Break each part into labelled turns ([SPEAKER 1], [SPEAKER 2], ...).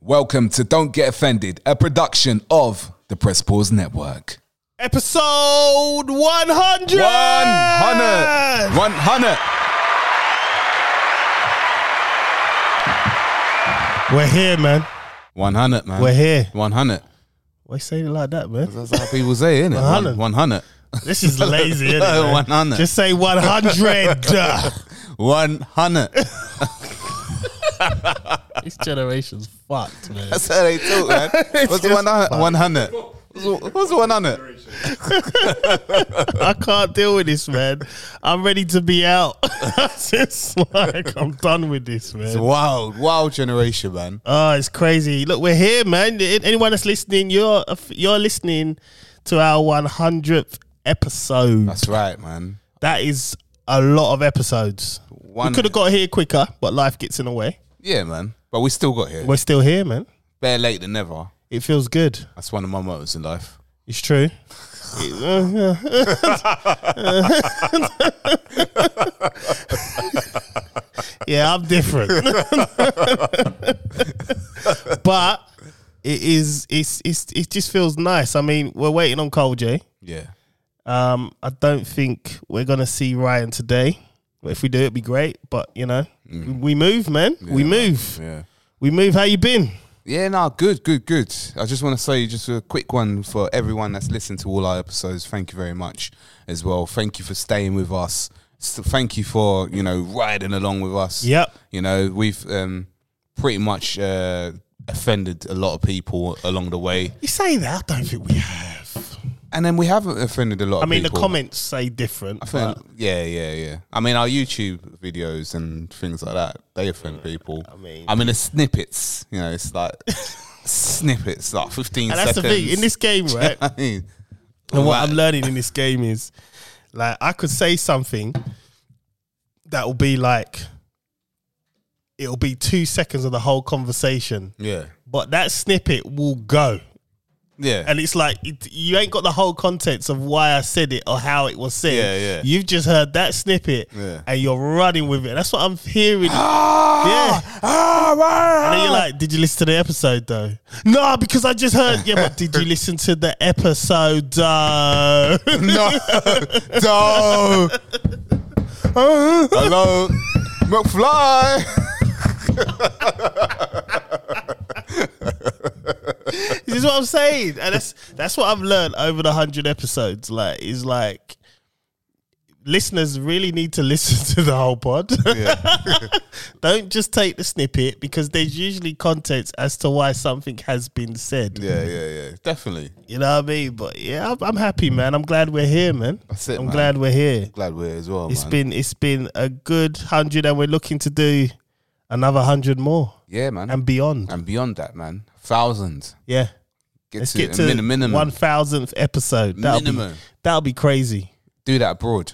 [SPEAKER 1] Welcome to Don't Get Offended, a production of the Press Pause Network.
[SPEAKER 2] Episode 100!
[SPEAKER 1] 100! 100!
[SPEAKER 2] We're here, man.
[SPEAKER 1] 100, man.
[SPEAKER 2] We're here.
[SPEAKER 1] 100.
[SPEAKER 2] Why saying it like that, man?
[SPEAKER 1] That's how people say, isn't it?
[SPEAKER 2] 100.
[SPEAKER 1] 100.
[SPEAKER 2] This is lazy, isn't it? man?
[SPEAKER 1] 100.
[SPEAKER 2] Just say 100.
[SPEAKER 1] 100.
[SPEAKER 3] This generation's fucked, man.
[SPEAKER 1] That's how they talk, man. What's 100? 100. What's what's 100?
[SPEAKER 2] I can't deal with this, man. I'm ready to be out. It's just like, I'm done with this, man.
[SPEAKER 1] It's a wild, wild generation, man.
[SPEAKER 2] Oh, it's crazy. Look, we're here, man. A- Anyone that's listening, you're you're listening to our 100th episode.
[SPEAKER 1] That's right, man.
[SPEAKER 2] That is a lot of episodes.
[SPEAKER 1] One-
[SPEAKER 2] We could have got here quicker, but life gets in the way.
[SPEAKER 1] Yeah, man. But we still got here.
[SPEAKER 2] We're still here, man.
[SPEAKER 1] Better late than never.
[SPEAKER 2] It feels good.
[SPEAKER 1] That's one of my mottos in life.
[SPEAKER 2] It's true. yeah, I'm different. but it is it's it's it just feels nice. I mean, we're waiting on Cole J.
[SPEAKER 1] Yeah.
[SPEAKER 2] Um, I don't think we're gonna see Ryan today. But if we do, it'd be great. But you know, we move, man. we move.
[SPEAKER 1] Yeah.
[SPEAKER 2] We move. How you been?
[SPEAKER 1] Yeah, no, good, good, good. I just want to say just a quick one for everyone that's listened to all our episodes. Thank you very much as well. Thank you for staying with us. So thank you for you know riding along with us.
[SPEAKER 2] Yep.
[SPEAKER 1] You know we've um, pretty much uh, offended a lot of people along the way,
[SPEAKER 2] You say that? I don't think we have.
[SPEAKER 1] and then we haven't offended a lot.
[SPEAKER 2] I mean,
[SPEAKER 1] of people.
[SPEAKER 2] the comments say different.
[SPEAKER 1] I think- yeah, yeah, yeah. I mean, our YouTube videos and things like that, they offend people. I
[SPEAKER 2] mean-
[SPEAKER 1] I mean, the snippets. You know, it's like snippets, like fifteen
[SPEAKER 2] And that's
[SPEAKER 1] seconds.
[SPEAKER 2] the thing in this game, right?
[SPEAKER 1] I mean,
[SPEAKER 2] and what
[SPEAKER 1] like-
[SPEAKER 2] I'm learning in this game is, like, I could say something that will be like, it'll be two seconds of the whole conversation,
[SPEAKER 1] yeah,
[SPEAKER 2] but that snippet will go,
[SPEAKER 1] yeah,
[SPEAKER 2] and it's like it, you ain't got the whole contents of why I said it or how it was said.
[SPEAKER 1] Yeah, yeah.
[SPEAKER 2] You've just heard that snippet,
[SPEAKER 1] Yeah.
[SPEAKER 2] and you're running with it. That's what I'm hearing. yeah. ah, And then you're like, did you listen to the episode though? No, because I just heard. Yeah, but did you listen to the episode though?
[SPEAKER 1] no, no. Hello, McFly.
[SPEAKER 2] this is what I'm saying, and that's that's what I've learned over the hundred episodes. Like, is like listeners really need to listen to the whole pod. Don't just take the snippet because there's usually context as to why something has been said.
[SPEAKER 1] Yeah, yeah, yeah, definitely.
[SPEAKER 2] You know what I mean? But yeah, I'm, I'm happy, man. I'm glad we're here, man.
[SPEAKER 1] That's it,
[SPEAKER 2] I'm
[SPEAKER 1] man.
[SPEAKER 2] glad we're here.
[SPEAKER 1] Glad we're here as well,
[SPEAKER 2] It's
[SPEAKER 1] man.
[SPEAKER 2] been it's been a good hundred, and we're looking to do another hundred more
[SPEAKER 1] yeah, man,
[SPEAKER 2] and
[SPEAKER 1] and,
[SPEAKER 2] beyond.
[SPEAKER 1] beyond that, man, thousands.
[SPEAKER 2] Yeah,
[SPEAKER 1] Get
[SPEAKER 2] let's
[SPEAKER 1] to,
[SPEAKER 2] get
[SPEAKER 1] a
[SPEAKER 2] to
[SPEAKER 1] min- minimum.
[SPEAKER 2] one thousandth episode. That'll
[SPEAKER 1] Minimum.
[SPEAKER 2] be that'll be crazy.
[SPEAKER 1] Do that abroad.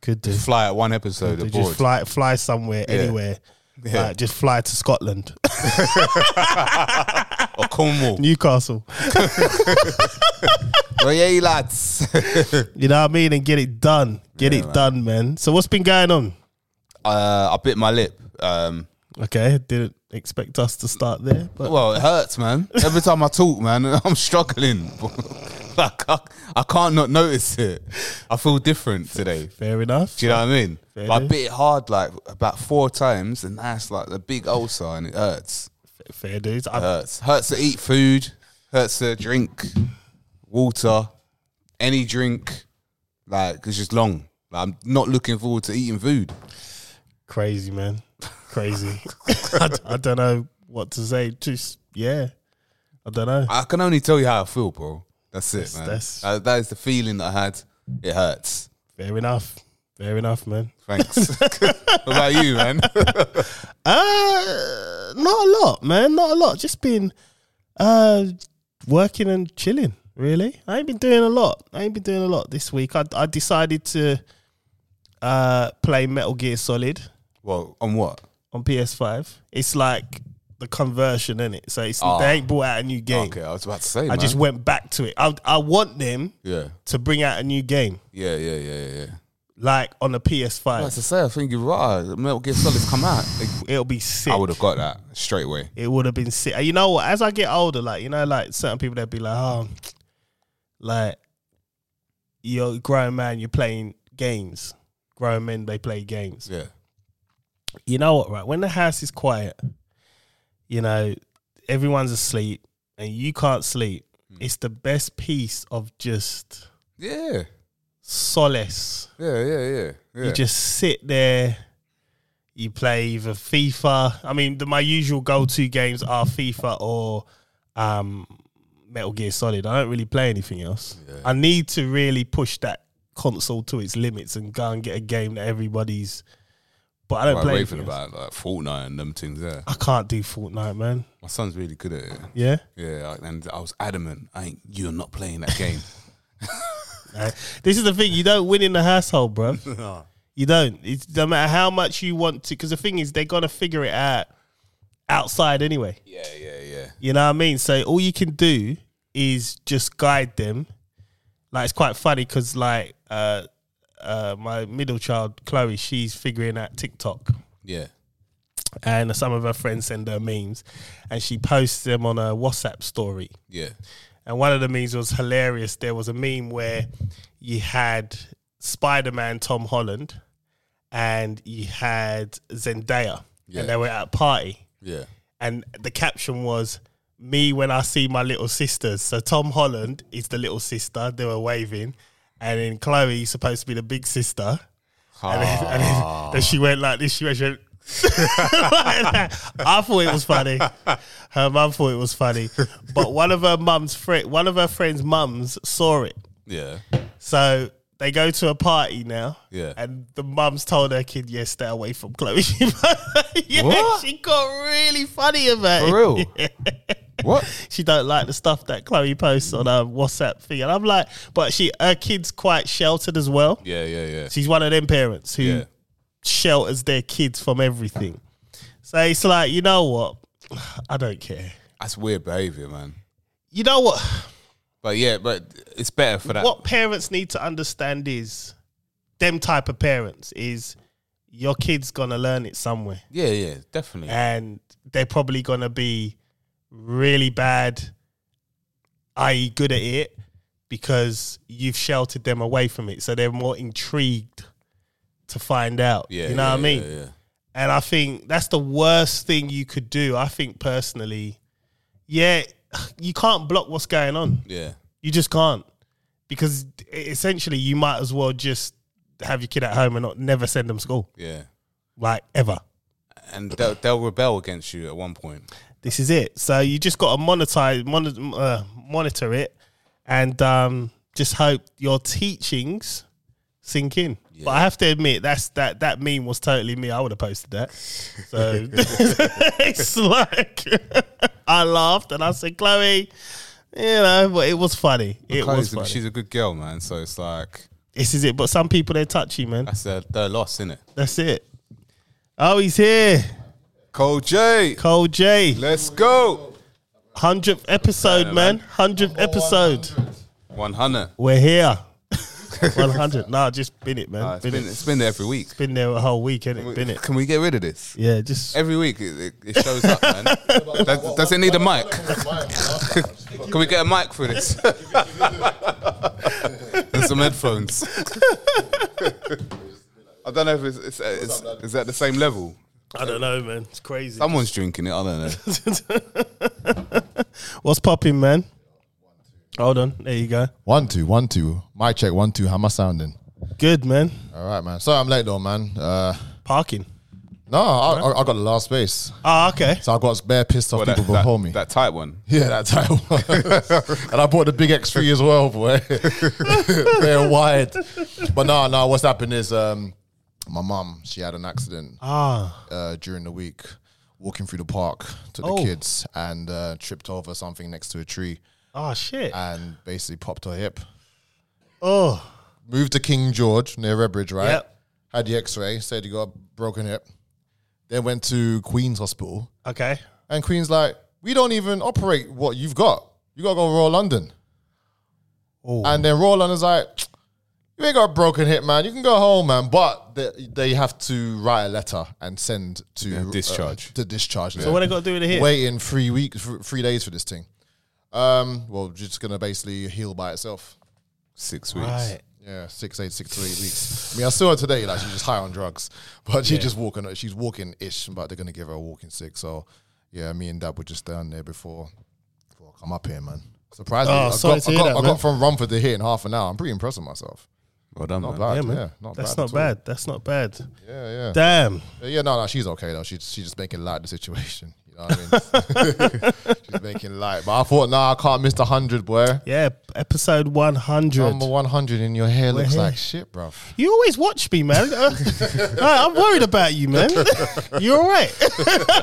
[SPEAKER 2] Could do.
[SPEAKER 1] Fly at one episode
[SPEAKER 2] They
[SPEAKER 1] abroad.
[SPEAKER 2] just fly fly somewhere anywhere.
[SPEAKER 1] Yeah.
[SPEAKER 2] Like, just fly to Scotland,
[SPEAKER 1] or Cornwall.
[SPEAKER 2] Newcastle.
[SPEAKER 1] oh, yeah, lads.
[SPEAKER 2] You know what I mean? And get it done. Get it done, man. So what's been going on?
[SPEAKER 1] uh, I bit my lip. Um,
[SPEAKER 2] Okay, didn't expect us to start there, but
[SPEAKER 1] Well, it hurts, man. Every time I talk, man, I'm struggling. like, I, I can't not notice it. I feel different today.
[SPEAKER 2] fair enough.
[SPEAKER 1] Do you know what I mean?
[SPEAKER 2] Fair
[SPEAKER 1] Like, I
[SPEAKER 2] dude.
[SPEAKER 1] bit it hard like about four times, and that's like the big ulcer, and it hurts.
[SPEAKER 2] Fair dudes. I,
[SPEAKER 1] Hurts. Hurts to eat food. Hurts to drink water, any drink. Like, it's just long. Like, I'm not looking forward to eating food.
[SPEAKER 2] crazy man crazy I, d- I don't know what to say just yeah i don't know
[SPEAKER 1] I can only tell you how I feel, bro. That's it, man.
[SPEAKER 2] that's-
[SPEAKER 1] Uh, that is the feeling that I had. It hurts.
[SPEAKER 2] fair enough fair enough man
[SPEAKER 1] Thanks. what about you, man?
[SPEAKER 2] uh not a lot man not a lot just been uh working and chilling really i ain't been doing a lot i ain't been doing a lot this week i, I decided to uh play metal gear solid
[SPEAKER 1] well, on what?
[SPEAKER 2] on ps5 it's like the conversion in it so it's
[SPEAKER 1] Ah.
[SPEAKER 2] they ain't brought out a new game
[SPEAKER 1] Okay, I was about to say.
[SPEAKER 2] i just went back to it i, I want them
[SPEAKER 1] yeah,
[SPEAKER 2] to bring out a new game
[SPEAKER 1] yeah, yeah, yeah, yeah.
[SPEAKER 2] like on a PS5.
[SPEAKER 1] Like to say, I think you're right. Metal Gear Solid's come out.
[SPEAKER 2] It'll be sick.
[SPEAKER 1] I would have got that straight away.
[SPEAKER 2] it would have been sick. You know what? As I get older, like you know, like certain people that be like, oh, like you're a grown man, you're playing games. Grown men, they play games.
[SPEAKER 1] Yeah.
[SPEAKER 2] You know what? Right, when the house is quiet, you know everyone's asleep and you can't sleep. It's the best piece of just
[SPEAKER 1] Yeah.
[SPEAKER 2] solace.
[SPEAKER 1] Yeah, yeah, yeah. yeah.
[SPEAKER 2] You just sit there. You play either FIFA. I mean, the, my usual go-to games are FIFA or um, Metal Gear Solid. I don't really play anything else. I need to really push that console to its limits and go and get a game that everybody's. But I don't
[SPEAKER 1] Like
[SPEAKER 2] play
[SPEAKER 1] raving
[SPEAKER 2] anything else.
[SPEAKER 1] about like Fortnite and them things. Yeah,
[SPEAKER 2] I can't do Fortnite, man.
[SPEAKER 1] my son's really good at it.
[SPEAKER 2] Yeah,
[SPEAKER 1] Yeah, and I was adamant. I ain't, you're not playing that game.
[SPEAKER 2] Uh, this is the thing. You don't win in the household, bro. You don't. It's no matter how much you want to, because the thing is, they're gonna figure it out outside anyway.
[SPEAKER 1] yeah, yeah, yeah.
[SPEAKER 2] You know what I mean? So all you can do is just guide them. Like it's quite funny because like uh, uh, my middle child Chloe, she's figuring out TikTok,
[SPEAKER 1] Yeah.
[SPEAKER 2] and some of her friends send her memes, and she posts them on a WhatsApp story.
[SPEAKER 1] Yeah.
[SPEAKER 2] And one of the memes was hilarious. There was a meme where you had Spider Man Tom Holland, and you had Zendaya,
[SPEAKER 1] Yeah.
[SPEAKER 2] and they were at a party
[SPEAKER 1] Yeah.
[SPEAKER 2] and the caption was me when I see my little sisters. So Tom Holland is the little sister. They were waving, and then Chloe's supposed to be the big sister. And then, and then, then she went like this. She went. She went I thought it was funny. Her mum thought it was funny, but one of her mum's friend, one of her friends' mums saw it.
[SPEAKER 1] Yeah.
[SPEAKER 2] So they go to a party now.
[SPEAKER 1] Yeah.
[SPEAKER 2] And the mum's told her kid, yeah, stay away from Chloe. yeah,
[SPEAKER 1] What?
[SPEAKER 2] she got really funny about it.
[SPEAKER 1] For real? what?
[SPEAKER 2] She don't like the stuff that Chloe posts on her WhatsApp thing. And I'm like, but she her kid's quite sheltered as well.
[SPEAKER 1] Yeah, yeah, yeah.
[SPEAKER 2] She's one of them parents who
[SPEAKER 1] Yeah.
[SPEAKER 2] shelters their kids from everything. So it's like, you know what? I don't care.
[SPEAKER 1] That's weird behavior, man.
[SPEAKER 2] You know what?
[SPEAKER 1] But yeah, but it's better for that.
[SPEAKER 2] what parents need to understand is them type of parents is your kid's gonna learn it somewhere
[SPEAKER 1] Yeah, yeah, definitely.
[SPEAKER 2] and they're probably gonna be really bad i.e good at it because you've sheltered them away from it so they're more intrigued to find out
[SPEAKER 1] yeah,
[SPEAKER 2] you know
[SPEAKER 1] yeah,
[SPEAKER 2] what i mean
[SPEAKER 1] Yeah, yeah.
[SPEAKER 2] and I think that's the worst thing you could do. I think personally, yeah, you can't block what's going on.
[SPEAKER 1] yeah.
[SPEAKER 2] You just can't because essentially you might as well just have your kid at home and not never send them to school
[SPEAKER 1] yeah.
[SPEAKER 2] like ever.
[SPEAKER 1] And they'll, they'll rebel against you at one point.
[SPEAKER 2] This is it. So you just got to monetize, monitor, uh, monitor it, and um, just hope your teachings sink in. But I have to admit, that's that that meme was totally me. I would have posted that. So it's like I laughed and I said, Chloe. You know, but it was funny. It was
[SPEAKER 1] Chloe's-
[SPEAKER 2] funny.
[SPEAKER 1] she's a good girl, man. So it's like
[SPEAKER 2] This is it. But some people they're touchy, man.
[SPEAKER 1] that's their, their loss, isn't it?
[SPEAKER 2] That's it. Oh, he's here.
[SPEAKER 1] Cole J,
[SPEAKER 2] Cole J.
[SPEAKER 1] let's go.
[SPEAKER 2] Hundredth episode, man. Hundredth episode.
[SPEAKER 1] One hundred.
[SPEAKER 2] We're here. One hundred. Nah, just bin it, man.
[SPEAKER 1] Uh, it's
[SPEAKER 2] bin,
[SPEAKER 1] been
[SPEAKER 2] it.
[SPEAKER 1] it's been there every week.
[SPEAKER 2] It's been there a whole week, ain't it? Bin it.
[SPEAKER 1] Can we get rid of this?
[SPEAKER 2] Yeah, just
[SPEAKER 1] Every week it, it it shows up, man. does, does it need a mic? Can we get a mic for this? and some headphones. I don't know if it's, it's, it's, it's at the same level.
[SPEAKER 2] I don't know, man. It's crazy.
[SPEAKER 1] Someone's drinking it. I don't know.
[SPEAKER 2] What's popping, man? Hold on. There you go.
[SPEAKER 4] One two, one two. My check, one two. How am I sounding?
[SPEAKER 2] Good, man.
[SPEAKER 4] All right, man. Sorry, I'm late though, man. Uh,
[SPEAKER 2] Parking.
[SPEAKER 4] no, I, I, I got the last space,
[SPEAKER 2] Ah, okay.
[SPEAKER 4] so I got bare pissed off
[SPEAKER 1] Well,
[SPEAKER 4] people
[SPEAKER 1] that,
[SPEAKER 4] before
[SPEAKER 1] that,
[SPEAKER 4] me.
[SPEAKER 1] that tight one.
[SPEAKER 4] yeah, that title. and I bought the big X3 as well, boy. They're wide. But no, no. What's happened is um, my mum. She had an accident
[SPEAKER 2] Ah,
[SPEAKER 4] uh, during the week, walking through the park to the
[SPEAKER 2] Oh.
[SPEAKER 4] kids, and uh, tripped over something next to a tree,
[SPEAKER 2] ah, shit.
[SPEAKER 4] and basically popped her hip.
[SPEAKER 2] Oh,
[SPEAKER 4] moved to King George near Redbridge, right?
[SPEAKER 2] Yep.
[SPEAKER 4] Had the X-ray, said he got a broken hip. Then went to Queen's Hospital,
[SPEAKER 2] okay.
[SPEAKER 4] and Queen's like, we don't even operate what you've got. You gotta go to Royal London.
[SPEAKER 2] Oh,
[SPEAKER 4] And then Royal London's like, You ain't got a broken hip, man. You can go home, man. But they, they have to write a letter and send to uh,
[SPEAKER 1] Yeah, discharge.
[SPEAKER 4] to discharge.
[SPEAKER 2] So what I got to do with the hip?
[SPEAKER 4] Waiting three weeks, th- three days for this thing. Um, well, just gonna basically heal by itself.
[SPEAKER 1] Six weeks.
[SPEAKER 4] Yeah, six, eight, six to eight weeks. I mean, I saw her today. Like she's just high on drugs, but she's just walking. She's walking ish, but they're gonna give her a walking stick. So, yeah, me and Dad were just down there before. Before I come up here, man. Surprisingly,
[SPEAKER 2] Oh,
[SPEAKER 4] I,
[SPEAKER 2] sorry
[SPEAKER 4] got,
[SPEAKER 2] to
[SPEAKER 4] I,
[SPEAKER 2] hear
[SPEAKER 4] got,
[SPEAKER 2] that,
[SPEAKER 4] I
[SPEAKER 2] man.
[SPEAKER 4] got from Rumford to here in half an hour. I'm pretty impressed with myself.
[SPEAKER 1] Well done, man.
[SPEAKER 4] Bad, yeah,
[SPEAKER 2] man.
[SPEAKER 4] not
[SPEAKER 2] That's not
[SPEAKER 4] bad at all.
[SPEAKER 2] bad. That's not bad.
[SPEAKER 4] Yeah, yeah.
[SPEAKER 2] Damn.
[SPEAKER 4] But yeah, no, no, she's okay though. She's she's just making light of the situation. You know what I mean? she's making light. But I thought, nah, I can't miss the hundred, boy.
[SPEAKER 2] Yeah, episode 100.
[SPEAKER 4] Number one hundred in your hair looks
[SPEAKER 2] here.
[SPEAKER 4] like shit, bruv.
[SPEAKER 2] You always watch me, man. Uh, I- I'm worried about you, man. You're all right.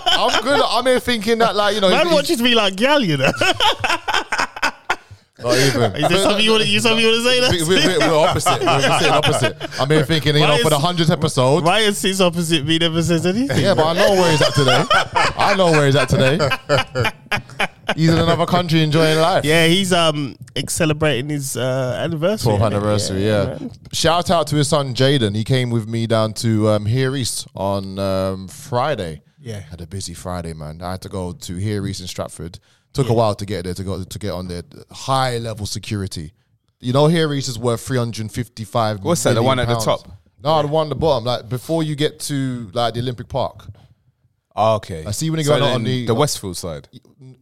[SPEAKER 4] I'm good. I'm here thinking that, like, you know,
[SPEAKER 2] Man
[SPEAKER 4] he's-
[SPEAKER 2] watches me like uh. gal, you know.
[SPEAKER 4] not even.
[SPEAKER 2] Is there something you want to, you something you want to say?
[SPEAKER 4] Oh, we,
[SPEAKER 2] That's
[SPEAKER 4] we, we, we're opposite. We're opposite. opposite. I'm here thinking, you
[SPEAKER 2] Why
[SPEAKER 4] know,
[SPEAKER 2] is-
[SPEAKER 4] for the hundredth episode.
[SPEAKER 2] Ryan sits opposite me, never says anything.
[SPEAKER 4] Yeah, but I know where he's at today. I know where he's at today. He's in another country enjoying life.
[SPEAKER 2] Yeah, he's um celebrating his uh, anniversary.
[SPEAKER 4] 12th
[SPEAKER 2] I think.
[SPEAKER 4] anniversary, yeah.
[SPEAKER 2] man.
[SPEAKER 4] Shout out to his son Jaden. He came with me down to um, Here East on um, Friday.
[SPEAKER 2] Yeah.
[SPEAKER 4] had a busy Friday, man. I had to go to Here East in Stratford. Took a while to get there to go to get on there. High level security. You know, Here East is worth three hundred fifty-five.
[SPEAKER 1] What's that, the one at the top?
[SPEAKER 4] No, the one at the bottom. Like before you get to like the Olympic Park,
[SPEAKER 1] Ah, okay.
[SPEAKER 4] I see when you go out on
[SPEAKER 1] then
[SPEAKER 4] the-
[SPEAKER 1] Westfield side.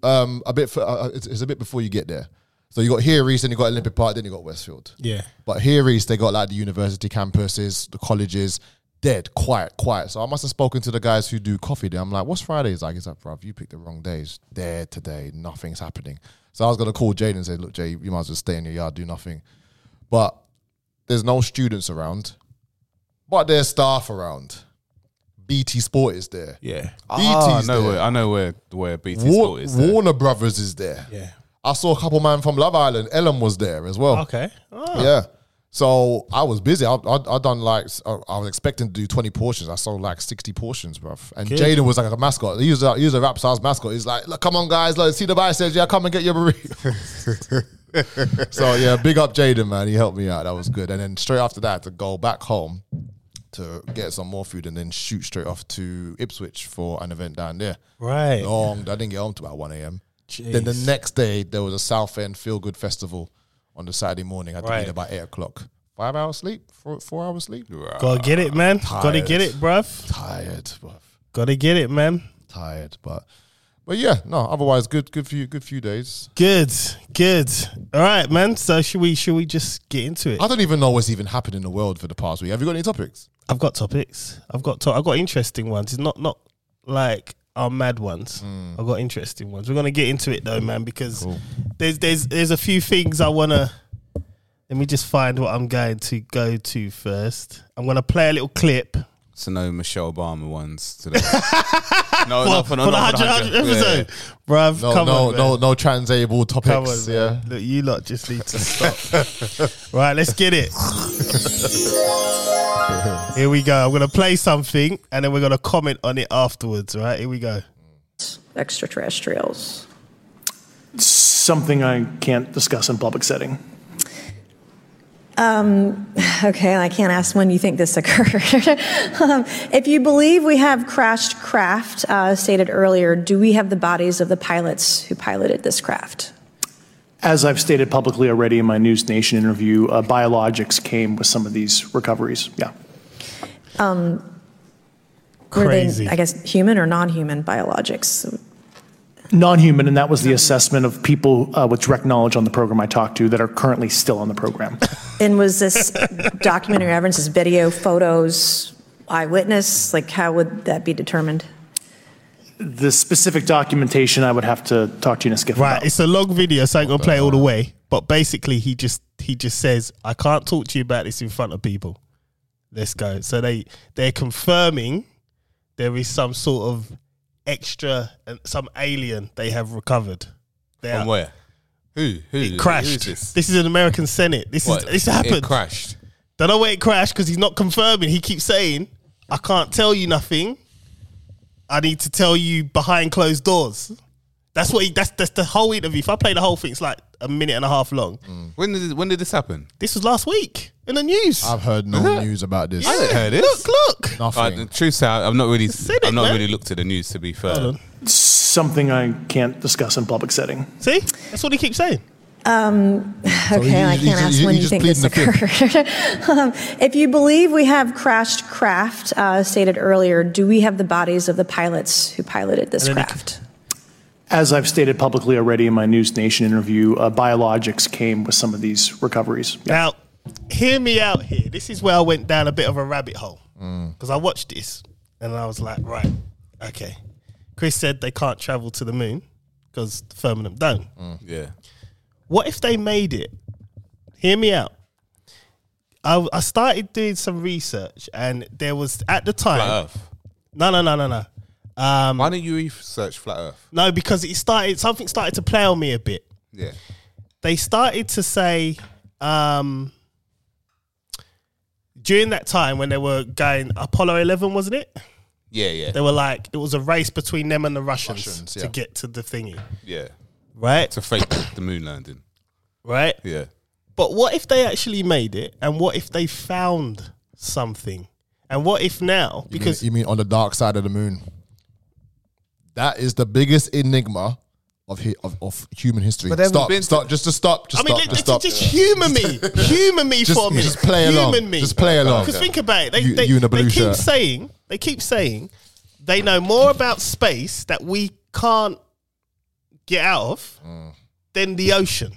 [SPEAKER 4] um, a bit. For, uh, it's, it's a bit before you get there. So you got Here East, then you got Olympic Park, then you got Westfield.
[SPEAKER 2] Yeah.
[SPEAKER 4] But here East, they got like the university campuses, the colleges, dead, quiet, quiet. So I must have spoken to the guys who do coffee there. I'm like, what's Fridays? Like, it's like, bruv, you picked the wrong days. There today, nothing's happening. So I was gonna call Jaden and say, look, Jay, you might as well stay in your yard, do nothing. But there's no students around, but there's staff around. BT Sport is there.
[SPEAKER 2] Yeah.
[SPEAKER 1] Ah, I
[SPEAKER 4] BT's
[SPEAKER 1] know
[SPEAKER 4] there.
[SPEAKER 1] where I know where where BT
[SPEAKER 4] War-
[SPEAKER 1] Sport is. there.
[SPEAKER 4] Warner Brothers is there.
[SPEAKER 2] Yeah.
[SPEAKER 4] I saw a couple man from Love Island. Ellen was there as well.
[SPEAKER 2] Okay. Oh,
[SPEAKER 4] Yeah. So I was busy. I I, I done like s- I I was expecting to do twenty portions. I sold like sixty portions, bruv. And Jaden was like a mascot. He was a, he was a rap stars mascot. He's like, look, come on guys, look, see the biceps. Yeah, come and get your burrito. so yeah, big up Jaden, man. He helped me out. That was good. And then straight after that, to go back home to get some more food and then shoot straight off to Ipswich for an event down there.
[SPEAKER 2] Right.
[SPEAKER 4] Long. I didn't get home to about one a.m. Then the next day, there was a Southend Feel Good Festival on the Saturday morning. I had to
[SPEAKER 2] Right.
[SPEAKER 4] eat about eight o'clock. Five hours sleep, four, four hours sleep.
[SPEAKER 2] Gotta get it, man. Gotta
[SPEAKER 4] Tired.
[SPEAKER 2] get it, bruv.
[SPEAKER 4] Tired, but
[SPEAKER 2] Gotta get it, man.
[SPEAKER 4] tired, but but yeah, no. Otherwise, good, good few, good few days.
[SPEAKER 2] Good. Good. All right, man. So should we should we just get into it?
[SPEAKER 4] I don't even know what's even happened in the world for the past week. Have you got any topics?
[SPEAKER 2] I've got topics. I've got to- I've got interesting ones. It's not not like our mad ones.
[SPEAKER 4] Mm.
[SPEAKER 2] I've got interesting ones. We're gonna get into it though, man, because there's there's there's a few things I wanna. Let me just find what I'm going to go to first. I'm gonna play a little clip
[SPEAKER 1] So no Michelle Obama ones today. no,
[SPEAKER 2] for,
[SPEAKER 1] not
[SPEAKER 2] for
[SPEAKER 1] for,
[SPEAKER 2] the
[SPEAKER 1] not for
[SPEAKER 2] 100,
[SPEAKER 1] the 100
[SPEAKER 2] episode,
[SPEAKER 1] Yeah.
[SPEAKER 2] bruv.
[SPEAKER 4] No,
[SPEAKER 2] come
[SPEAKER 4] no,
[SPEAKER 2] on, man.
[SPEAKER 4] no, no. Transable topics.
[SPEAKER 2] Come on, man.
[SPEAKER 4] yeah.
[SPEAKER 2] Look, you lot just need to stop. right, let's get it. Here we go. I'm gonna play something and then we're gonna comment on it afterwards. Right, here we go.
[SPEAKER 5] extraterrestrials.
[SPEAKER 6] something I can't discuss in public setting.
[SPEAKER 5] Okay, I can't ask when you think this occurred. um, if you believe we have crashed craft, uh, stated earlier, do we have the bodies of the pilots who piloted this craft?
[SPEAKER 6] As I've stated publicly already in my News Nation interview, uh, biologics came with some of these recoveries. Yeah.
[SPEAKER 5] Were
[SPEAKER 2] Crazy.
[SPEAKER 5] they, I guess, human or non human biologics?
[SPEAKER 6] Non human, and that was the assessment of people uh, with direct knowledge on the program I talked to that are currently still on the program.
[SPEAKER 5] And was this documentary evidence, this video, photos, eyewitness? Like, how would that be determined?
[SPEAKER 6] the specific documentation I would have to talk to you in a skiff
[SPEAKER 2] Right,
[SPEAKER 6] about.
[SPEAKER 2] it's a long video, so I'm gonna play it all the way. But basically, he just he just says, "I can't talk to you about this in front of people." Let's go. So they they're confirming there is some sort of extra and some alien they have recovered. They
[SPEAKER 1] From
[SPEAKER 2] are-
[SPEAKER 1] where? Who? Who? who is
[SPEAKER 2] crashed.
[SPEAKER 1] this?
[SPEAKER 2] This? is an American Senate. This is
[SPEAKER 1] What?
[SPEAKER 2] this happened.
[SPEAKER 1] It crashed.
[SPEAKER 2] Don't know where it crashed because he's not confirming. He keeps saying, "I can't tell you nothing. I need to tell you behind closed doors." That's what he. That's that's the whole interview. If I play the whole thing, it's like a minute and a half long.
[SPEAKER 1] When did when did this happen?
[SPEAKER 2] This was last week in the news.
[SPEAKER 4] I've heard no news about this.
[SPEAKER 1] I didn't hear this.
[SPEAKER 2] Look, look.
[SPEAKER 1] Uh,
[SPEAKER 4] Nothing.
[SPEAKER 1] the truth, out, I've not really,
[SPEAKER 2] said
[SPEAKER 1] I've
[SPEAKER 2] it,
[SPEAKER 1] not
[SPEAKER 2] man.
[SPEAKER 1] really looked at the news to be fair.
[SPEAKER 2] on.
[SPEAKER 6] Something I can't discuss in public setting.
[SPEAKER 2] See, that's what he keeps saying.
[SPEAKER 4] he-
[SPEAKER 5] Okay, I
[SPEAKER 4] he-
[SPEAKER 5] can't
[SPEAKER 4] he-
[SPEAKER 5] ask
[SPEAKER 4] he
[SPEAKER 5] when you
[SPEAKER 4] just
[SPEAKER 5] think
[SPEAKER 4] pleaded
[SPEAKER 5] this
[SPEAKER 4] the
[SPEAKER 5] occurred. Um, If you believe we have crashed craft uh, stated earlier, do we have the bodies of the pilots who piloted this
[SPEAKER 2] And then he
[SPEAKER 5] craft?
[SPEAKER 6] As I've stated publicly already in my News Nation interview, uh, biologics came with some of these recoveries. Yeah.
[SPEAKER 2] Now, hear me out here. This is where I went down a bit of a rabbit hole because I watched this and I was like, right, okay. Chris said they can't travel to the moon because the firmament don't.
[SPEAKER 1] Yeah.
[SPEAKER 2] What if they made it? Hear me out. I, I started doing some research and there was at the time.
[SPEAKER 1] Flat Earth.
[SPEAKER 2] No, no, no, no, no. Um,
[SPEAKER 1] Why don't you research Flat Earth?
[SPEAKER 2] no, because it started. Something started to play on me a bit.
[SPEAKER 1] Yeah.
[SPEAKER 2] they started to say um, during that time when they were going Apollo 11, wasn't it?
[SPEAKER 1] Yeah, yeah,
[SPEAKER 2] They were like, it was a race between them and the Russians,
[SPEAKER 4] Russians,
[SPEAKER 2] to
[SPEAKER 4] yeah.
[SPEAKER 2] get to the thingy,
[SPEAKER 1] yeah.
[SPEAKER 2] right?
[SPEAKER 1] To fake the moon landing.
[SPEAKER 2] Right?
[SPEAKER 1] Yeah.
[SPEAKER 2] But what if they actually made it? And what if they found something? And what if now? Because
[SPEAKER 4] you mean on the dark side of the moon? That is the biggest enigma of hi- of, of human history.
[SPEAKER 1] But they haven't
[SPEAKER 4] stop,
[SPEAKER 1] been to-
[SPEAKER 4] stop, just to stop, just
[SPEAKER 2] I mean,
[SPEAKER 4] stop,
[SPEAKER 2] let-
[SPEAKER 4] just
[SPEAKER 2] let-
[SPEAKER 4] stop.
[SPEAKER 2] just, humor me, humor me
[SPEAKER 4] Just-
[SPEAKER 2] for a minute.
[SPEAKER 4] just play along.
[SPEAKER 2] human me,
[SPEAKER 4] Just play along.
[SPEAKER 2] Because think about it, they,
[SPEAKER 4] You-
[SPEAKER 2] they,
[SPEAKER 4] you in a
[SPEAKER 2] they
[SPEAKER 4] blue
[SPEAKER 2] keep
[SPEAKER 4] shirt.
[SPEAKER 2] saying they keep saying they know more about space that we can't get out of than the ocean.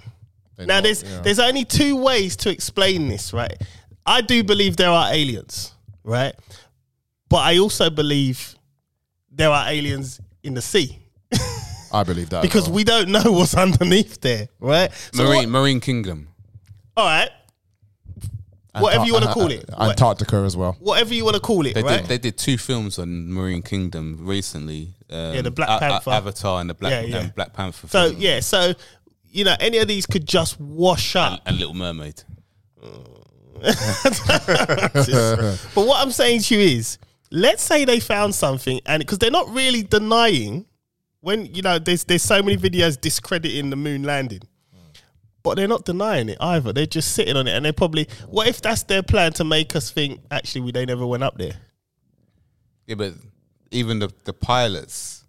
[SPEAKER 2] now,
[SPEAKER 4] don't,
[SPEAKER 2] there's
[SPEAKER 4] Mm. yeah.
[SPEAKER 2] there's only two ways to explain this, right? I do believe there are aliens, right? But I also believe there are aliens in the sea
[SPEAKER 4] I believe that
[SPEAKER 2] because we don't know what's underneath there, right? So what-
[SPEAKER 1] Marine Marine Kingdom.
[SPEAKER 2] all right. Whatever you want to call it. What-
[SPEAKER 4] Antarctica as well.
[SPEAKER 2] Whatever you want to call it,
[SPEAKER 1] uh, They
[SPEAKER 2] right?
[SPEAKER 1] did they did two films on Marine Kingdom recently. Um,
[SPEAKER 2] Yeah, the Black
[SPEAKER 1] A- A-
[SPEAKER 2] Panther.
[SPEAKER 1] Avatar and the Black
[SPEAKER 2] Yeah, yeah.
[SPEAKER 1] and Black Panther.
[SPEAKER 2] so,
[SPEAKER 1] film.
[SPEAKER 2] yeah, so, you know, any of these could just wash
[SPEAKER 1] and,
[SPEAKER 2] up.
[SPEAKER 1] and Little Mermaid.
[SPEAKER 2] but what I'm saying to you is, let's say they found something, and because they're not really denying, when, you know, there's, there's so many videos discrediting the moon landing. But they're not denying it either. They're just sitting on it, and they're probably. What if that's their plan to make us think? Actually, we they never went up there.
[SPEAKER 1] Yeah, but even the the pilots,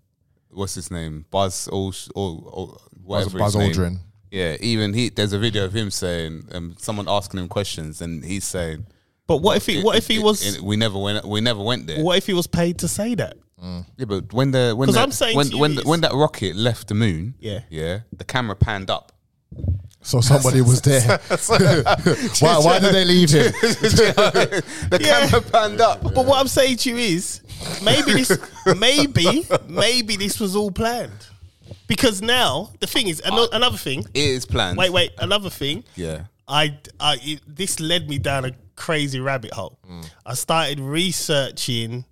[SPEAKER 1] what's his name, Buzz Alsh or, or whatever
[SPEAKER 4] Buzz
[SPEAKER 1] his name.
[SPEAKER 4] Aldrin.
[SPEAKER 1] Yeah, even he. There's a video of him saying, um, someone asking him questions, and he's saying,
[SPEAKER 2] But what if he? What if he was?
[SPEAKER 1] it- we never went. We never went there.
[SPEAKER 2] What if he was paid to say that?
[SPEAKER 1] Yeah, but when the when
[SPEAKER 2] 'Cause
[SPEAKER 1] the,
[SPEAKER 2] I'm saying
[SPEAKER 1] when
[SPEAKER 2] to you
[SPEAKER 1] when, the,
[SPEAKER 2] is-
[SPEAKER 1] when that rocket left the moon,
[SPEAKER 2] Yeah.
[SPEAKER 1] yeah, the camera panned up.
[SPEAKER 4] So somebody was there. why, why did they leave him?
[SPEAKER 1] the
[SPEAKER 2] Yeah.
[SPEAKER 1] camera panned up.
[SPEAKER 2] But what I'm saying to you is, maybe this, maybe, maybe this was all planned. Because now the thing is, ano- another thing.
[SPEAKER 1] It is planned.
[SPEAKER 2] Wait, wait, another thing.
[SPEAKER 1] Yeah.
[SPEAKER 2] I, I, it, this led me down a crazy rabbit hole.
[SPEAKER 1] Mm.
[SPEAKER 2] I started researching.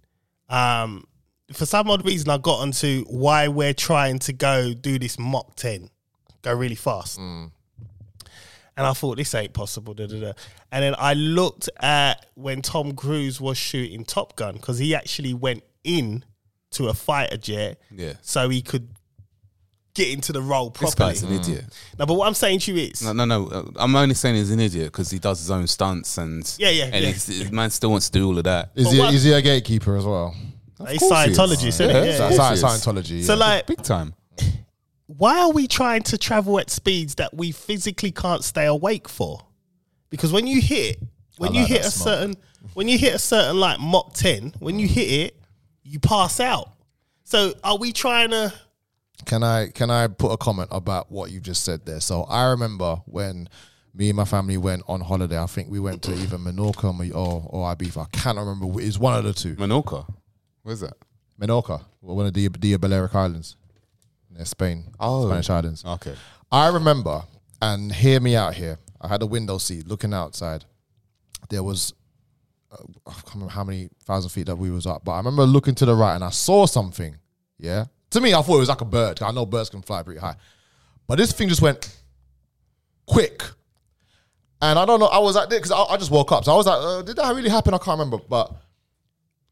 [SPEAKER 2] Um, for some odd reason, I got onto why we're trying to go do this Mach 10, go really fast.
[SPEAKER 1] Mm.
[SPEAKER 2] And I thought this ain't possible. Da, da, da. And then I looked at when Tom Cruise was shooting Top Gun because he actually went in to a fighter jet,
[SPEAKER 1] Yeah.
[SPEAKER 2] so he could get into the role
[SPEAKER 1] This
[SPEAKER 2] properly.
[SPEAKER 1] guy's an idiot.
[SPEAKER 2] No, but what I'm saying to you is,
[SPEAKER 1] Mm. No, no, no. uh, I'm only saying he's an idiot because he does his own stunts and
[SPEAKER 2] Yeah, yeah,
[SPEAKER 1] and
[SPEAKER 2] yeah.
[SPEAKER 1] he's- his man still wants to do all of that.
[SPEAKER 4] Is
[SPEAKER 2] But
[SPEAKER 4] he,
[SPEAKER 2] what-
[SPEAKER 4] is he a gatekeeper as well?
[SPEAKER 2] It's
[SPEAKER 1] course he is.
[SPEAKER 2] Scientology, isn't
[SPEAKER 1] Yeah,
[SPEAKER 2] it?
[SPEAKER 1] it's
[SPEAKER 2] Yeah.
[SPEAKER 1] course
[SPEAKER 4] Sci-
[SPEAKER 1] he is.
[SPEAKER 4] Scientology.
[SPEAKER 2] So
[SPEAKER 4] yeah.
[SPEAKER 2] like,
[SPEAKER 1] Big time.
[SPEAKER 2] why are we trying to travel at speeds that we physically can't stay awake for? Because when you hit, when
[SPEAKER 4] I
[SPEAKER 2] you
[SPEAKER 4] like
[SPEAKER 2] hit a
[SPEAKER 4] that smoke.
[SPEAKER 2] certain, when you hit a certain like Mach ten, when you hit it, you pass out. So are we trying to?
[SPEAKER 4] Can I can I put a comment about what you just said there? So I remember when me and my family went on holiday. I think we went to either Menorca or, or, or Ibiza. I cannot remember. which- It's one of the two.
[SPEAKER 1] Menorca. Where's that?
[SPEAKER 4] Menorca, one of the the Balearic Islands, near Spain,
[SPEAKER 1] Oh.
[SPEAKER 4] Spanish islands.
[SPEAKER 1] Okay.
[SPEAKER 4] I remember, and hear me out here. I had a window seat looking outside. There was, uh, I can't remember how many thousand feet that we was up, but I remember looking to the right and I saw something. Yeah, to me, I thought it was like a bird. I know birds can fly pretty high, but this thing just went quick. And I don't know. I was like, because I, I just woke up, so I was like, uh, did that really happen? I can't remember, but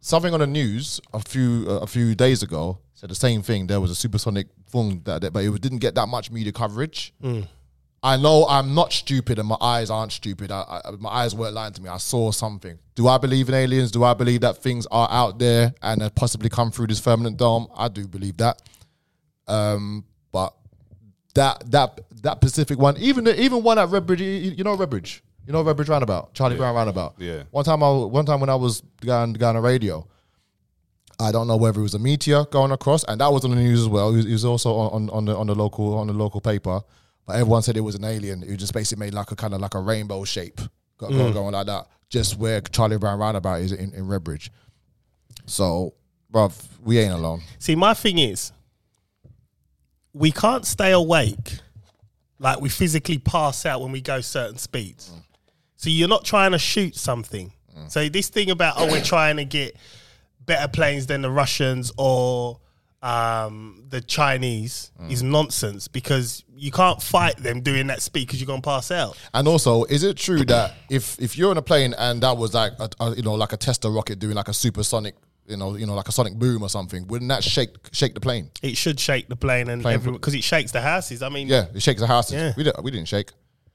[SPEAKER 4] something on the news a few uh, a few days ago said the same thing. There was a supersonic thing that, that but it didn't get that much media coverage. I know I'm not stupid and my eyes aren't stupid. I, I, my eyes weren't lying to me. I saw something. Do I believe in aliens? Do I believe that things are out there and have possibly come through this firmament dome? I do believe that. Um, but that that that Pacific one, even the- even one at Redbridge, you, you know Redbridge, you know Redbridge Roundabout, Charlie Brown Roundabout.
[SPEAKER 1] Yeah.
[SPEAKER 4] One time, I one time when I was the guy on, the guy on the radio, I don't know whether it was a meteor going across, and that was on the news as well. It was, it was also on, on, on the on the local on the local paper, but everyone said it was an alien. It just basically made like a kind of like a rainbow shape, go,
[SPEAKER 1] Mm.
[SPEAKER 4] go- going like that, just where Charlie Brown Roundabout is in, in Redbridge. So, bruv, we ain't alone.
[SPEAKER 2] See, my thing is, we can't stay awake. Like we physically pass out when we go certain speeds. So you're not trying to shoot something. So this thing about oh, we're trying to get better planes than the Russians or um, the Chinese is nonsense because you can't fight them doing that speed because you're gonna pass out.
[SPEAKER 4] And also, is it true that if if you're in a plane and that was like a, a you know like a tester rocket doing like a supersonic you know you know like a sonic boom or something, wouldn't that shake shake the plane?
[SPEAKER 2] It should shake the plane and
[SPEAKER 4] Plane-
[SPEAKER 2] because it shakes the houses. I mean,
[SPEAKER 4] Yeah, it shakes the houses.
[SPEAKER 2] Yeah.
[SPEAKER 4] We didn't we didn't shake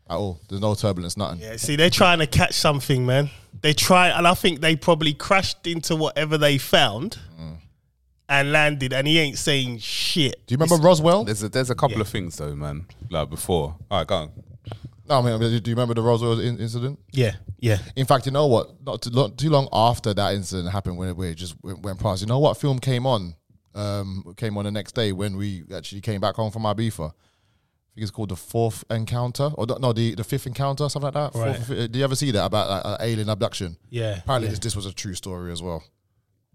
[SPEAKER 4] at all. There's no turbulence, nothing.
[SPEAKER 2] Yeah, see, they're trying to catch something, man. They try, and I think they probably crashed into whatever they found and landed, and he ain't saying shit.
[SPEAKER 4] Do you remember Roswell?
[SPEAKER 1] There's a, there's a couple of things though, man. Like before, all right, go on.
[SPEAKER 4] No, I mean, I mean, do you remember the Roswell in- incident?
[SPEAKER 2] Yeah, yeah.
[SPEAKER 4] In fact, you know what? Not too, not too long after that incident happened, when it, when it just went, went past. You know what film came on? Um, came on the next day when we actually came back home from Ibiza. I think it's called the Fourth Encounter, or the- no, the the Fifth Encounter, something like that.
[SPEAKER 2] Right.
[SPEAKER 4] Fourth, uh, do you ever see that about uh, uh, alien abduction?
[SPEAKER 2] Yeah,
[SPEAKER 4] Apparently,
[SPEAKER 2] yeah.
[SPEAKER 4] This, this was a true story as well.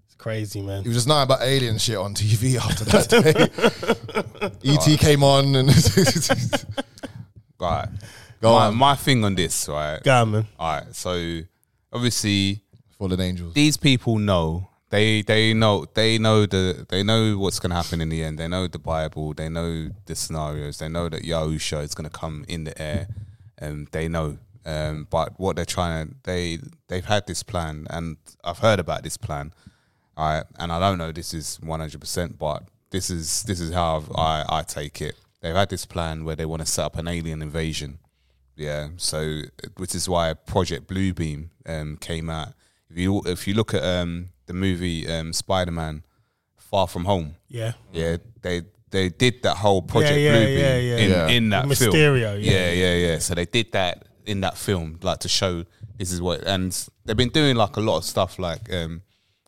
[SPEAKER 2] It's crazy, man.
[SPEAKER 4] It was just nothing but alien shit on TV after that day. ET came on, and
[SPEAKER 1] Right.
[SPEAKER 4] Go
[SPEAKER 1] my,
[SPEAKER 4] on.
[SPEAKER 1] my thing on this, right?
[SPEAKER 2] Go on, man.
[SPEAKER 1] All right. So obviously
[SPEAKER 4] fallen angels.
[SPEAKER 1] these people know. They they know they know the they know what's gonna happen in the end. They know the Bible. They know the scenarios. They know that Yahusha is gonna come in the air. Um, they know. Um, but what they're trying to they they've had this plan, and I've heard about this plan. All right, and I don't know this is one hundred percent, but this is this is how I've, I I take it. They've had this plan where they want to set up an alien invasion. Yeah, so which is why Project Bluebeam um, came out. If you if you look at um, the movie um, Spider Man Far From Home,
[SPEAKER 2] Yeah.
[SPEAKER 1] yeah, they they did that whole Project
[SPEAKER 2] yeah,
[SPEAKER 1] Bluebeam
[SPEAKER 2] yeah, yeah.
[SPEAKER 1] in
[SPEAKER 4] Yeah.
[SPEAKER 1] in that film.
[SPEAKER 2] Mysterio, yeah.
[SPEAKER 1] yeah, yeah, yeah. So they did that in that film, like to show this is what, and they've been doing like a lot of stuff, like um,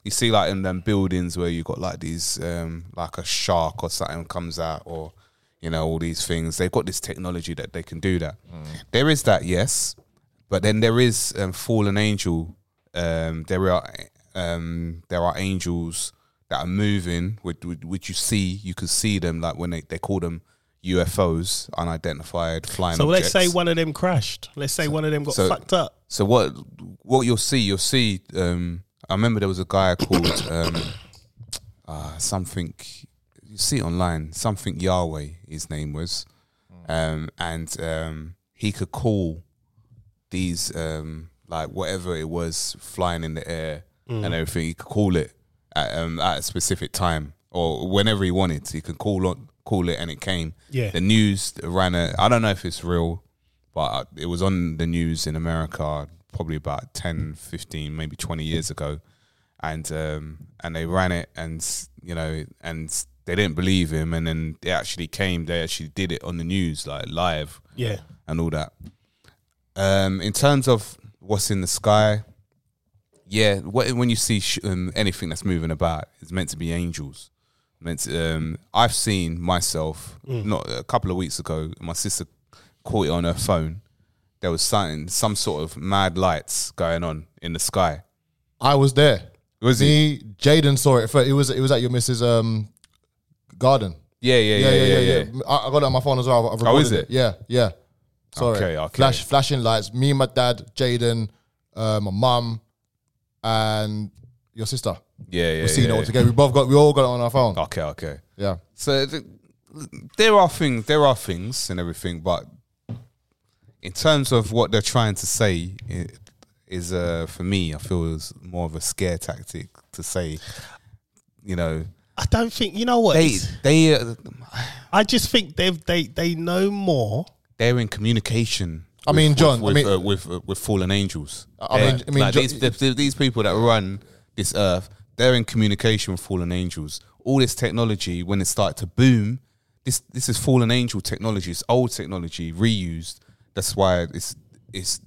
[SPEAKER 1] you see like in them buildings where you got like these um, like a shark or something comes out or. You know all these things. They've got this technology that they can do that. There is that, yes, but then there is um, fallen angel. Um, there are um, there are angels that are moving, which, which, which you see, you can see them like when they, they call them UFOs, unidentified flying
[SPEAKER 2] So let's
[SPEAKER 1] objects.
[SPEAKER 2] say one of them crashed. Let's say one of them got
[SPEAKER 1] so-
[SPEAKER 2] fucked up.
[SPEAKER 1] So what what you'll see, you'll see. Um, I remember there was a guy called um, uh, something. You see it online, something Yahweh. His name was, um, and um, he could call these um, like whatever it was flying in the air
[SPEAKER 2] Mm.
[SPEAKER 1] and everything. He could call it at, um, at a specific time or whenever he wanted. He could call on call it and it came.
[SPEAKER 2] Yeah.
[SPEAKER 1] The news ran a. I don't know if it's real, but it was on the news in America probably about 10, 15, maybe twenty years ago, and um, and they ran it and you know and. They didn't believe him, and then they actually came. They actually did it on the news, like live
[SPEAKER 2] Yeah.
[SPEAKER 1] and all that. Um, in terms of what's in the sky, yeah, what, when you see sh- um, anything that's moving about, it's meant to be angels. Meant to, um, I've seen myself
[SPEAKER 4] Mm.
[SPEAKER 1] not a couple of weeks ago. My sister caught it on her phone. There was something, some sort of mad lights going on in the sky.
[SPEAKER 4] I was there.
[SPEAKER 1] Was it?
[SPEAKER 4] Me, Jaden saw it. First. It was it was at your missus um, garden.
[SPEAKER 1] Yeah, yeah, yeah, yeah, yeah.
[SPEAKER 4] I, I got it on my phone as well. I've recorded
[SPEAKER 1] is it?
[SPEAKER 4] Yeah, yeah. Sorry.
[SPEAKER 1] Okay, okay.
[SPEAKER 4] Flash, flashing lights. Me, my dad, Jaden, uh, my mum, and your sister.
[SPEAKER 1] yeah, yeah,
[SPEAKER 4] We've seen
[SPEAKER 1] yeah, Oh.
[SPEAKER 4] it all
[SPEAKER 1] yeah.
[SPEAKER 4] together. We both got. We all got it on our phone.
[SPEAKER 1] Okay, okay.
[SPEAKER 4] Yeah.
[SPEAKER 1] So th- there are things, there are things and everything, but in terms of what they're trying to say, it is uh, for me, I feel is more of a scare tactic to say, you know,
[SPEAKER 2] I don't think you know what.
[SPEAKER 1] they
[SPEAKER 2] it's-
[SPEAKER 1] they uh,
[SPEAKER 2] I just think they've they they know more
[SPEAKER 1] they're in communication.
[SPEAKER 4] I mean, John, I
[SPEAKER 1] with
[SPEAKER 4] mean-
[SPEAKER 1] uh, with, uh, with fallen angels.
[SPEAKER 4] I mean-
[SPEAKER 1] They're-
[SPEAKER 4] I mean,
[SPEAKER 1] like,
[SPEAKER 4] Jo-
[SPEAKER 1] these, th- th- these people that run this earth, they're in communication with fallen angels. All this technology, when it started to boom, this this is fallen angel technology. It's old technology reused. That's why it's it's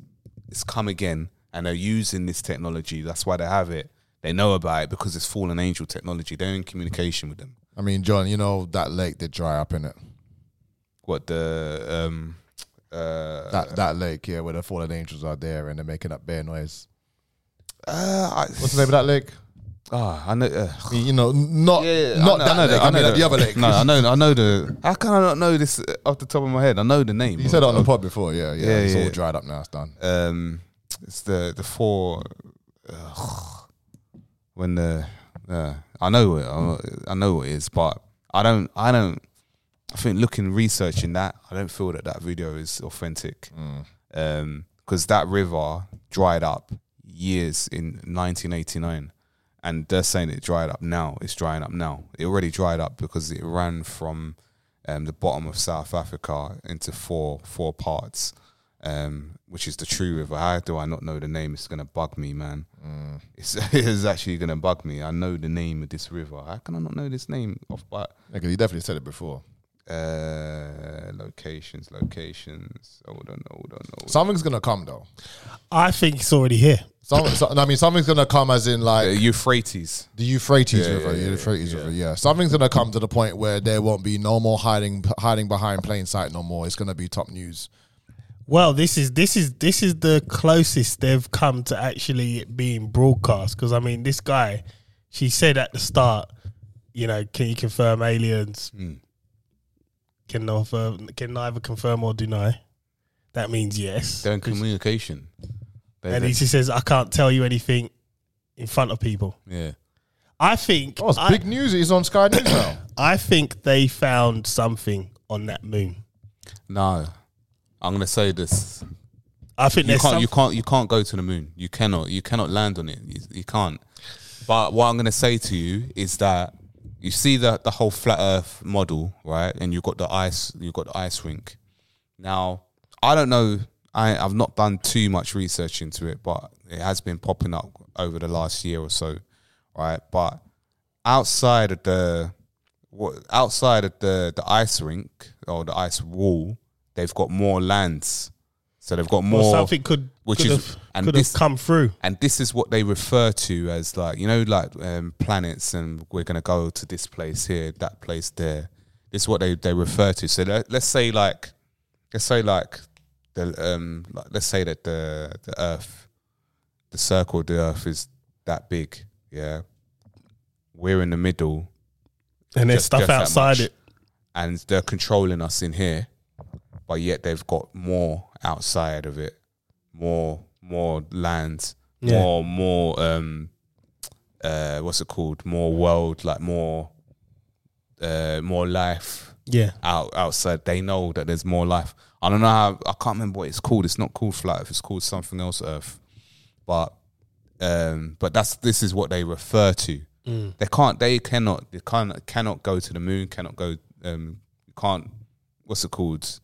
[SPEAKER 1] it's come again, and they're using this technology. That's why they have it. They know about it because it's fallen angel technology. They're in communication with them.
[SPEAKER 4] I mean, John, you know that lake did dry up in it.
[SPEAKER 1] What the um uh
[SPEAKER 4] That that lake, yeah, where the fallen angels are there and they're making up bear noise.
[SPEAKER 1] uh,
[SPEAKER 4] What's the name of that lake?
[SPEAKER 1] Ah, I know. Uh,
[SPEAKER 4] I mean, You know, not not that lake. I, mean, like, the other lake.
[SPEAKER 1] No, I know. I know the. How can I not know this uh, off the top of my head? I know the name.
[SPEAKER 4] you said it on the pod before. Yeah, yeah.
[SPEAKER 1] Yeah,
[SPEAKER 4] it's
[SPEAKER 1] yeah.
[SPEAKER 4] all dried up now. It's done.
[SPEAKER 1] Um, it's the the four. ugh, when the uh, I know it. I- I know what it is, but I don't. I don't. I think looking researching that, I don't feel that that video is authentic. Um, because that river dried up years in 1989, and they're saying it dried up now. It's drying up now. It already dried up because it ran from um, the bottom of South Africa into four four parts, um, which is the true river. How do I not know the name? It's gonna bug me, man. It's, it's actually gonna bug me. I know the name of this river. How can I not know this name off by
[SPEAKER 4] Because you definitely said it before.
[SPEAKER 1] uh, locations? Locations. Hold on, hold on, hold on.
[SPEAKER 4] Something's gonna come though.
[SPEAKER 2] I think it's already here.
[SPEAKER 4] Some, so, I mean, something's gonna come as in
[SPEAKER 1] The
[SPEAKER 4] like
[SPEAKER 1] Uh, Euphrates.
[SPEAKER 4] the Euphrates
[SPEAKER 1] Yeah,
[SPEAKER 4] River.
[SPEAKER 1] yeah,
[SPEAKER 4] the
[SPEAKER 1] yeah,
[SPEAKER 4] Euphrates River. Yeah, something's gonna come to the point where there won't be no more hiding hiding behind plain sight no more. It's gonna be top news.
[SPEAKER 2] Well, this is this is this is the closest they've come to actually it being broadcast. Because I mean, this guy, she said at the start, you know, can you confirm aliens?
[SPEAKER 1] Hmm.
[SPEAKER 2] Can no fir- can neither confirm or deny. That means yes.
[SPEAKER 1] They're in communication. They-
[SPEAKER 2] and
[SPEAKER 1] they-
[SPEAKER 2] he just says, I can't tell you anything in front of people.
[SPEAKER 1] yeah.
[SPEAKER 2] I think
[SPEAKER 4] Oh, it's
[SPEAKER 2] I,
[SPEAKER 4] big news. It's on Sky News now.
[SPEAKER 2] I think they found something on that moon.
[SPEAKER 1] No, I'm gonna say this.
[SPEAKER 2] I think
[SPEAKER 1] you
[SPEAKER 2] there's
[SPEAKER 1] can't
[SPEAKER 2] some-
[SPEAKER 1] you can't you can't go to the moon you cannot you cannot land on it you, you can't but what i'm going to say to you is that you see the the whole flat earth model right and you've got the ice you've got the ice rink now i don't know i i've not done too much research into it but it has been popping up over the last year or so right but outside of the what outside of the the ice rink or the ice wall they've got more lands so they've got more
[SPEAKER 2] or something could
[SPEAKER 1] which
[SPEAKER 2] could
[SPEAKER 1] is-
[SPEAKER 2] have,
[SPEAKER 1] and
[SPEAKER 2] could
[SPEAKER 1] this-
[SPEAKER 2] have come through.
[SPEAKER 1] and this is what they refer to as like you know like um, planets and we're going to go to this place here that place there this is what they, they refer to so let, let's say like let's say like the um like, let's say that the the earth the circle of the earth is that big yeah we're in the middle
[SPEAKER 2] And there's
[SPEAKER 1] Just-
[SPEAKER 2] stuff
[SPEAKER 1] just that
[SPEAKER 2] outside
[SPEAKER 1] much.
[SPEAKER 2] it.
[SPEAKER 1] and they're controlling us in here, but yet they've got more outside of it, more more land,
[SPEAKER 2] Yeah.
[SPEAKER 1] more more um uh what's it called? More world, like more uh more life
[SPEAKER 2] Yeah.
[SPEAKER 1] out outside. They know that there's more life. I don't know how I can't remember what it's called. It's not called flat earth, it's called something else earth. But um but that's this is what they refer to. They can't they cannot they can't cannot go to the moon, cannot go um can't what's it called?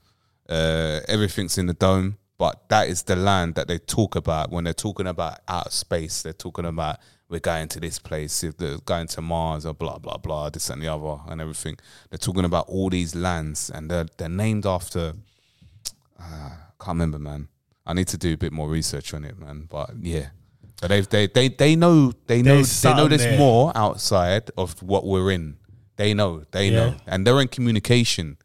[SPEAKER 1] Uh everything's in the dome. But that is the land that they talk about when they're talking about outer space. They're talking about we're going to this place, if they're going to Mars or blah blah blah, this and the other and everything. They're talking about all these lands and they're they're named after uh, can't remember, man. I need to do a bit more research on it, man. But yeah, but they they they they know they know
[SPEAKER 2] There's
[SPEAKER 1] they know
[SPEAKER 2] something
[SPEAKER 1] there's
[SPEAKER 2] there.
[SPEAKER 1] more outside of what we're in. They know, they know,
[SPEAKER 2] Yeah.
[SPEAKER 1] and they're in communication.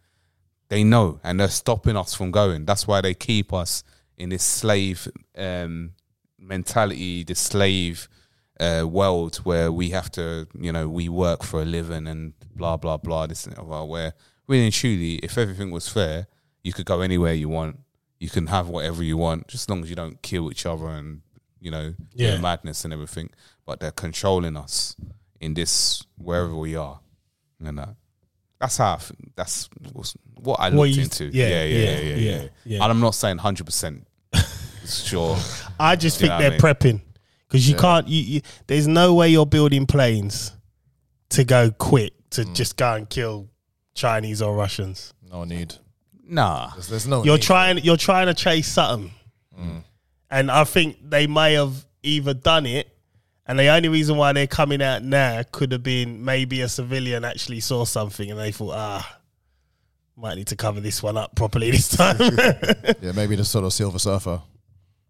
[SPEAKER 1] They know, and they're stopping us from going. That's why they keep us in this slave um, mentality, this slave uh, world where we have to, you know, we work for a living and blah blah blah. This and that, where really and truly, if everything was fair, you could go anywhere you want. You can have whatever you want, just as long as you don't kill each other and you know do
[SPEAKER 2] Yeah.
[SPEAKER 1] madness and everything. But they're controlling us in this wherever we are, and that. That's how I f- that's what's- what I looked
[SPEAKER 2] What you-
[SPEAKER 1] into.
[SPEAKER 2] yeah,
[SPEAKER 1] yeah, yeah, yeah, yeah,
[SPEAKER 2] yeah,
[SPEAKER 1] yeah,
[SPEAKER 2] yeah.
[SPEAKER 1] And I'm not saying hundred percent sure.
[SPEAKER 2] I just think
[SPEAKER 1] know what I
[SPEAKER 2] they're
[SPEAKER 1] mean?
[SPEAKER 2] prepping because you can't. You, you there's no way you're building planes
[SPEAKER 1] Mm.
[SPEAKER 2] to go quick to just go and kill Chinese or Russians.
[SPEAKER 4] No need.
[SPEAKER 1] Nah.
[SPEAKER 4] There's, there's no.
[SPEAKER 2] You're
[SPEAKER 4] need.
[SPEAKER 2] trying you're trying to chase something.
[SPEAKER 1] Mm.
[SPEAKER 2] And I think they may have either done it and the only reason why they're coming out now could have been maybe a civilian actually saw something and they thought, ah, might need to cover this one up properly this time.
[SPEAKER 4] Yeah, maybe the sort of Silver Surfer.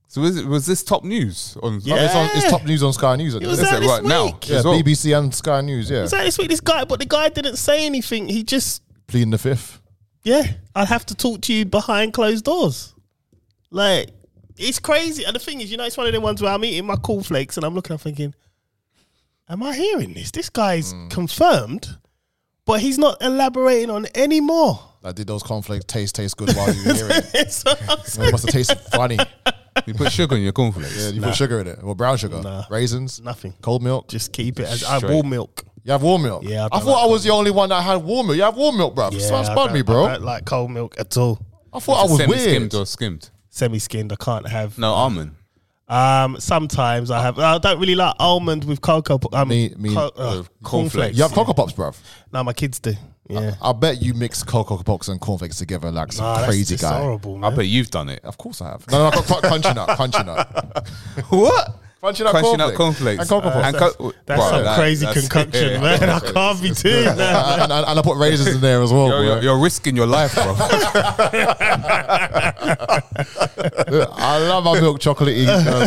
[SPEAKER 1] So was, it, was this top news on?
[SPEAKER 4] Oh, it's, on, it's top news on Sky News. At
[SPEAKER 2] was
[SPEAKER 4] this
[SPEAKER 2] out this
[SPEAKER 1] right now.
[SPEAKER 2] week.
[SPEAKER 4] yeah,
[SPEAKER 1] as well.
[SPEAKER 4] BBC and Sky News. Yeah,
[SPEAKER 2] so this week this guy but the guy didn't say anything. He just
[SPEAKER 4] pleading the fifth.
[SPEAKER 2] yeah, I'd have to talk to you behind closed doors. Like, it's crazy. And the thing is, you know, it's one of the ones where I'm eating my cool flakes and I'm looking, I'm thinking, am I hearing this? This guy's
[SPEAKER 4] Mm.
[SPEAKER 2] confirmed, but he's not elaborating on any more.
[SPEAKER 4] Like, did those cornflakes taste taste good while you were hearing it?
[SPEAKER 2] That's what I'm saying.
[SPEAKER 4] It must have tasted funny.
[SPEAKER 1] You put sugar in your cornflakes.
[SPEAKER 4] Yeah, you put sugar in it. Well, brown sugar, raisins,
[SPEAKER 2] Nothing.
[SPEAKER 4] cold milk.
[SPEAKER 2] Just keep it as I
[SPEAKER 1] Straight.
[SPEAKER 2] will milk.
[SPEAKER 4] You have warm milk.
[SPEAKER 2] Yeah, I
[SPEAKER 4] I,
[SPEAKER 2] don't
[SPEAKER 4] thought
[SPEAKER 2] like
[SPEAKER 4] I was the only one that had warm milk. You have warm milk, bro.
[SPEAKER 2] I
[SPEAKER 4] spun
[SPEAKER 2] don't-
[SPEAKER 4] me, bro.
[SPEAKER 2] I
[SPEAKER 4] I,
[SPEAKER 2] don't like cold milk at all.
[SPEAKER 4] thought I was
[SPEAKER 1] Semi-skimmed
[SPEAKER 4] weird.
[SPEAKER 1] or skimmed?
[SPEAKER 2] Semi skinned, I can't have.
[SPEAKER 1] No almond.
[SPEAKER 2] Um, sometimes I have. I don't really like almond with cocoa. po- Um,
[SPEAKER 4] Me- me-
[SPEAKER 2] co- uh, cornflakes.
[SPEAKER 1] cornflakes.
[SPEAKER 4] You have cocoa pops, bro.
[SPEAKER 2] No, my kids do. Yeah.
[SPEAKER 4] I bet you mix cocoa pops and cornflakes together like some
[SPEAKER 2] Ah, that's
[SPEAKER 4] crazy
[SPEAKER 2] just
[SPEAKER 4] guy.
[SPEAKER 2] horrible,
[SPEAKER 1] I
[SPEAKER 2] man.
[SPEAKER 1] bet you've done it.
[SPEAKER 4] Of course I have. No, no, no cr- cr- crunchy nut, crunchy nut.
[SPEAKER 1] What?
[SPEAKER 4] Crunchy nut
[SPEAKER 1] Crunching up
[SPEAKER 4] cornflakes.
[SPEAKER 1] cornflakes
[SPEAKER 4] And cocoa pops.
[SPEAKER 1] And co-
[SPEAKER 2] That's
[SPEAKER 1] Bro,
[SPEAKER 2] some
[SPEAKER 1] that-
[SPEAKER 2] crazy
[SPEAKER 1] that's-
[SPEAKER 2] concoction,
[SPEAKER 1] yeah.
[SPEAKER 2] man. I can't be doing that.
[SPEAKER 4] and, and- and I put raisins in there as well,
[SPEAKER 1] Yo,
[SPEAKER 4] bro.
[SPEAKER 1] you're, you're risking your life, bro.
[SPEAKER 4] I love my milk chocolatey uh,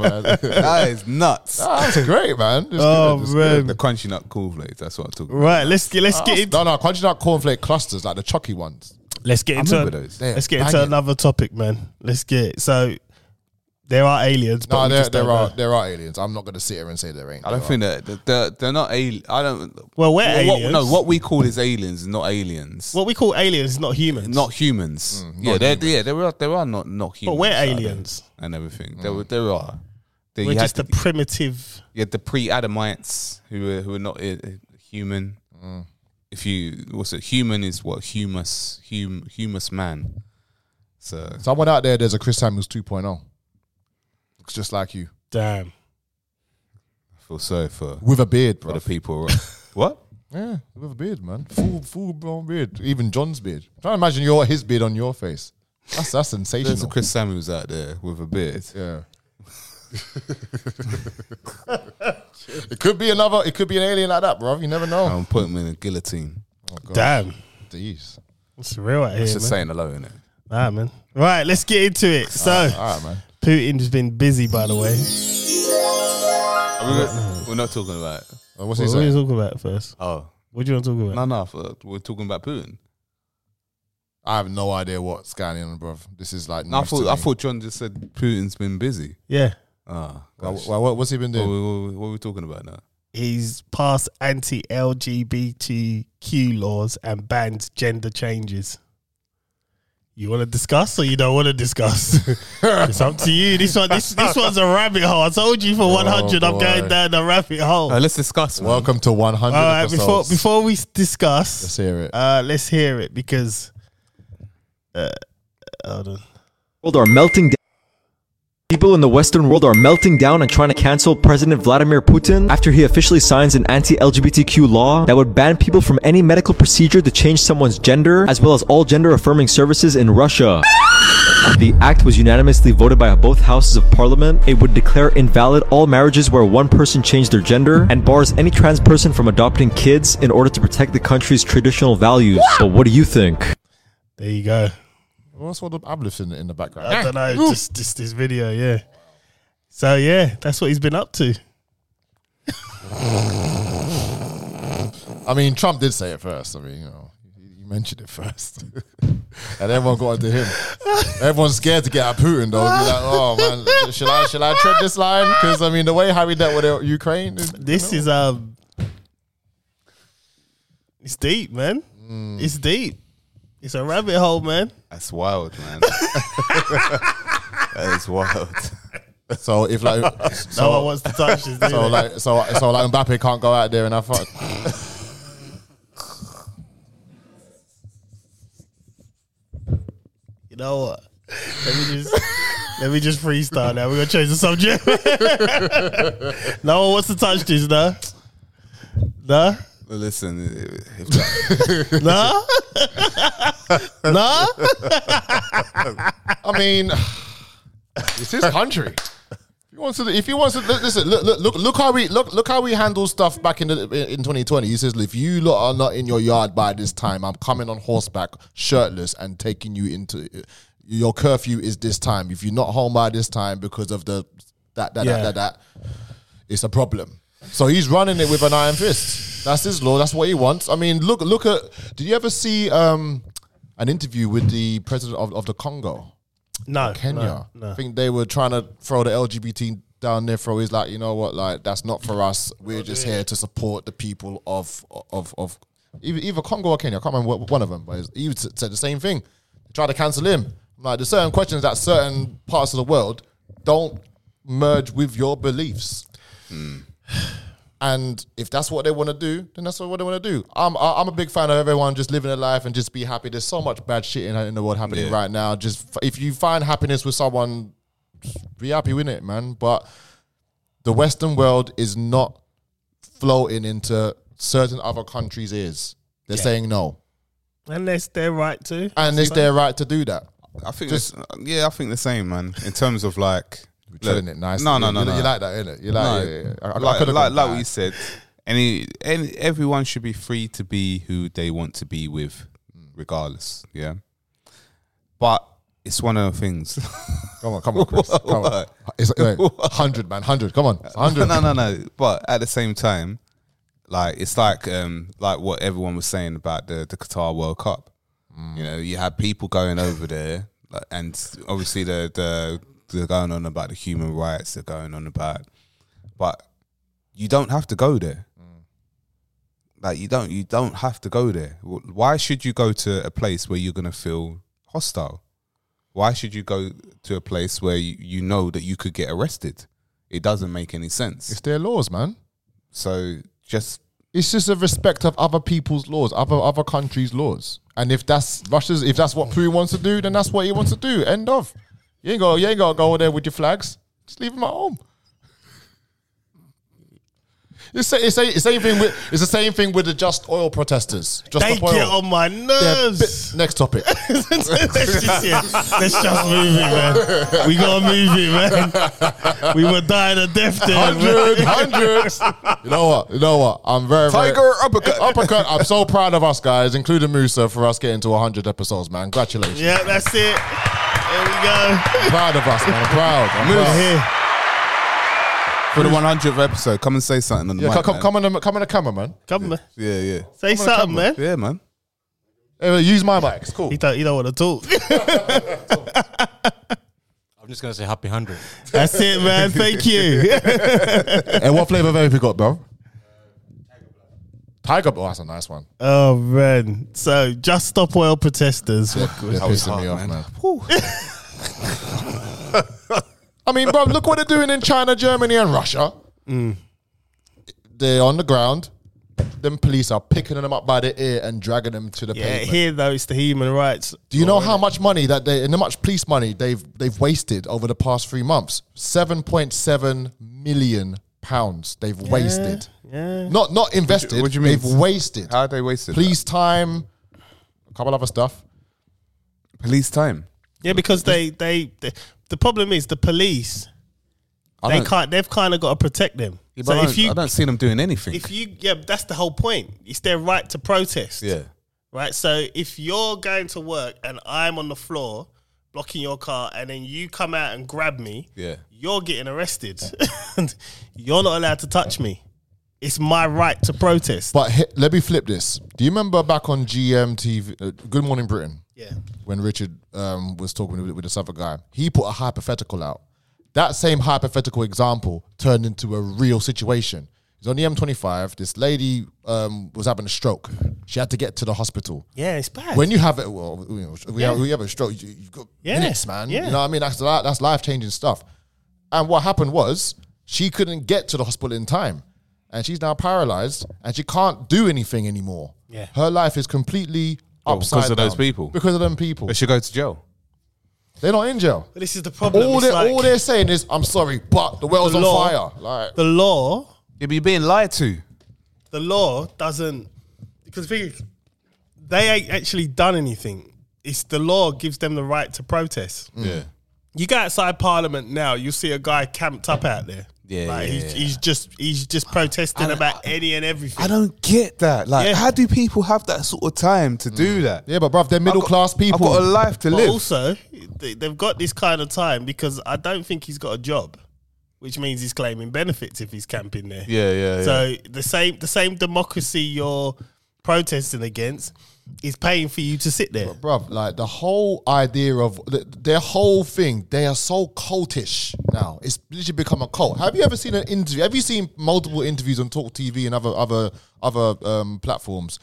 [SPEAKER 4] man.
[SPEAKER 1] that is nuts.
[SPEAKER 4] That's great, man. It's
[SPEAKER 2] Oh,
[SPEAKER 4] good, it's
[SPEAKER 2] man.
[SPEAKER 1] The crunchy nut cornflakes. That's what I'm talking. about.
[SPEAKER 2] Right, let's get let's get
[SPEAKER 4] good.
[SPEAKER 2] into
[SPEAKER 4] No, no, crunchy nut cornflake clusters, like the chucky ones.
[SPEAKER 2] let's get
[SPEAKER 1] I
[SPEAKER 2] into
[SPEAKER 1] remember those.
[SPEAKER 4] They're
[SPEAKER 2] let's get into
[SPEAKER 4] banging.
[SPEAKER 2] another topic, man. Let's get so there are aliens. But
[SPEAKER 4] No,
[SPEAKER 2] we
[SPEAKER 4] there,
[SPEAKER 2] just don't
[SPEAKER 4] there are
[SPEAKER 2] know.
[SPEAKER 4] there are aliens. I'm not going to sit here and say there ain't.
[SPEAKER 1] I don't
[SPEAKER 4] There
[SPEAKER 1] think that that- they're, they're not. Al- I don't.
[SPEAKER 2] Well, we're
[SPEAKER 1] what,
[SPEAKER 2] aliens.
[SPEAKER 1] No, what we call is aliens, not aliens.
[SPEAKER 2] What we call aliens is not humans.
[SPEAKER 1] not humans. Mm, yeah, they're, yeah, there are there are not not humans.
[SPEAKER 2] but we're
[SPEAKER 1] out there
[SPEAKER 2] aliens.
[SPEAKER 1] and everything. There were there are. There
[SPEAKER 2] We're
[SPEAKER 1] you had
[SPEAKER 2] just the
[SPEAKER 1] the,
[SPEAKER 2] primitive.
[SPEAKER 1] you had the pre-Adamites who were who were not uh, human. If you what's it? Human is what humus hum humus man. So
[SPEAKER 4] are. Someone out there, there's a Chris Samuels 2.0. Looks just like you
[SPEAKER 2] Damn.
[SPEAKER 1] I feel sorry for
[SPEAKER 4] with a beard,
[SPEAKER 1] for
[SPEAKER 4] bro.
[SPEAKER 1] the people. what?
[SPEAKER 4] Yeah, with a beard, man. Full full brown beard. Even John's beard. Try to imagine your his beard on your face. That's that's
[SPEAKER 1] There's a
[SPEAKER 4] sensational.
[SPEAKER 1] Chris Samuels out there with a beard.
[SPEAKER 4] yeah. it could be another. It could be an alien like that, bro. You never know.
[SPEAKER 1] I'm putting him in a guillotine.
[SPEAKER 2] Damn.
[SPEAKER 4] Jeez.
[SPEAKER 2] It's real out here,
[SPEAKER 1] It's
[SPEAKER 2] man.
[SPEAKER 1] just saying hello, isn't it?
[SPEAKER 2] Nah, man. Right, let's get into it. So
[SPEAKER 4] All right, man.
[SPEAKER 2] Putin's been busy, by the way.
[SPEAKER 1] We're not talking about.
[SPEAKER 4] Uh, What's he
[SPEAKER 2] What are you
[SPEAKER 4] saying?
[SPEAKER 2] talking about first?
[SPEAKER 1] Oh
[SPEAKER 2] What do you want to talk about?
[SPEAKER 1] no, no, for- we're talking about Putin.
[SPEAKER 4] I have no idea what's going on, bro. This is like.
[SPEAKER 1] No, I
[SPEAKER 4] news to
[SPEAKER 1] thought I
[SPEAKER 4] me.
[SPEAKER 1] thought John just said Putin's been busy.
[SPEAKER 2] Yeah.
[SPEAKER 1] Ah,
[SPEAKER 4] Well,
[SPEAKER 1] gosh.
[SPEAKER 4] well, what- what's he been
[SPEAKER 1] what,
[SPEAKER 4] doing?
[SPEAKER 1] what- what are we talking about now?
[SPEAKER 2] he's passed anti LGBTQ laws and banned gender changes. You want to discuss or you don't want to discuss? it's up to you. This one, this this one's a rabbit hole. I told you for one hundred, I'm
[SPEAKER 4] Oh, boy.
[SPEAKER 2] going down the rabbit hole.
[SPEAKER 1] Uh,
[SPEAKER 2] All
[SPEAKER 1] let's discuss. man.
[SPEAKER 4] Welcome to 100
[SPEAKER 2] right, Uh,
[SPEAKER 4] episodes.
[SPEAKER 2] before before we s-
[SPEAKER 4] Let's
[SPEAKER 2] discuss,
[SPEAKER 4] hear it.
[SPEAKER 2] uh, let's hear it because. Uh, hold on.
[SPEAKER 7] world are melting down. People in the Western world are melting down and trying to cancel President Vladimir Putin after he officially signs an anti LGBTQ law that would ban people from any medical procedure to change someone's gender, as well as all gender affirming services in Russia. The act was unanimously voted by both houses of parliament. It would declare invalid all marriages where one person changed their gender and bars any trans person from adopting kids in order to protect the country's traditional values. But what do you think?
[SPEAKER 2] There you go.
[SPEAKER 4] What's all the ablifts in the, in the background?
[SPEAKER 2] I don't know. Just just this video, yeah. So yeah, that's what he's been up to.
[SPEAKER 4] I mean, Trump did say it first. I mean, you know, he he mentioned it first, and everyone got onto him. Everyone's scared to get at Putin, though. Be like, oh man, should I should I tread this line? Because I mean, the way Harry dealt with Ukraine, is-
[SPEAKER 2] This is um, it's deep, man.
[SPEAKER 4] Mm.
[SPEAKER 2] It's deep. It's a rabbit hole, man.
[SPEAKER 1] That's wild, man. that is wild.
[SPEAKER 4] so if like
[SPEAKER 2] No
[SPEAKER 4] so,
[SPEAKER 2] one wants to touch this.
[SPEAKER 4] so
[SPEAKER 2] So
[SPEAKER 4] like so so like Mbappe can't go out there and have fun.
[SPEAKER 2] you know what? Let me just let me just freestyle now. We're gonna change the subject. no one wants to touch this, nah. Nah,
[SPEAKER 1] Listen, if that,
[SPEAKER 2] nah. nah,
[SPEAKER 4] I mean, it's his country. If he wants to, if he wants to, li- listen. Look, look, look, look how we look, look how we handle stuff back in the, in 2020. He says, if you lot are not in your yard by this time, I'm coming on horseback, shirtless, and taking you into your curfew is this time. If you're not home by this time because of the that that
[SPEAKER 2] Yeah.
[SPEAKER 4] that that that, it's a problem. So he's running it with an iron fist. That's his law. That's what he wants. I mean, look, look at. Did you ever see um, an interview with the president of, of the Congo?
[SPEAKER 2] no,
[SPEAKER 4] Kenya.
[SPEAKER 2] no, no.
[SPEAKER 4] I think they were trying to throw the LGBT down their throat. He's like, you know what? Like that's not for us. We're just here to support the people of of of either, either Congo or Kenya. I can't remember what, one of them, but he s- said the same thing. They tried to cancel him. Like there's certain questions that certain parts of the world don't merge with your beliefs. And if that's what they want to do, then that's what they want to do. I'm I- I'm a big fan of everyone just living their life and just be happy. There's so much bad shit in, in the world happening
[SPEAKER 1] Yeah.
[SPEAKER 4] right now. Just f- if you find happiness with someone, just be happy with it, man. But the Western world is not floating into certain other countries' ears. They're saying no,
[SPEAKER 2] unless they're right to.
[SPEAKER 4] and it's their right to do that.
[SPEAKER 1] I think just, yeah, I think the same, man. In terms of like,
[SPEAKER 4] We're treading it nicely.
[SPEAKER 1] No, no,
[SPEAKER 4] You-
[SPEAKER 1] no,
[SPEAKER 4] you,
[SPEAKER 1] no.
[SPEAKER 4] You like that, innit? You like, yeah, yeah. I- I- I
[SPEAKER 1] like,
[SPEAKER 4] could've
[SPEAKER 1] like,
[SPEAKER 4] gone
[SPEAKER 1] like
[SPEAKER 4] back.
[SPEAKER 1] what you said, any, any everyone should be free to be who they want to be with,
[SPEAKER 4] Hmm.
[SPEAKER 1] regardless. Yeah, but it's one of the things.
[SPEAKER 4] Come on, come on, Chris. Come on.
[SPEAKER 1] What?
[SPEAKER 4] It's like, wait, 100, man. 100. Come on. 100.
[SPEAKER 1] no, no, no. But at the same time, like it's like um like what everyone was saying about the the Qatar World Cup. You know, you had people going over there, like, and obviously the the they're going on about the human rights. They're going on about, but you don't have to go there. Like you don't you don't have to go there. Wh- Why should you go to a place where you're gonna feel hostile? Why should you go to a place where you, you know that you could get arrested? It doesn't make any sense.
[SPEAKER 4] It's their laws, man.
[SPEAKER 1] So just
[SPEAKER 4] It's just a respect of other people's laws, other other countries' laws. And if that's Russia's, if that's what Putin wants to do, then that's what he wants to do. End of. You ain't got you ain't got to go over there with your flags. Just leave them at home. It's, sa- it's, sa- it's, same thing with, it's the same thing with the just oil protesters. Just
[SPEAKER 2] They
[SPEAKER 4] Stop oil.
[SPEAKER 2] get on my
[SPEAKER 4] They're
[SPEAKER 2] nerves.
[SPEAKER 4] bit- next topic.
[SPEAKER 2] let's, just, yeah, let's just move it, man. We gotta move it, man. We were dying of death there. man.
[SPEAKER 4] Hundred, hundreds. You know what? You know what? I'm very, very
[SPEAKER 1] Tiger uppercut.
[SPEAKER 4] uppercut. I'm so proud of us guys, including Musa, for us getting to 100 episodes, man. Congratulations.
[SPEAKER 2] Yeah, that's it. There we go.
[SPEAKER 4] Proud of us, man. I'm proud. I'm
[SPEAKER 1] Musa.
[SPEAKER 4] proud.
[SPEAKER 2] Here.
[SPEAKER 1] for the 100th episode, come and say something on the
[SPEAKER 4] Yeah,
[SPEAKER 1] mic.
[SPEAKER 4] come,
[SPEAKER 1] man.
[SPEAKER 4] come on, the, come on the camera, man.
[SPEAKER 2] Come, man.
[SPEAKER 1] Yeah, yeah,
[SPEAKER 2] Say something, man.
[SPEAKER 1] yeah, man.
[SPEAKER 4] Hey, use my mic. It's cool.
[SPEAKER 2] He don't, he don't want to talk.
[SPEAKER 8] I'm just gonna say happy hundred.
[SPEAKER 2] That's it, man. Thank you.
[SPEAKER 4] and what flavor vape you got, bro? Tiger Blood. Oh, that's a nice one.
[SPEAKER 2] oh, man. So, just stop oil protesters.
[SPEAKER 4] They're
[SPEAKER 1] was
[SPEAKER 4] pissing me
[SPEAKER 1] hard,
[SPEAKER 4] off,
[SPEAKER 1] man.
[SPEAKER 4] man. I mean, bro, look what they're doing in China, Germany, and Russia. Mm. They're on the ground. Them police are picking them up by the ear and dragging them to the
[SPEAKER 2] Yeah,
[SPEAKER 4] pavement.
[SPEAKER 2] here, though, it's the human rights.
[SPEAKER 4] Do you know how much money that they and how much police money they've they've wasted over the past three months? Seven point seven million pounds they've wasted.
[SPEAKER 2] Yeah.
[SPEAKER 4] Not not invested.
[SPEAKER 1] what do you mean?
[SPEAKER 4] They've wasted
[SPEAKER 1] How they wasted
[SPEAKER 4] police time, a couple other stuff.
[SPEAKER 1] that? police time.
[SPEAKER 2] Yeah, because they, they, they, the problem is the police,
[SPEAKER 1] I
[SPEAKER 2] they
[SPEAKER 1] don't-
[SPEAKER 2] can't, they've kind of got to protect them.
[SPEAKER 1] Yeah, but
[SPEAKER 2] so,
[SPEAKER 1] I,
[SPEAKER 2] if
[SPEAKER 1] don't,
[SPEAKER 2] you,
[SPEAKER 1] I don't see them doing anything.
[SPEAKER 2] if you, yeah, that's the whole point. It's their right to protest.
[SPEAKER 1] yeah,
[SPEAKER 2] right? So if you're going to work and I'm on the floor blocking your car, and then you come out and grab me,
[SPEAKER 1] Yeah.
[SPEAKER 2] you're getting arrested, and you're not allowed to touch me. It's my right to protest.
[SPEAKER 4] But he, let me flip this. Do you remember back on GMTV, uh, Good Morning Britain?
[SPEAKER 2] yeah,
[SPEAKER 4] when Richard um, was talking with, with this other guy, he put a hypothetical out. That same hypothetical example turned into a real situation. It's on the M25. This lady um, was having a stroke. She had to get to the hospital.
[SPEAKER 2] yeah, it's bad.
[SPEAKER 4] When you have it, well, you know, we, have,
[SPEAKER 2] Yeah.
[SPEAKER 4] we have a stroke. You, you've got
[SPEAKER 2] Yeah.
[SPEAKER 4] minutes, man.
[SPEAKER 2] Yeah.
[SPEAKER 4] You know what I mean? That's li- that's life changing stuff. And what happened was she couldn't get to the hospital in time, and she's now paralyzed, and she can't do anything anymore.
[SPEAKER 2] Yeah.
[SPEAKER 4] her life is completely
[SPEAKER 1] Well,
[SPEAKER 4] upside
[SPEAKER 1] because of those
[SPEAKER 4] down.
[SPEAKER 1] people.
[SPEAKER 4] Because of them people.
[SPEAKER 1] they should go to jail.
[SPEAKER 4] They're not in jail.
[SPEAKER 2] but this is the problem.
[SPEAKER 4] All
[SPEAKER 2] It's
[SPEAKER 4] they're,
[SPEAKER 2] like
[SPEAKER 4] all they're saying is, I'm sorry, but the world's
[SPEAKER 2] The
[SPEAKER 4] on
[SPEAKER 2] law-
[SPEAKER 4] fire. Like,
[SPEAKER 2] the law,
[SPEAKER 1] Yeah, but you're being lied to.
[SPEAKER 2] the law doesn't because the thing is, they ain't actually done anything. it's the law gives them the right to protest.
[SPEAKER 1] Mm. Yeah.
[SPEAKER 2] You go outside Parliament now, you see a guy camped up out there.
[SPEAKER 1] Yeah,
[SPEAKER 2] like
[SPEAKER 1] yeah,
[SPEAKER 2] he's,
[SPEAKER 1] yeah.
[SPEAKER 2] he's just he's just protesting about any and everything.
[SPEAKER 1] I don't get that. Like,
[SPEAKER 2] Yeah.
[SPEAKER 1] how do people have that sort of time to do that?
[SPEAKER 4] Yeah, but bruv, they're middle class people.
[SPEAKER 1] I've got a life to
[SPEAKER 2] but
[SPEAKER 1] live.
[SPEAKER 2] also, they, they've got this kind of time because I don't think he's got a job, which means he's claiming benefits if he's camping there.
[SPEAKER 1] yeah, yeah, yeah.
[SPEAKER 2] So the same the same democracy you're protesting against is paying for you to sit there.
[SPEAKER 4] Bruv, like the whole idea of th- their whole thing, they are so cultish now. It's literally become a cult. Have you ever seen an interview? Have you seen multiple interviews on Talk TV and other other other um, platforms?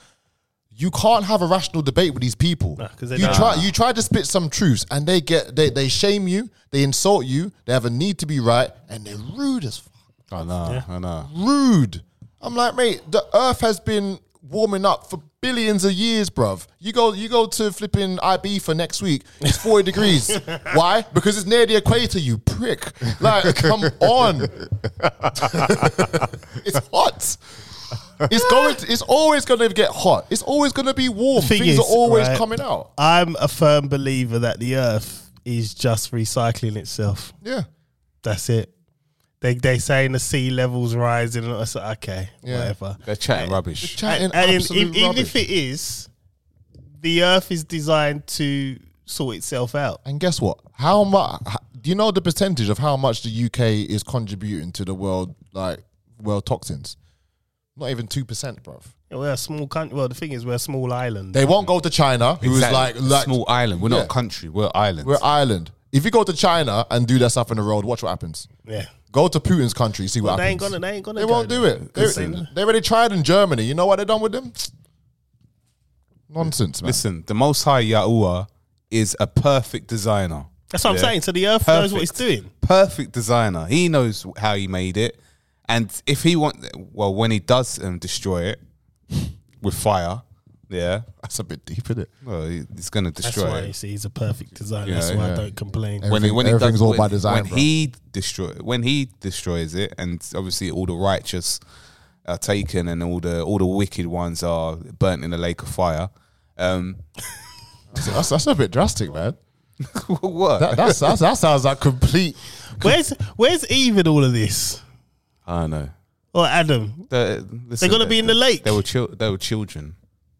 [SPEAKER 4] You can't have a rational debate with these people.
[SPEAKER 2] 'cause they
[SPEAKER 4] you
[SPEAKER 2] don't.
[SPEAKER 4] try you try to spit some truths, and they get they, they shame you, they insult you, they have a need to be right, and they're rude as fuck
[SPEAKER 1] I know, I know.
[SPEAKER 4] rude. I'm like, mate, the earth has been warming up for billions of years, bruv. You go you go to flipping IB for next week, it's 40 degrees. Why? Because it's near the equator, you prick. Like, come on. it's hot. It's going to, it's always gonna get hot. It's always gonna be warm.
[SPEAKER 2] thing
[SPEAKER 4] Things
[SPEAKER 2] is,
[SPEAKER 4] are always
[SPEAKER 2] right,
[SPEAKER 4] coming out.
[SPEAKER 2] I'm a firm believer that the earth is just recycling itself.
[SPEAKER 4] Yeah.
[SPEAKER 2] That's it. They they saying the sea levels rising. and I said, okay, whatever.
[SPEAKER 1] They're chatting rubbish.
[SPEAKER 4] Chatting
[SPEAKER 2] And in-
[SPEAKER 4] absolute
[SPEAKER 2] even
[SPEAKER 4] rubbish.
[SPEAKER 2] if it is, the earth is designed to sort itself out.
[SPEAKER 4] And guess what? How much? Do you know the percentage of how much the UK is contributing to the world, like world toxins? Not even two percent, bruv.
[SPEAKER 2] We're a small country. Well, the thing is, we're a small island.
[SPEAKER 4] They won't go to China, who is like,
[SPEAKER 1] Exactly.
[SPEAKER 4] like
[SPEAKER 1] small island. We're
[SPEAKER 4] Yeah.
[SPEAKER 1] not a country. We're islands.
[SPEAKER 4] we're island. If you go to China and do that stuff in the road, watch what happens.
[SPEAKER 2] yeah,
[SPEAKER 4] Go to Putin's country, see what
[SPEAKER 2] they ain't
[SPEAKER 4] happens.
[SPEAKER 2] gonna. They ain't gonna.
[SPEAKER 4] They won't
[SPEAKER 2] go
[SPEAKER 4] do
[SPEAKER 2] there.
[SPEAKER 4] it. They, they already tried in Germany. You know what they done with them? Nonsense, man.
[SPEAKER 1] Listen, the Most High Yahuwah is a perfect designer.
[SPEAKER 2] That's what I'm
[SPEAKER 1] Yeah.
[SPEAKER 2] saying. So the earth knows what it's doing.
[SPEAKER 1] Perfect designer. He knows how he made it, and if he want, well, when he does um, destroy it with fire, yeah,
[SPEAKER 4] That's a bit deep, isn't it?
[SPEAKER 1] well, he- he's gonna
[SPEAKER 2] That's
[SPEAKER 1] destroy
[SPEAKER 2] why
[SPEAKER 1] it.
[SPEAKER 2] you see he's a perfect designer. That's
[SPEAKER 1] Yeah,
[SPEAKER 2] why
[SPEAKER 1] yeah.
[SPEAKER 2] I don't complain.
[SPEAKER 4] Every- Everything- everything's all by design,
[SPEAKER 1] When
[SPEAKER 4] bro.
[SPEAKER 1] he destroy, when he destroys it, and obviously all the righteous are taken, and all the all the wicked ones are burnt in the lake of fire. Um,
[SPEAKER 4] That's, that's a bit drastic, man.
[SPEAKER 1] what?
[SPEAKER 4] That, that's, that's, that sounds like complete.
[SPEAKER 2] Where's Where's Eve in all of this?
[SPEAKER 1] I don't know.
[SPEAKER 2] Or Adam?
[SPEAKER 1] The, listen,
[SPEAKER 2] gonna
[SPEAKER 1] they-
[SPEAKER 2] be in the lake.
[SPEAKER 1] They were chil- they were children.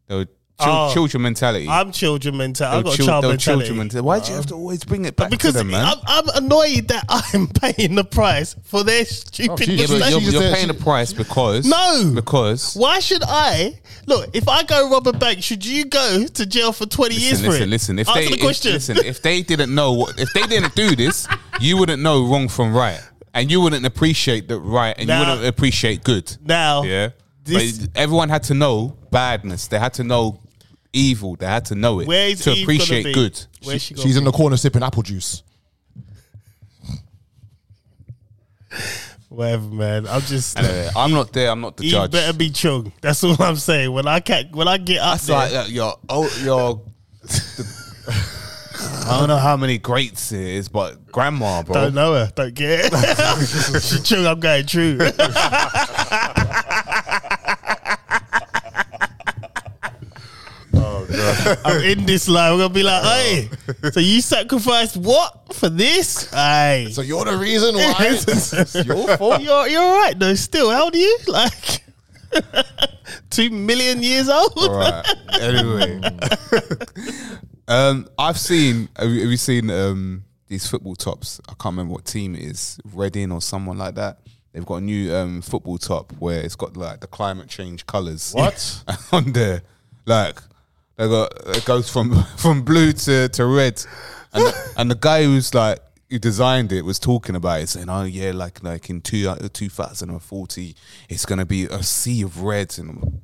[SPEAKER 1] They were chil-
[SPEAKER 2] Oh.
[SPEAKER 1] children mentality.
[SPEAKER 2] I'm children mental.
[SPEAKER 1] they
[SPEAKER 2] I've
[SPEAKER 1] were
[SPEAKER 2] got
[SPEAKER 1] chil-
[SPEAKER 2] child
[SPEAKER 1] they were
[SPEAKER 2] mentality. Um,
[SPEAKER 1] mentality. Why do you have to always bring it back
[SPEAKER 2] because
[SPEAKER 1] to them, man?
[SPEAKER 2] I'm, I'm annoyed that I'm paying the price for their stupid
[SPEAKER 4] she- yeah,
[SPEAKER 1] Yeah,
[SPEAKER 2] mistakes.
[SPEAKER 1] but
[SPEAKER 4] she
[SPEAKER 1] you're,
[SPEAKER 4] just
[SPEAKER 1] you're
[SPEAKER 4] said
[SPEAKER 1] paying
[SPEAKER 4] she-
[SPEAKER 1] the price because
[SPEAKER 2] No!
[SPEAKER 1] because
[SPEAKER 2] Why should I look? If I go rob a bank, should you go to jail for twenty years
[SPEAKER 1] Listen, listen,
[SPEAKER 2] for it?
[SPEAKER 1] listen. If
[SPEAKER 2] Answer
[SPEAKER 1] they
[SPEAKER 2] the
[SPEAKER 1] if-
[SPEAKER 2] question.
[SPEAKER 1] listen, if they didn't know what if they didn't do this, you wouldn't know wrong from right, and you wouldn't appreciate the right, and
[SPEAKER 2] Nah.
[SPEAKER 1] you wouldn't appreciate good.
[SPEAKER 2] now,
[SPEAKER 1] Yeah,
[SPEAKER 2] This-
[SPEAKER 1] but everyone had to know badness. They had to know evil. They had to know it
[SPEAKER 2] where is
[SPEAKER 1] to
[SPEAKER 2] Eve
[SPEAKER 1] appreciate
[SPEAKER 2] gonna be?
[SPEAKER 1] good.
[SPEAKER 2] Where's she,
[SPEAKER 4] She's
[SPEAKER 2] going?
[SPEAKER 4] in the corner sipping apple juice.
[SPEAKER 2] Whatever, man. I'm just.
[SPEAKER 1] Anyway, I'm not there. I'm not the
[SPEAKER 2] Eve
[SPEAKER 1] judge.
[SPEAKER 2] better be chung. That's all I'm saying. When I can when I get up
[SPEAKER 1] It's
[SPEAKER 2] there,
[SPEAKER 1] like uh, your oh your. I don't know how many greats it is, but grandma, bro.
[SPEAKER 2] Don't know her. Don't get it. true, I'm going true.
[SPEAKER 4] Oh,
[SPEAKER 2] I'm in this line. We're gonna be like, hey, so you sacrificed what for this? Hey,
[SPEAKER 4] So you're the reason why it's your fault.
[SPEAKER 2] you're you're all right though. Still, how old are you? Like two million years old?
[SPEAKER 1] Right. Anyway, um, I've seen. Have you, have you seen um, these football tops? I can't remember what team it is, Reading or someone like that. They've got a new um, football top where it's got like the climate change colours.
[SPEAKER 4] What?
[SPEAKER 1] on there? Like they got it goes from from blue to to red, and the, and the guy who's like. Who designed it was talking about it, saying, "Oh yeah, like like in two uh, 2040, it's gonna be a sea of reds." And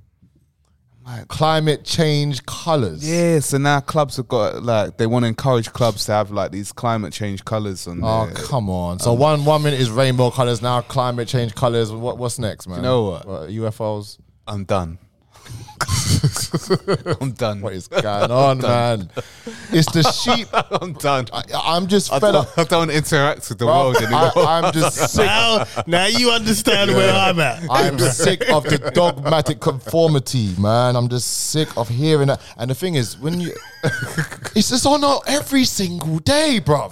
[SPEAKER 1] I'm
[SPEAKER 4] Climate change colors.
[SPEAKER 1] Yeah, so now clubs have got like they want to encourage clubs to have like these climate change colours on.
[SPEAKER 4] Oh
[SPEAKER 1] their-
[SPEAKER 4] come on! So one one minute is rainbow colors, now climate change colors. What what's next, man?
[SPEAKER 1] know what?
[SPEAKER 4] UFOs.
[SPEAKER 1] I'm done. I'm done.
[SPEAKER 4] What is going on, man? It's the sheep.
[SPEAKER 1] I'm done. I,
[SPEAKER 4] I'm just
[SPEAKER 1] I
[SPEAKER 4] fed up.
[SPEAKER 1] don't, I don't interact with the world anymore.
[SPEAKER 4] I, am just sick.
[SPEAKER 2] Now, Oh, now you understand where I'm at.
[SPEAKER 4] I'm sick of the dogmatic conformity, man. I'm just sick of hearing that. And the thing is, when you It's just on our every single day, bruv.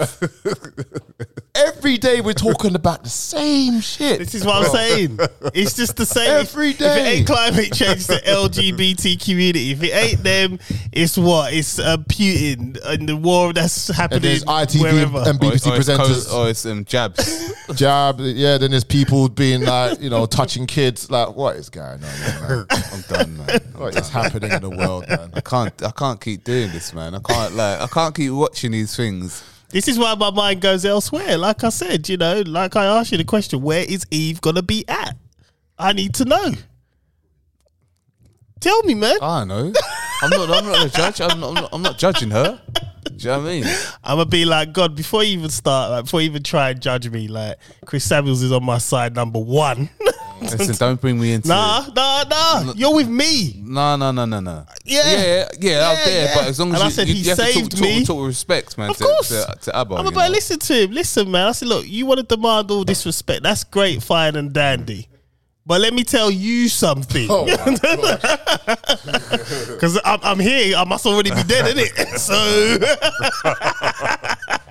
[SPEAKER 4] every day we're talking about the same shit.
[SPEAKER 2] This is what I'm saying. It's just the same
[SPEAKER 4] Every
[SPEAKER 2] If it
[SPEAKER 4] day.
[SPEAKER 2] ain't climate change, the LGBT community. If it ain't them, it's what? It's uh, Putin and the war that's
[SPEAKER 4] and
[SPEAKER 2] happening
[SPEAKER 4] there's ITV
[SPEAKER 2] wherever.
[SPEAKER 4] and um,
[SPEAKER 1] Or it's-
[SPEAKER 4] BBC
[SPEAKER 1] or it's
[SPEAKER 4] presenters.
[SPEAKER 1] co- or it's um, jabs.
[SPEAKER 4] Jab, yeah. Then there's people being like, you know, touching kids. Like, what is going on, here, man?
[SPEAKER 1] I'm done, man. I'm
[SPEAKER 4] What
[SPEAKER 1] done.
[SPEAKER 4] is happening in the world, man?
[SPEAKER 1] I can't. I can't keep doing this, man. I can't. Like, I can't keep watching these things.
[SPEAKER 2] This is why my mind goes elsewhere. Like I said, you know, like I asked you the question, where is Eve gonna be at? I need to know. Tell me, man.
[SPEAKER 1] I don't know. I'm not. I'm not a judge. I'm not, I'm not. I'm not judging her. Do you know what I mean?
[SPEAKER 2] I'm gonna be like God before you even start, like before you even try and judge me. Like Chris Samuels is on my side, number one.
[SPEAKER 1] Listen, don't bring me into.
[SPEAKER 2] nah, nah, nah. You're with me.
[SPEAKER 1] No, no, no, no, no.
[SPEAKER 2] Yeah.
[SPEAKER 1] yeah, yeah, out
[SPEAKER 2] Yeah,
[SPEAKER 1] there.
[SPEAKER 2] yeah.
[SPEAKER 1] But as long as
[SPEAKER 2] And
[SPEAKER 1] you,
[SPEAKER 2] I said
[SPEAKER 1] you,
[SPEAKER 2] he
[SPEAKER 1] you have to talk-
[SPEAKER 2] saved
[SPEAKER 1] talk,
[SPEAKER 2] me.
[SPEAKER 1] talk with respect, man.
[SPEAKER 2] Of
[SPEAKER 1] to,
[SPEAKER 2] course.
[SPEAKER 1] to, to Abba.
[SPEAKER 2] I'm
[SPEAKER 1] you
[SPEAKER 2] about to
[SPEAKER 1] know.
[SPEAKER 2] listen to him. Listen, man. I said, look, you want to demand all disrespect. That's great, fine, and dandy. But let me tell you something.
[SPEAKER 1] Oh,
[SPEAKER 2] Because I'm, I'm here. I must already be dead, innit? So,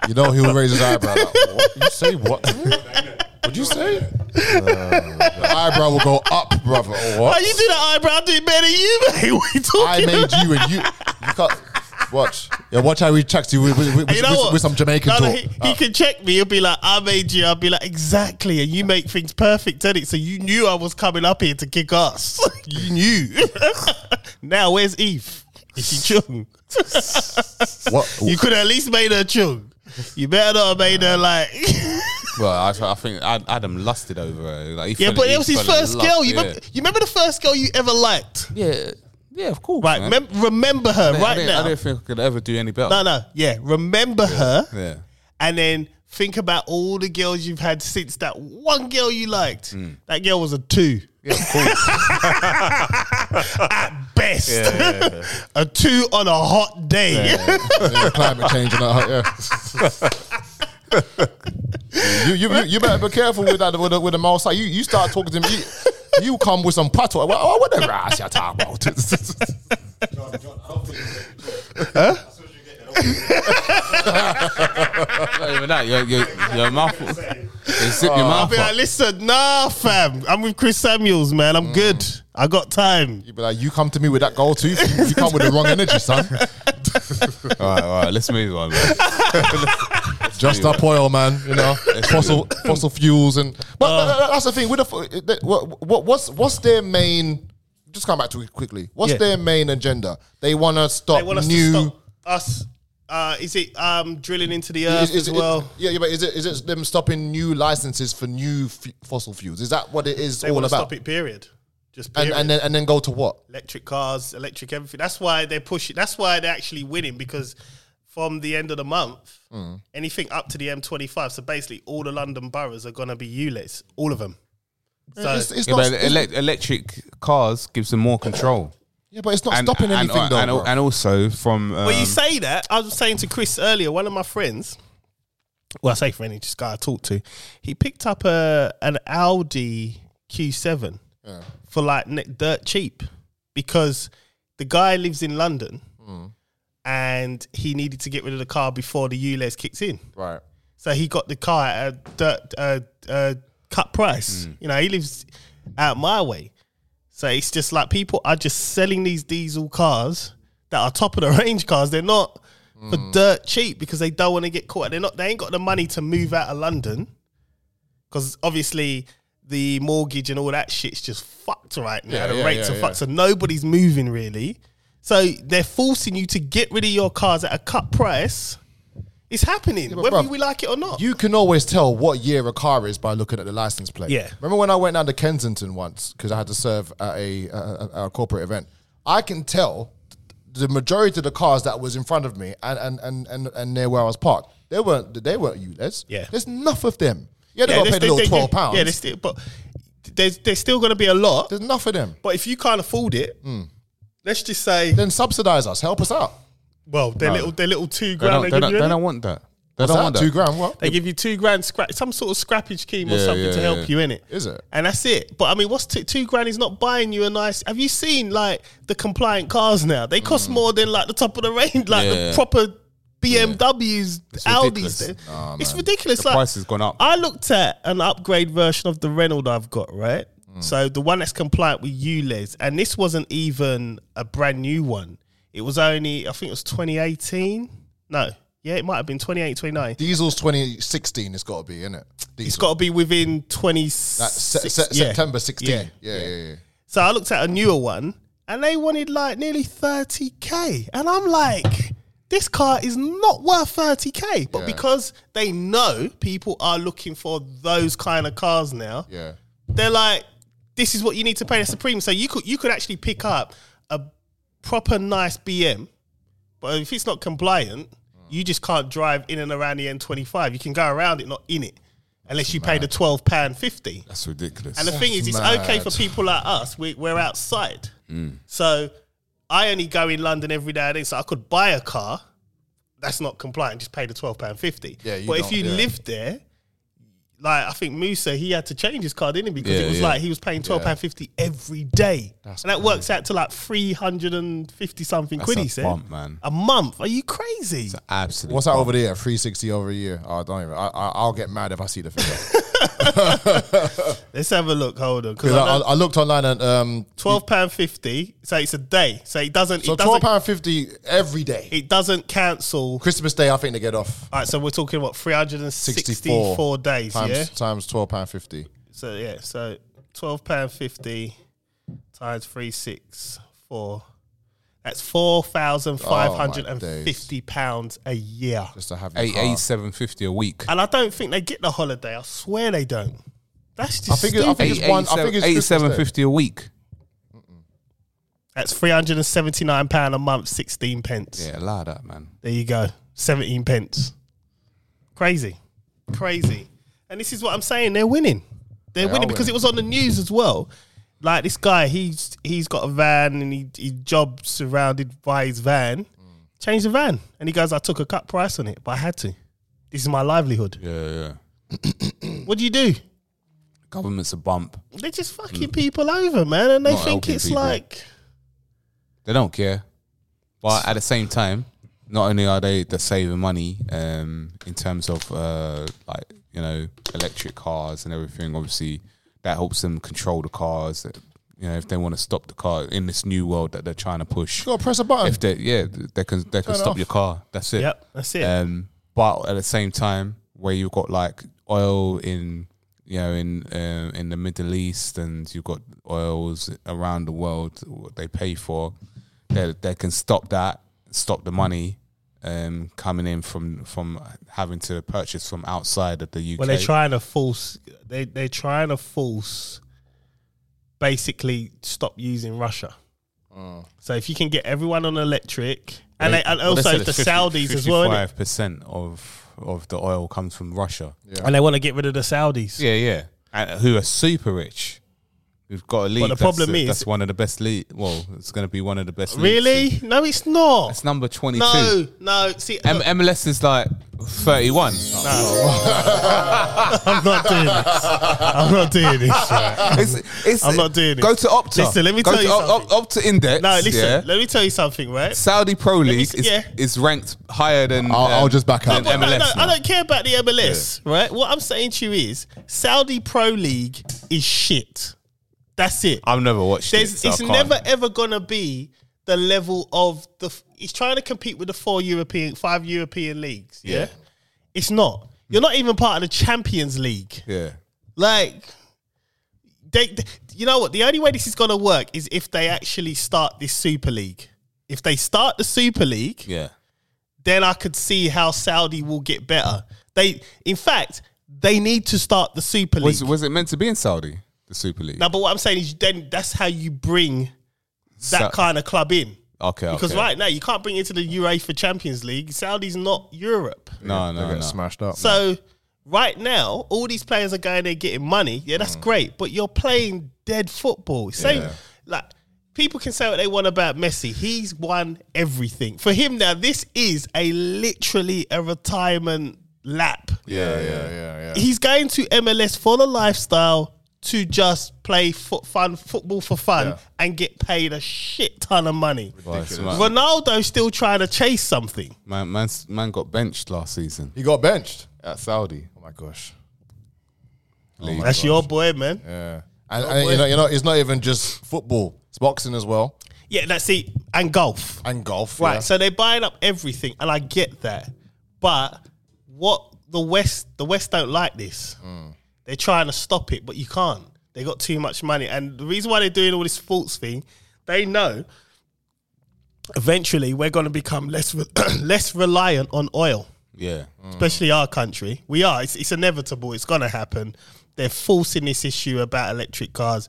[SPEAKER 4] You know, he'll raise his eyebrow. Like, what? You say what? What'd you say? Uh, the eyebrow will go up, brother.
[SPEAKER 2] why
[SPEAKER 4] Or what?
[SPEAKER 2] you do that eyebrow? I do it better than you, mate. What are you
[SPEAKER 4] I
[SPEAKER 2] talking
[SPEAKER 4] made you and you. You can't watch. Yeah, watch how he checks you with, with, with,
[SPEAKER 2] And you know
[SPEAKER 4] with-
[SPEAKER 2] what?
[SPEAKER 4] with some Jamaican
[SPEAKER 2] No, no,
[SPEAKER 4] talk. Uh,
[SPEAKER 2] he, he can check me. He'll be like, I made you. I'll be like, exactly. And you make things perfect, did it? So you knew I was coming up here to kick ass. you knew. now, where's Eve? Is she chung?
[SPEAKER 4] Uh, what?
[SPEAKER 2] You could at least made her chung. You better not have made her like.
[SPEAKER 1] Well, I, I think Ad- Adam lusted over her. Like, he
[SPEAKER 2] yeah,
[SPEAKER 1] fell-
[SPEAKER 2] but
[SPEAKER 1] he
[SPEAKER 2] it was his
[SPEAKER 1] fell in
[SPEAKER 2] first
[SPEAKER 1] love,
[SPEAKER 2] girl. You,
[SPEAKER 1] yeah.
[SPEAKER 2] remember, you remember the first girl you ever liked?
[SPEAKER 1] Yeah, yeah, of course.
[SPEAKER 2] Right.
[SPEAKER 1] man.
[SPEAKER 2] Mem- remember her
[SPEAKER 1] I
[SPEAKER 2] right
[SPEAKER 1] didn't- I
[SPEAKER 2] now.
[SPEAKER 1] don't think I could ever do any better.
[SPEAKER 2] No, no. Yeah. Remember her.
[SPEAKER 1] Yeah.
[SPEAKER 2] and then think about all the girls you've had since that one girl you liked.
[SPEAKER 4] Mm.
[SPEAKER 2] That girl was a two. At best, a two on a hot day.
[SPEAKER 4] Yeah, climate change and all that. Yeah. you, you, you, you better be careful with that with the, with the mouse. You you start talking to me. You, you come with some patois. Well, oh, what the ass you talking about?
[SPEAKER 1] Not even that. Your, your, your mouth. will- You zip your
[SPEAKER 2] I'll
[SPEAKER 1] mouth
[SPEAKER 2] be like,
[SPEAKER 1] up.
[SPEAKER 2] listen, nah, fam. I'm with Chris Samuels, man. I'm good. I got time.
[SPEAKER 4] Mm. you be like, you come to me with that goal too. You come with the wrong energy, son.
[SPEAKER 1] All right, all right. Let's move on. Man.
[SPEAKER 4] Just up oil, man. You know, fossil fossil fuels and. But, but
[SPEAKER 2] Oh.
[SPEAKER 4] that's the thing. With the, what, what what's what's their main? Just come back to it quickly. What's
[SPEAKER 2] Yeah.
[SPEAKER 4] their main agenda? They want to stop
[SPEAKER 2] They want us
[SPEAKER 4] new.
[SPEAKER 2] to stop us. Uh, is it um, drilling into the earth
[SPEAKER 4] Is- is-
[SPEAKER 2] as well?
[SPEAKER 4] is- yeah, yeah, but is it is it them stopping new licenses for new f- fossil fuels? Is that what it is
[SPEAKER 2] they
[SPEAKER 4] all
[SPEAKER 2] want to
[SPEAKER 4] about?
[SPEAKER 2] stop it. Period. Just
[SPEAKER 4] And
[SPEAKER 2] period.
[SPEAKER 4] and then and then go to what?
[SPEAKER 2] electric cars, electric everything. That's why they're pushing. That's why they're actually winning because from the end of the month, anything up to the M25. So basically, all the London boroughs are going to be ULEs, all of them. So
[SPEAKER 4] It's, it's
[SPEAKER 1] Yeah,
[SPEAKER 4] not.
[SPEAKER 1] but
[SPEAKER 4] it's-
[SPEAKER 1] elec electric cars gives them more control.
[SPEAKER 4] yeah, but it's not stopping anything
[SPEAKER 1] and,
[SPEAKER 4] though.
[SPEAKER 1] and,
[SPEAKER 4] bro.
[SPEAKER 1] and also from. Um,
[SPEAKER 2] When you say that, I was saying to Chris earlier, one of my friends, well, I say friend, he's just guy I talked to, he picked up a an Audi Q7 for like ne- dirt cheap because the guy lives in London and he needed to get rid of the car before the ULEZ kicks in.
[SPEAKER 4] right.
[SPEAKER 2] So he got the car at a, dirt, uh, uh, cut price.
[SPEAKER 4] Mm.
[SPEAKER 2] You know, he lives out my way. So it's just like people are just selling these diesel cars that are top of the range cars. They're not
[SPEAKER 4] Mm.
[SPEAKER 2] for dirt cheap because they don't want to get caught. They're not. They ain't got the money to move out of London because obviously the mortgage and all that shit's just fucked right now.
[SPEAKER 4] Yeah,
[SPEAKER 2] the
[SPEAKER 4] yeah,
[SPEAKER 2] rates are
[SPEAKER 4] yeah, yeah.
[SPEAKER 2] fucked, so nobody's moving really. So they're forcing you to get rid of your cars at a cut price. It's happening,
[SPEAKER 4] but
[SPEAKER 2] whether
[SPEAKER 4] bruv,
[SPEAKER 2] we like it or not.
[SPEAKER 4] You can always tell what year a car is by looking at the license plate.
[SPEAKER 2] Yeah.
[SPEAKER 4] Remember when I went down to Kensington once because I had to serve at a, a, a, a corporate event? I can tell the majority of the cars that was in front of me and and and and, and near where I was parked, they weren't they weren't ULEZ.
[SPEAKER 2] Yeah.
[SPEAKER 4] There's enough of them. Yeah, they
[SPEAKER 2] Yeah,
[SPEAKER 4] got
[SPEAKER 2] they-
[SPEAKER 4] paid a
[SPEAKER 2] they-
[SPEAKER 4] little
[SPEAKER 2] they-
[SPEAKER 4] twelve pounds.
[SPEAKER 2] Yeah, they still, but there's there's still going to be a lot.
[SPEAKER 4] There's enough of them.
[SPEAKER 2] But if you can't afford it,
[SPEAKER 4] Hmm.
[SPEAKER 2] let's just say,
[SPEAKER 4] Then subsidize us. Help us out.
[SPEAKER 2] well, they're little, they're little
[SPEAKER 1] they
[SPEAKER 2] two grand.
[SPEAKER 1] don't,
[SPEAKER 2] They,
[SPEAKER 1] they,
[SPEAKER 2] give
[SPEAKER 1] don't,
[SPEAKER 2] you
[SPEAKER 1] they
[SPEAKER 2] innit?
[SPEAKER 1] don't want that. They
[SPEAKER 4] What's
[SPEAKER 1] don't
[SPEAKER 4] that?
[SPEAKER 1] want that.
[SPEAKER 4] Two grand. What?
[SPEAKER 2] They give you two grand scratch, some sort of scrappage scheme or
[SPEAKER 1] Yeah,
[SPEAKER 2] something
[SPEAKER 1] yeah,
[SPEAKER 2] to help
[SPEAKER 1] yeah.
[SPEAKER 2] you in it.
[SPEAKER 4] Is it?
[SPEAKER 2] And that's it. But I mean, what's two, two grand is not buying you a nice. Have you seen like the compliant cars now? They cost more than like the top of the range, like the
[SPEAKER 1] Mm. Yeah.
[SPEAKER 2] proper BMWs,
[SPEAKER 1] It's
[SPEAKER 2] Audis.
[SPEAKER 1] ridiculous.
[SPEAKER 2] they-
[SPEAKER 4] Oh,
[SPEAKER 2] it's
[SPEAKER 4] man.
[SPEAKER 2] ridiculous.
[SPEAKER 1] The
[SPEAKER 2] like,
[SPEAKER 1] price has gone up.
[SPEAKER 2] I looked at an upgrade version of the Renault I've got, right?
[SPEAKER 4] Mm.
[SPEAKER 2] So the one that's compliant with ULEZ, and this wasn't even a brand new one. It was only, I think it was 2018. No, yeah, it might have been 2018, 2019.
[SPEAKER 4] Diesel's 2016. It's got to be in it.
[SPEAKER 2] It's got to be within 20
[SPEAKER 4] September 16. Yeah, yeah, yeah. yeah.
[SPEAKER 2] So I looked at a newer one and they wanted like nearly 30k. And I'm like, this car is not worth 30k. But
[SPEAKER 4] Yeah.
[SPEAKER 2] because they know people are looking for those kind of cars now,
[SPEAKER 4] yeah.
[SPEAKER 2] they're like, this is what you need to pay the Supreme. So you could you could actually pick up a proper nice BM, but if it's not compliant,
[SPEAKER 4] Mm.
[SPEAKER 2] you just can't drive in and around the N25. You can go around it, not in it, unless you pay the twelve pound fifty.
[SPEAKER 1] That's ridiculous.
[SPEAKER 2] And the thing is, it's
[SPEAKER 4] mad. Mm.
[SPEAKER 2] okay for people like us. We, we're outside, so I only go in London every now and then. So I could buy a car that's not compliant. Just pay the twelve pound fifty.
[SPEAKER 4] Yeah, you
[SPEAKER 2] but if
[SPEAKER 4] don't-
[SPEAKER 2] you
[SPEAKER 4] yeah.
[SPEAKER 2] live there, like I think Musa, he had to change his car, didn't he? Because
[SPEAKER 1] Yeah,
[SPEAKER 2] it was
[SPEAKER 1] yeah.
[SPEAKER 2] like he was paying twelve pound fifty every day, and that works out to like three hundred and fifty something
[SPEAKER 1] That's
[SPEAKER 2] quid.
[SPEAKER 1] a
[SPEAKER 2] He said,
[SPEAKER 1] bump, man.
[SPEAKER 2] a month? Are you crazy?
[SPEAKER 1] Absolutely.
[SPEAKER 4] What's that over there? 360 over a year. Oh, I don't even. I, I, I'll get mad if I see the figure.
[SPEAKER 2] Let's have a look. Hold on,
[SPEAKER 4] 'Cause
[SPEAKER 2] because
[SPEAKER 4] I, I, I looked online and um,
[SPEAKER 2] twelve pound fifty. So it's a day. So it doesn't.
[SPEAKER 4] so
[SPEAKER 2] it doesn't.
[SPEAKER 4] twelve pound fifty every day.
[SPEAKER 2] It doesn't cancel.
[SPEAKER 4] Christmas Day, I think they get off.
[SPEAKER 2] All right, so we're talking about 364 days,
[SPEAKER 4] times
[SPEAKER 2] yeah?
[SPEAKER 4] times twelve pound fifty.
[SPEAKER 2] So, yeah, so £12.50 times 364. That's
[SPEAKER 4] Oh,
[SPEAKER 2] £4,550 pounds a year.
[SPEAKER 4] Just to have your
[SPEAKER 1] Eight
[SPEAKER 4] car.
[SPEAKER 1] eight seven fifty a week.
[SPEAKER 2] And I don't think they get the holiday. I swear they don't. That's just
[SPEAKER 4] I think it- I
[SPEAKER 2] stupid.
[SPEAKER 4] think it's one- I think it's
[SPEAKER 1] eight
[SPEAKER 4] Christmas
[SPEAKER 1] seven
[SPEAKER 4] Day.
[SPEAKER 1] fifty a week.
[SPEAKER 2] That's £379 a month, 16 pence.
[SPEAKER 1] Yeah, lie that man.
[SPEAKER 2] There you go. 17 pence. Crazy. Crazy. And this is what I'm saying. They're winning. They're
[SPEAKER 4] are
[SPEAKER 2] winning because
[SPEAKER 4] winning.
[SPEAKER 2] it was on the news as well. Like this guy, he's he's got a van and he, he job surrounded by his van.
[SPEAKER 1] Mm.
[SPEAKER 2] Change the van. And he goes, I took a cut price on it, but I had to. This is my livelihood.
[SPEAKER 1] Yeah, yeah.
[SPEAKER 2] What do you do?
[SPEAKER 1] Government's a bump.
[SPEAKER 2] They're just fucking people over, man. And they
[SPEAKER 1] Mm. Not
[SPEAKER 2] think
[SPEAKER 1] helping
[SPEAKER 2] it's
[SPEAKER 1] people.
[SPEAKER 2] like
[SPEAKER 1] They don't care. But at the same time, not only are they they're saving money um, in terms of uh, like you know electric cars and everything. Obviously, that helps them control the cars. You know, if they want to stop the car in this new world that they're trying to push,
[SPEAKER 4] You gotta press a button.
[SPEAKER 1] if they yeah they can they can
[SPEAKER 4] it
[SPEAKER 1] stop
[SPEAKER 4] off.
[SPEAKER 1] your car. That's it.
[SPEAKER 2] Yep, that's it.
[SPEAKER 1] Um, but at the same time, where you've got like oil in you know in um, in the Middle East, and you've got oils around the world, what they pay for, they they can stop that, stop the money. Um, coming in from from having to purchase from outside of the UK.
[SPEAKER 2] Well, they're trying to force. They they're trying to force. Basically, stop using Russia. So if you can get everyone on electric, and, Uh. they, and also the Saudis as well, innit?
[SPEAKER 1] Five percent of of the oil comes from Russia.
[SPEAKER 2] and they want to get rid of the Saudis.
[SPEAKER 1] Yeah, yeah. And who are super rich. We've got a league.
[SPEAKER 2] the
[SPEAKER 1] that's-
[SPEAKER 2] problem is-
[SPEAKER 1] that's one of the best league. Well, it's going to be one of the best. Leagues.
[SPEAKER 2] Really? No, it's not.
[SPEAKER 1] That's number twenty-two.
[SPEAKER 2] no, no. See,
[SPEAKER 1] M- MLS is like thirty-one.
[SPEAKER 2] I'm not doing this. I'm not doing this. right?
[SPEAKER 1] It's- it's-
[SPEAKER 2] I'm not doing
[SPEAKER 1] Go
[SPEAKER 2] this.
[SPEAKER 1] to Opta.
[SPEAKER 2] Listen, let me
[SPEAKER 1] go
[SPEAKER 2] tell
[SPEAKER 1] to
[SPEAKER 2] you
[SPEAKER 1] Op-
[SPEAKER 2] something.
[SPEAKER 1] Op- Opta Index.
[SPEAKER 2] No, listen.
[SPEAKER 1] yeah.
[SPEAKER 2] Let me tell you something, right?
[SPEAKER 1] Saudi Pro League
[SPEAKER 2] s-
[SPEAKER 1] is,
[SPEAKER 2] yeah.
[SPEAKER 1] is ranked higher than.
[SPEAKER 4] I'll-
[SPEAKER 1] um,
[SPEAKER 4] I'll just back
[SPEAKER 1] than
[SPEAKER 4] up.
[SPEAKER 2] Well, no,
[SPEAKER 1] MLS.
[SPEAKER 2] no, I
[SPEAKER 1] now.
[SPEAKER 2] don't care about the MLS, right? What I'm saying to you is Saudi Pro League is shit. That's it.
[SPEAKER 1] I've never watched it.
[SPEAKER 2] There's,
[SPEAKER 1] so I
[SPEAKER 2] it's
[SPEAKER 1] can't.
[SPEAKER 2] never ever gonna be the level of the. f- It's trying to compete with the four European, five European leagues. Yeah,
[SPEAKER 1] Yeah.
[SPEAKER 2] it's not. You're not even part of the Champions League.
[SPEAKER 1] Yeah.
[SPEAKER 2] Like, they, th- you know what? The only way this is gonna work is if they actually start this Super League. If they start the Super League,
[SPEAKER 1] Yeah.
[SPEAKER 2] then I could see how Saudi will get better. They, in fact, they need to start the Super League.
[SPEAKER 1] Was was it meant to be in Saudi? The Super League.
[SPEAKER 2] Now, but what I'm saying is, then that's how you bring that
[SPEAKER 1] Sa-
[SPEAKER 2] kind of club in.
[SPEAKER 1] Okay.
[SPEAKER 2] Because
[SPEAKER 1] okay.
[SPEAKER 2] right now you can't bring it to the UEFA Champions League. Saudi's not Europe,
[SPEAKER 1] No,
[SPEAKER 4] They
[SPEAKER 1] no,
[SPEAKER 4] get
[SPEAKER 1] no.
[SPEAKER 4] smashed up.
[SPEAKER 2] so right now all these players are going there getting money. Yeah,
[SPEAKER 1] Mm.
[SPEAKER 2] that's great, but you're playing dead football. Same like people can say what they want about Messi. He's won everything for him. Now this is a literally a retirement lap.
[SPEAKER 4] yeah, yeah, yeah, yeah.
[SPEAKER 2] He's going to MLS for the lifestyle to just play foot fun football for fun
[SPEAKER 4] Yeah.
[SPEAKER 2] and get paid a shit ton of money.
[SPEAKER 1] Right, so
[SPEAKER 2] Ronaldo's still trying to chase something.
[SPEAKER 1] man, man, man got benched last season
[SPEAKER 4] He got benched.
[SPEAKER 1] at Saudi.
[SPEAKER 4] Oh my gosh.
[SPEAKER 1] league.
[SPEAKER 2] That's your boy, man.
[SPEAKER 4] Yeah. And, and you know, you know, it's not even just football. It's boxing as well
[SPEAKER 2] Yeah, that's it. And golf.
[SPEAKER 4] and golf.
[SPEAKER 2] Right.
[SPEAKER 4] yeah.
[SPEAKER 2] So they're buying up everything, and I get that. But what the West the West don't like this.
[SPEAKER 4] Mm.
[SPEAKER 2] They're trying to stop it, but you can't. They got too much money. And the reason why they're doing all this sports thing, they know eventually we're gonna become less re- less reliant on oil.
[SPEAKER 1] Yeah.
[SPEAKER 2] especially our country. We are. It's, it's inevitable. It's going to happen. They're forcing this issue about electric cars.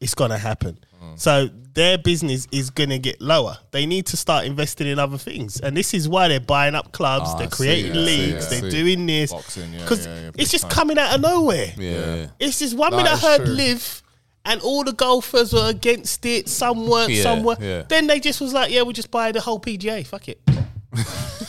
[SPEAKER 2] It's going to happen.
[SPEAKER 1] Mm.
[SPEAKER 2] So their business is going to get lower. They need to start investing in other things. And this is why they're buying up clubs,
[SPEAKER 1] Ah, I
[SPEAKER 2] they're
[SPEAKER 1] see,
[SPEAKER 2] creating
[SPEAKER 1] yeah, I see,
[SPEAKER 2] leagues,
[SPEAKER 1] yeah, I
[SPEAKER 2] they're
[SPEAKER 1] see.
[SPEAKER 2] doing this.
[SPEAKER 4] Boxing, yeah,
[SPEAKER 2] Because
[SPEAKER 4] yeah, yeah, big
[SPEAKER 2] it's just
[SPEAKER 4] time.
[SPEAKER 2] coming out of nowhere.
[SPEAKER 1] Yeah. yeah.
[SPEAKER 2] It's just one
[SPEAKER 4] That
[SPEAKER 2] minute I
[SPEAKER 4] is
[SPEAKER 2] heard
[SPEAKER 4] true.
[SPEAKER 2] live, and all the golfers were against it. Some weren't.
[SPEAKER 1] Yeah,
[SPEAKER 2] some were.
[SPEAKER 1] yeah.
[SPEAKER 2] Then they just was like, "Yeah, we just buy the whole PGA. Fuck it."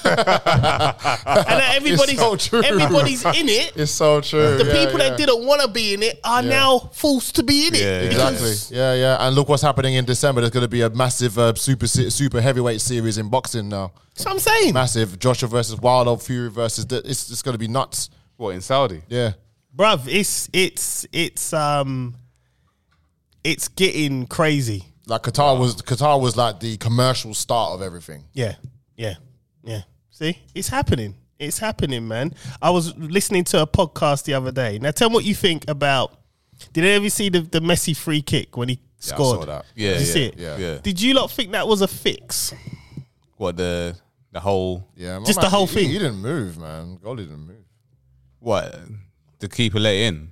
[SPEAKER 2] and now everybody's
[SPEAKER 4] so true.
[SPEAKER 2] everybody's in it.
[SPEAKER 4] It's so true.
[SPEAKER 2] the people that didn't want to be in it are now forced to be in it.
[SPEAKER 1] Yeah,
[SPEAKER 2] because-
[SPEAKER 4] Exactly. Yeah, yeah. And look what's happening in December. There's going to be a massive uh, super se- super heavyweight series in boxing now.
[SPEAKER 2] That's what I'm saying.
[SPEAKER 4] Massive. Joshua versus Wilder, Fury versus. The, it's it's going to be nuts.
[SPEAKER 1] What in Saudi?
[SPEAKER 4] Yeah.
[SPEAKER 2] Bruv, it's it's it's um it's getting crazy.
[SPEAKER 4] Like Qatar was Qatar was like the commercial start of everything.
[SPEAKER 2] Yeah, yeah, yeah. See, it's happening. It's happening, man. I was listening to a podcast the other day. Now, tell me what you think about. Did you ever see the, the Messi free kick when he
[SPEAKER 4] I
[SPEAKER 2] scored?
[SPEAKER 4] saw that.
[SPEAKER 1] Yeah,
[SPEAKER 2] Did you
[SPEAKER 1] yeah,
[SPEAKER 2] see it?
[SPEAKER 1] yeah.
[SPEAKER 2] Did you lot think that was a fix?
[SPEAKER 1] What the the whole
[SPEAKER 4] Yeah. my
[SPEAKER 2] Just
[SPEAKER 4] man,
[SPEAKER 2] the whole
[SPEAKER 4] he-
[SPEAKER 2] thing.
[SPEAKER 4] He didn't move, man. Goalie didn't move.
[SPEAKER 1] what the keeper let in?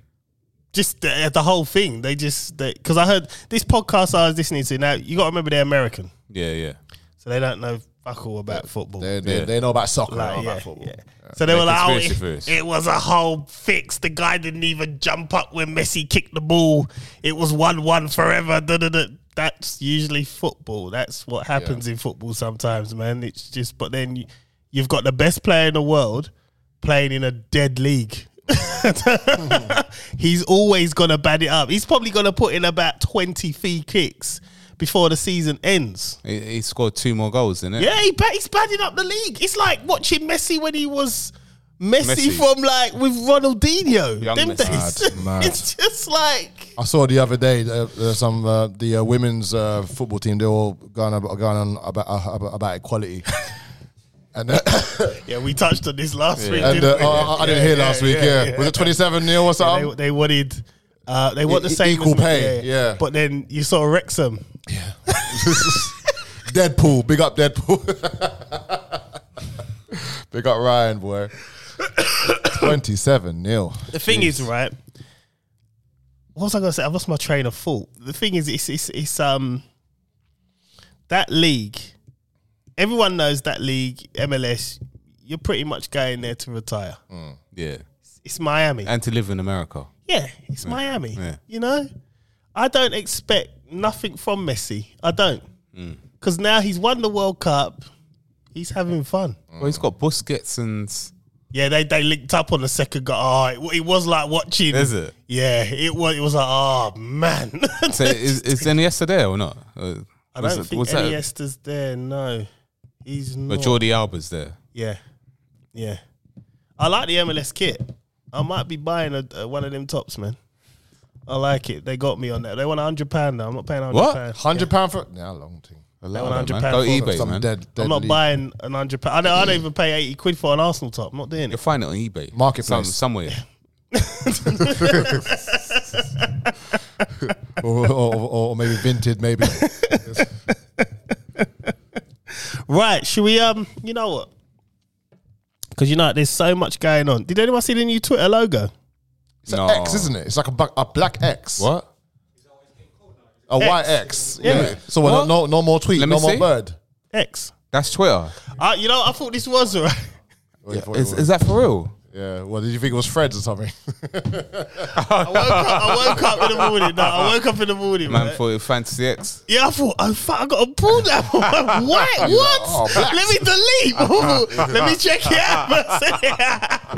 [SPEAKER 2] Just the, the whole thing. They just because I heard this podcast I was listening to. Now you got to remember they're American,
[SPEAKER 1] Yeah, yeah.
[SPEAKER 2] so they don't know fuck all about football.
[SPEAKER 4] They, they,
[SPEAKER 1] Yeah.
[SPEAKER 4] they know about soccer,
[SPEAKER 2] Like,
[SPEAKER 4] they know
[SPEAKER 2] yeah,
[SPEAKER 4] about football.
[SPEAKER 2] yeah. So they were like, oh,
[SPEAKER 1] conspiracy
[SPEAKER 2] it,
[SPEAKER 1] theories.
[SPEAKER 2] it was a whole fix. The guy didn't even jump up when Messi kicked the ball. It was 1 1 forever. Da, da, da. That's usually football. That's what happens in football sometimes, man. It's just, but then you, you've got the best player in the world playing in a dead league. He's always going to bat it up. He's probably going to put in about 20 free kicks before the season ends.
[SPEAKER 1] He, he scored two more goals, didn't it?
[SPEAKER 2] Yeah, he ba- he's badding up the league. It's like watching Messi when he was Messi,
[SPEAKER 1] Messi.
[SPEAKER 2] from like with Ronaldinho.
[SPEAKER 1] Young
[SPEAKER 2] Them
[SPEAKER 1] Messi.
[SPEAKER 2] days.
[SPEAKER 4] Mad, mad.
[SPEAKER 2] It's just like
[SPEAKER 4] I saw the other day uh, uh, some uh, the uh, women's uh, football team. They are all going ab- going on about uh, about, about equality. And, uh,
[SPEAKER 2] yeah, we touched on this last week.
[SPEAKER 4] and uh,
[SPEAKER 2] didn't we?
[SPEAKER 4] oh, I, I didn't hear last week. Yeah, was it twenty seven nil or
[SPEAKER 2] Yeah, they,
[SPEAKER 4] something?
[SPEAKER 2] they wanted. Uh, they want the
[SPEAKER 4] E-
[SPEAKER 2] same
[SPEAKER 4] equal
[SPEAKER 2] as-
[SPEAKER 4] pay, yeah.
[SPEAKER 2] But then you saw Wrexham.
[SPEAKER 4] Deadpool, big up Deadpool. big up Ryan, boy. twenty seven nil.
[SPEAKER 2] The thing is, right? What was I gonna say? I've lost my train of thought. The thing is, it's it's, it's um that league. Everyone knows that league MLS. You're pretty much going there to retire.
[SPEAKER 1] yeah.
[SPEAKER 2] It's Miami.
[SPEAKER 1] Mm. And to live in America.
[SPEAKER 2] yeah, it's Miami.
[SPEAKER 1] yeah.
[SPEAKER 2] You know, I don't expect nothing from Messi. I don't,
[SPEAKER 1] Mm.
[SPEAKER 2] because now he's won the World Cup. He's having fun.
[SPEAKER 1] Well, he's got Busquets and
[SPEAKER 2] Yeah, they, they linked up on the second goal. Oh, it, wa- it was like watching.
[SPEAKER 1] Is it?
[SPEAKER 2] Yeah, it was. It was like, oh man.
[SPEAKER 1] so is, is Iniesta there or not? Uh,
[SPEAKER 2] I
[SPEAKER 1] was
[SPEAKER 2] don't
[SPEAKER 1] that-
[SPEAKER 2] think
[SPEAKER 1] was that-
[SPEAKER 2] Iniesta's there. No, he's
[SPEAKER 1] But
[SPEAKER 2] not.
[SPEAKER 1] Jordi Alba's there.
[SPEAKER 2] Yeah, yeah. I like the MLS kit. I might be buying a, a- one of them tops, man. I like it. They got me on that. They want a hundred pound now. I'm not paying a hundred
[SPEAKER 1] What?
[SPEAKER 2] pound.
[SPEAKER 4] Hundred pound for nah, long thing.
[SPEAKER 1] Allow that, man.
[SPEAKER 2] £100
[SPEAKER 1] Go
[SPEAKER 2] for them,
[SPEAKER 1] eBay,
[SPEAKER 4] Some
[SPEAKER 1] man.
[SPEAKER 4] dead, dead
[SPEAKER 2] I'm not
[SPEAKER 4] league.
[SPEAKER 2] buying an hundred pound. I don't, I don't even pay eighty quid for an Arsenal top. I'm not doing
[SPEAKER 1] You'll
[SPEAKER 2] it.
[SPEAKER 1] find it on eBay.
[SPEAKER 4] Marketplace.
[SPEAKER 1] Some, somewhere.
[SPEAKER 4] or, or, or maybe vintage, maybe.
[SPEAKER 2] Right? Should we? Um, you know what? Because you know there's so much going on. Did anyone see the new Twitter logo?
[SPEAKER 4] It's an
[SPEAKER 1] No.
[SPEAKER 4] X, isn't it? It's like a, bu- a black X.
[SPEAKER 1] What?
[SPEAKER 4] A white
[SPEAKER 2] X.
[SPEAKER 4] X.
[SPEAKER 2] Yeah.
[SPEAKER 4] Yeah. So we're
[SPEAKER 1] What?
[SPEAKER 4] not, no, no more tweet,
[SPEAKER 1] Let me
[SPEAKER 4] no more
[SPEAKER 1] see.
[SPEAKER 4] bird.
[SPEAKER 2] X.
[SPEAKER 1] That's Twitter.
[SPEAKER 2] Uh, you know, I thought this was right.
[SPEAKER 1] Is, is that for real?
[SPEAKER 4] yeah. Well, did you think it was Fred's or something?
[SPEAKER 2] I woke, up, I woke up in the morning. No, I woke up in the morning,
[SPEAKER 1] Man,
[SPEAKER 2] right?
[SPEAKER 1] for Fantasy X.
[SPEAKER 2] Yeah, I thought, oh fuck, I got a pull down. what? What?
[SPEAKER 4] oh, blacks.
[SPEAKER 2] Let me delete. Let me check it out.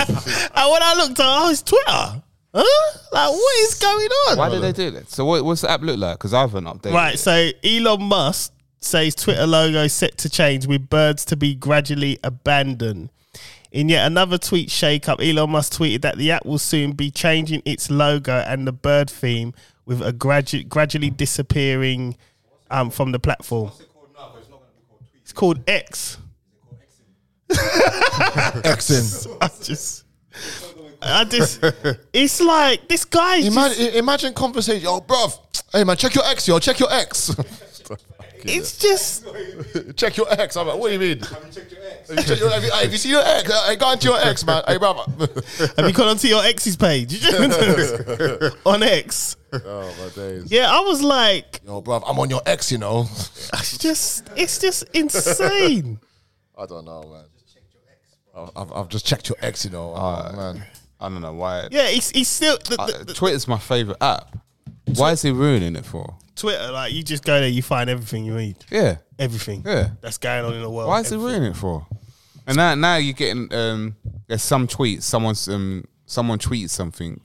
[SPEAKER 2] and when I looked, I was Twitter. Huh? Like, what is going on?
[SPEAKER 1] Why did they do that? So what, what's the app look like? Because I haven't updated.
[SPEAKER 2] Right,
[SPEAKER 1] it.
[SPEAKER 2] so Elon Musk says Twitter logo set to change with birds to be gradually abandoned. In yet another tweet shakeup, Elon Musk tweeted that the app will soon be changing its logo and the bird theme with a gradu- gradually disappearing um, from the platform. It's called X.
[SPEAKER 4] Exin.
[SPEAKER 2] I just, I just, it's like this guy. is just-
[SPEAKER 4] Imagine, imagine conversation. Yo, bruv. Hey, man, check your ex, yo. Check your ex.
[SPEAKER 2] it's just
[SPEAKER 4] check your ex. I'm like, what do you mean? Have you checked your ex? Have you, hey, have you seen your ex? Hey, go into your ex, man. Hey, brother.
[SPEAKER 2] Have you gone onto your ex's page? on X.
[SPEAKER 4] oh, my days.
[SPEAKER 2] Yeah, I was like,
[SPEAKER 4] Yo, bruv, I'm on your ex, you know.
[SPEAKER 2] it's just it's just insane.
[SPEAKER 4] I don't know, man. I've- I've, I've just checked your ex, you know. Oh, man.
[SPEAKER 1] I don't know why.
[SPEAKER 2] Yeah, he's, he's still the,
[SPEAKER 1] Uh,
[SPEAKER 2] the, the
[SPEAKER 1] Twitter's my favorite app. Why is he ruining it for?
[SPEAKER 2] Twitter. Like you just go there, you find everything you need,
[SPEAKER 1] Yeah.
[SPEAKER 2] everything.
[SPEAKER 1] Yeah.
[SPEAKER 2] that's going on in the world.
[SPEAKER 1] Why is he
[SPEAKER 2] everything.
[SPEAKER 1] ruining it for? And now, now you're getting um, there's some tweets. Someone's um, someone tweets something,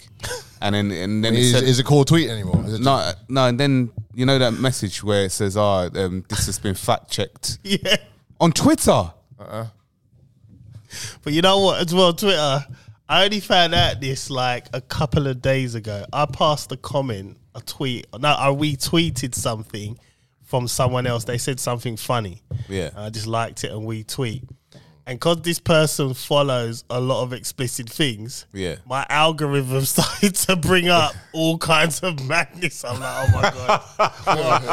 [SPEAKER 1] and then and then it
[SPEAKER 4] Is,
[SPEAKER 1] said,
[SPEAKER 4] is it called tweet anymore? Is it
[SPEAKER 1] no no. And then you know that message where it says, "Ah, um, this has been fact checked
[SPEAKER 2] Yeah,
[SPEAKER 1] on Twitter."
[SPEAKER 2] but you know what? As well, Twitter. I only found out this like a couple of days ago. I passed a comment, a tweet. No, I retweeted something from someone else. They said something funny.
[SPEAKER 1] Yeah.
[SPEAKER 2] And I just liked it and we tweet. And because this person follows a lot of explicit things,
[SPEAKER 1] Yeah.
[SPEAKER 2] my algorithm started to bring up all kinds of madness. I'm like, oh my god,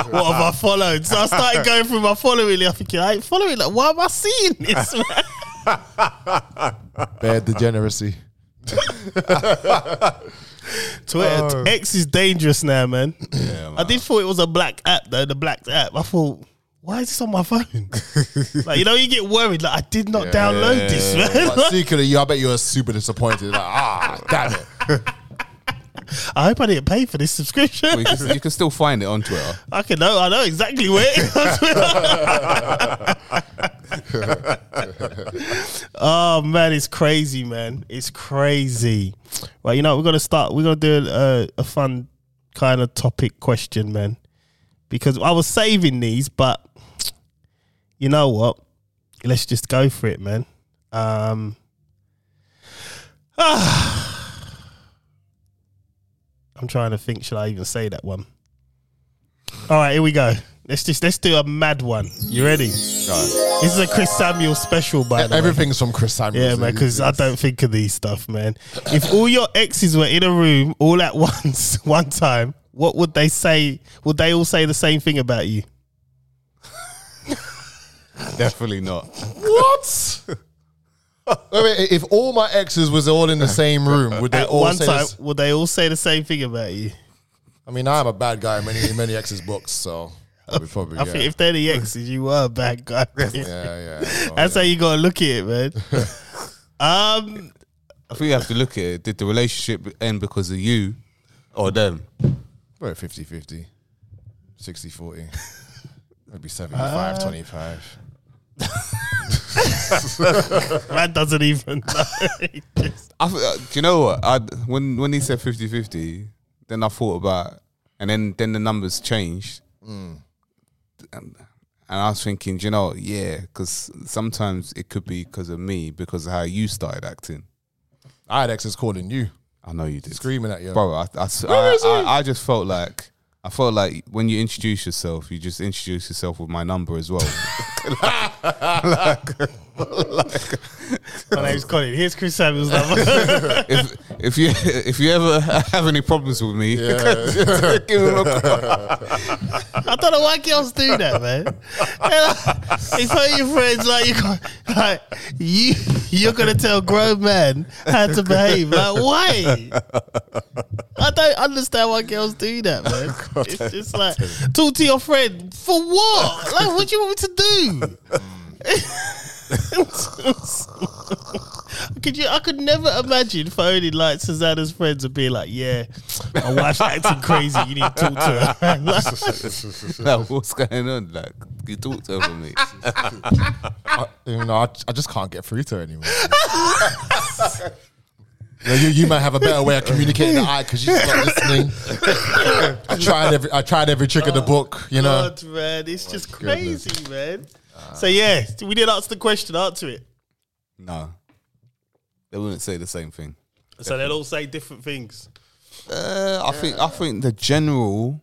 [SPEAKER 2] what, what have I followed? So I started going through my following. and I'm thinking, I ain't following. Like, why am I seeing this? man?
[SPEAKER 4] bad degeneracy?
[SPEAKER 2] Twitter X is dangerous now, man.
[SPEAKER 1] Yeah, man.
[SPEAKER 2] I did thought it was a black app though, the black app. I thought, why is this on my phone? like, you know, you get worried. Like, I did not download this, man.
[SPEAKER 4] But secretly, you, I bet you were super disappointed. Like, ah, damn it.
[SPEAKER 2] I hope I didn't pay for this subscription.
[SPEAKER 1] Well, you, can, you can still find it on Twitter.
[SPEAKER 2] I can know. I know exactly where. It is. oh man, it's crazy, man. It's crazy. Right, you know we're gonna start. We're gonna do a, a fun kind of topic question, man. Because I was saving these, but you know what? Let's just go for it, man. Um, I'm trying to think. Should I even say that one? All right, here we go. Let's just let's do a mad one. You ready? This is a Chris Samuel special, by the way.
[SPEAKER 4] Everything's from Chris Samuels.
[SPEAKER 2] Yeah, man, because I don't think of these stuff, man. If all your exes were in a room all at once, one time, what would they say? Would they all say the same thing about you?
[SPEAKER 1] Definitely not.
[SPEAKER 4] What? wait, wait, if all my exes was all in the same room, would they
[SPEAKER 2] At
[SPEAKER 4] all
[SPEAKER 2] one
[SPEAKER 4] say
[SPEAKER 2] time,
[SPEAKER 4] this?
[SPEAKER 2] would they all say the same thing about you?
[SPEAKER 4] I mean, I'm a bad guy in many, in many exes' books, so I would probably,
[SPEAKER 2] I
[SPEAKER 4] yeah.
[SPEAKER 2] think if they're the exes, you were a bad guy.
[SPEAKER 4] yeah, yeah. Oh,
[SPEAKER 2] That's how you gotta look at it, man. um,
[SPEAKER 1] I think you have to look at it. Did the relationship end because of you or Oh, them?
[SPEAKER 4] We're 50 50, 60 40. Maybe 75
[SPEAKER 2] Ah.
[SPEAKER 4] 25.
[SPEAKER 2] man doesn't even. Know. He just-
[SPEAKER 1] I, th- uh, do you know what? I, when when he said 50-50, then I thought about, and then then the numbers changed, and, and I was thinking, do you know, what? yeah, because sometimes it could be because of me, because of how you started acting.
[SPEAKER 4] I had exes calling you,
[SPEAKER 1] I know you did,
[SPEAKER 4] screaming at you.
[SPEAKER 1] bro. I I, s- I- I- I just felt like. I felt like when you introduce yourself, you just introduce yourself with my number as well.
[SPEAKER 2] My name's Colin. Here's Chris Samuel's number.
[SPEAKER 1] if if you if you ever have any problems with me, give him a call.
[SPEAKER 2] I don't know why girls do that, man. They tell your friends like you, can't- like you, you're gonna tell grown men how to behave. Like why? I don't understand why girls do that, man. It's just like talk to your friend for what? Like what do you want me to do? Could you? I could never imagine phoning like Susanna's friends and being like, "Yeah, my wife's acting crazy. You need to talk to her." Like,
[SPEAKER 1] Like, what's going on? Like, you talked over me.
[SPEAKER 4] I, you know, I, I just can't get through to her anymore. You, you, you might have a better way of communicating that I, because you're not listening. I tried every, I tried every trick of the book. You know,
[SPEAKER 2] God, man, it's
[SPEAKER 1] Oh,
[SPEAKER 2] just crazy, man. so yeah, we did answer the question. Answer it.
[SPEAKER 1] No, they wouldn't say the same thing.
[SPEAKER 2] So they'll all say different things.
[SPEAKER 1] Uh, I think I think the general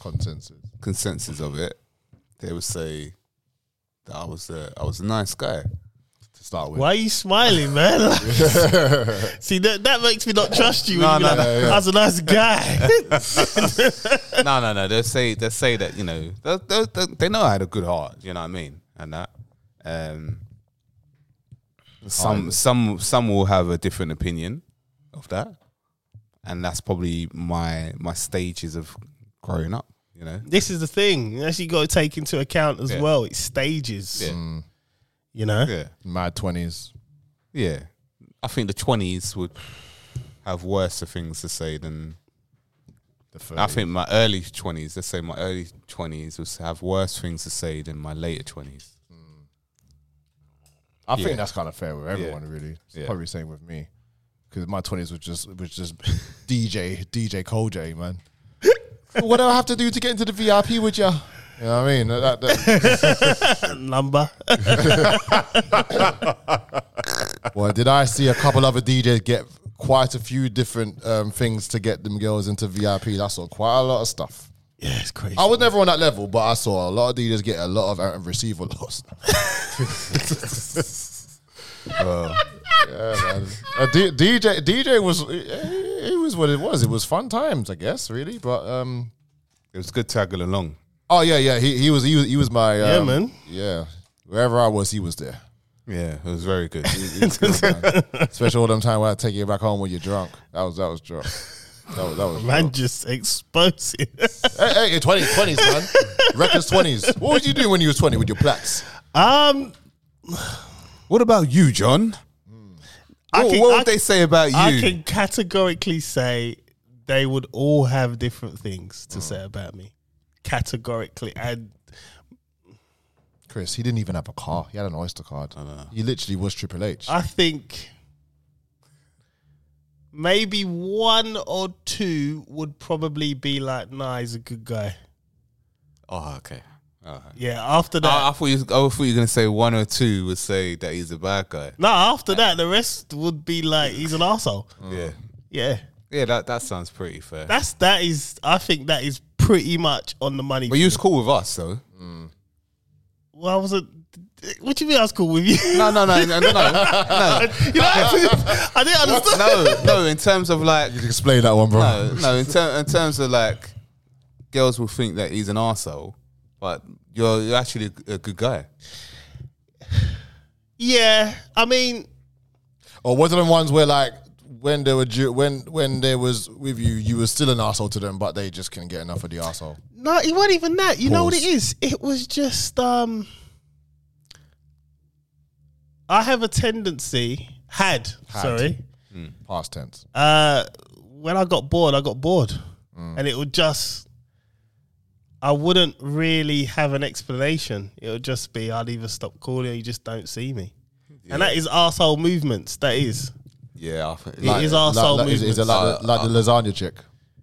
[SPEAKER 4] consensus.
[SPEAKER 1] consensus of it, they would say that I was a, I was a nice guy.
[SPEAKER 4] to start with.
[SPEAKER 2] Why are you smiling, man? See, that that makes me not trust you.
[SPEAKER 1] No,
[SPEAKER 2] when you
[SPEAKER 1] no,
[SPEAKER 2] be like,
[SPEAKER 1] no, yeah.
[SPEAKER 2] As a nice guy,
[SPEAKER 1] no, no, no. They'll say they say that you know they, they, they- they know I had a good heart. You know what I mean, and that. Um, some some some will have a different opinion of that, and that's probably my my stages of growing up. You know,
[SPEAKER 2] this is the thing. That's you got to take into account as
[SPEAKER 1] Yeah.
[SPEAKER 2] well. It's stages.
[SPEAKER 1] Yeah.
[SPEAKER 2] You know.
[SPEAKER 1] yeah,
[SPEAKER 4] Mad twenties.
[SPEAKER 1] yeah. I think the twenties would have worse things to say than I think my early twenties. Let's say my early twenties would have worse things to say than my later twenties.
[SPEAKER 4] I
[SPEAKER 1] Yeah.
[SPEAKER 4] think that's kind of fair with everyone, really. It's
[SPEAKER 1] Yeah.
[SPEAKER 4] probably the same with me. Because my twenties was just was just DJ DJ Cole J man. what do I have to do to get into the VIP with ya? You know what I mean? That- that-
[SPEAKER 2] Number.
[SPEAKER 4] well, did I see a couple other DJs get quite a few different um, things to get them girls into VIP? I saw quite a lot of stuff.
[SPEAKER 2] yeah, it's crazy.
[SPEAKER 4] I was never on that level, but I saw a lot of DJs get a lot of out and receive a lot of stuff. yeah, man. Uh, D- DJ DJ was eh, it was what it was. It was fun times, I guess, really. But um,
[SPEAKER 1] It was good tagging along.
[SPEAKER 4] oh yeah, yeah, he, he was he was he was my um,
[SPEAKER 2] Yeah, man.
[SPEAKER 4] yeah. Wherever I was, he was there.
[SPEAKER 1] Yeah, it was very good.
[SPEAKER 4] Especially all them time when I take you back home when you're drunk. That was that was drunk. That was that was
[SPEAKER 1] Oh.
[SPEAKER 2] man,
[SPEAKER 4] drunk.
[SPEAKER 2] just expose it.
[SPEAKER 4] Hey, hey, 20, 20s, man. Records twenties. What would you do when you was twenty with your plaques?
[SPEAKER 2] um,
[SPEAKER 1] what about you, John?
[SPEAKER 2] I
[SPEAKER 1] What,
[SPEAKER 2] can,
[SPEAKER 1] what
[SPEAKER 2] I
[SPEAKER 1] would they say about you?
[SPEAKER 2] I can categorically say they would all have different things
[SPEAKER 1] Mm.
[SPEAKER 2] to say about me. Categorically, and
[SPEAKER 4] Chris, he didn't even have a car. He had an Oyster card. He literally was Triple H.
[SPEAKER 2] I think maybe one or two would probably be like, "Nah, he's a good guy."
[SPEAKER 8] Oh, okay.
[SPEAKER 2] Yeah. After that,
[SPEAKER 1] I, I thought you. was- I thought you were gonna say one or two would say that he's a bad guy.
[SPEAKER 2] no. After that, the rest would be like, "He's an asshole."
[SPEAKER 1] Yeah,
[SPEAKER 2] Yeah.
[SPEAKER 1] yeah. That that sounds pretty fair.
[SPEAKER 2] That's that is. I think that is pretty much on the money.
[SPEAKER 1] but you was cool with us, though.
[SPEAKER 2] well, I wasn't. What do you mean? I was cool with you.
[SPEAKER 1] No, no, no, no, no, no,
[SPEAKER 2] you know, I didn't understand.
[SPEAKER 1] no, no. In terms of like,
[SPEAKER 4] You explain that one, bro.
[SPEAKER 1] no, no. In, ter- in terms of like, girls will think that he's an arsehole, but you're you're actually a good guy.
[SPEAKER 2] Yeah, I mean,
[SPEAKER 4] Or was it the ones where like when they were ju- when when they was with you, you were still an asshole to them, but they just couldn't get enough of the asshole.
[SPEAKER 2] no, it wasn't even that. You know what it
[SPEAKER 4] Pause.
[SPEAKER 2] is? It was just um, I have a tendency had, sorry
[SPEAKER 4] Past tense.
[SPEAKER 2] uh, when I got bored, I got bored, and it would just I wouldn't really have an explanation. It would just be I'd either stop calling or you just don't see me, and that is arsehole movements. That is.
[SPEAKER 1] Yeah, I, think, Uh,
[SPEAKER 2] It is arsehole
[SPEAKER 4] like, is,
[SPEAKER 2] movements.
[SPEAKER 4] is it like, the, like the lasagna chick?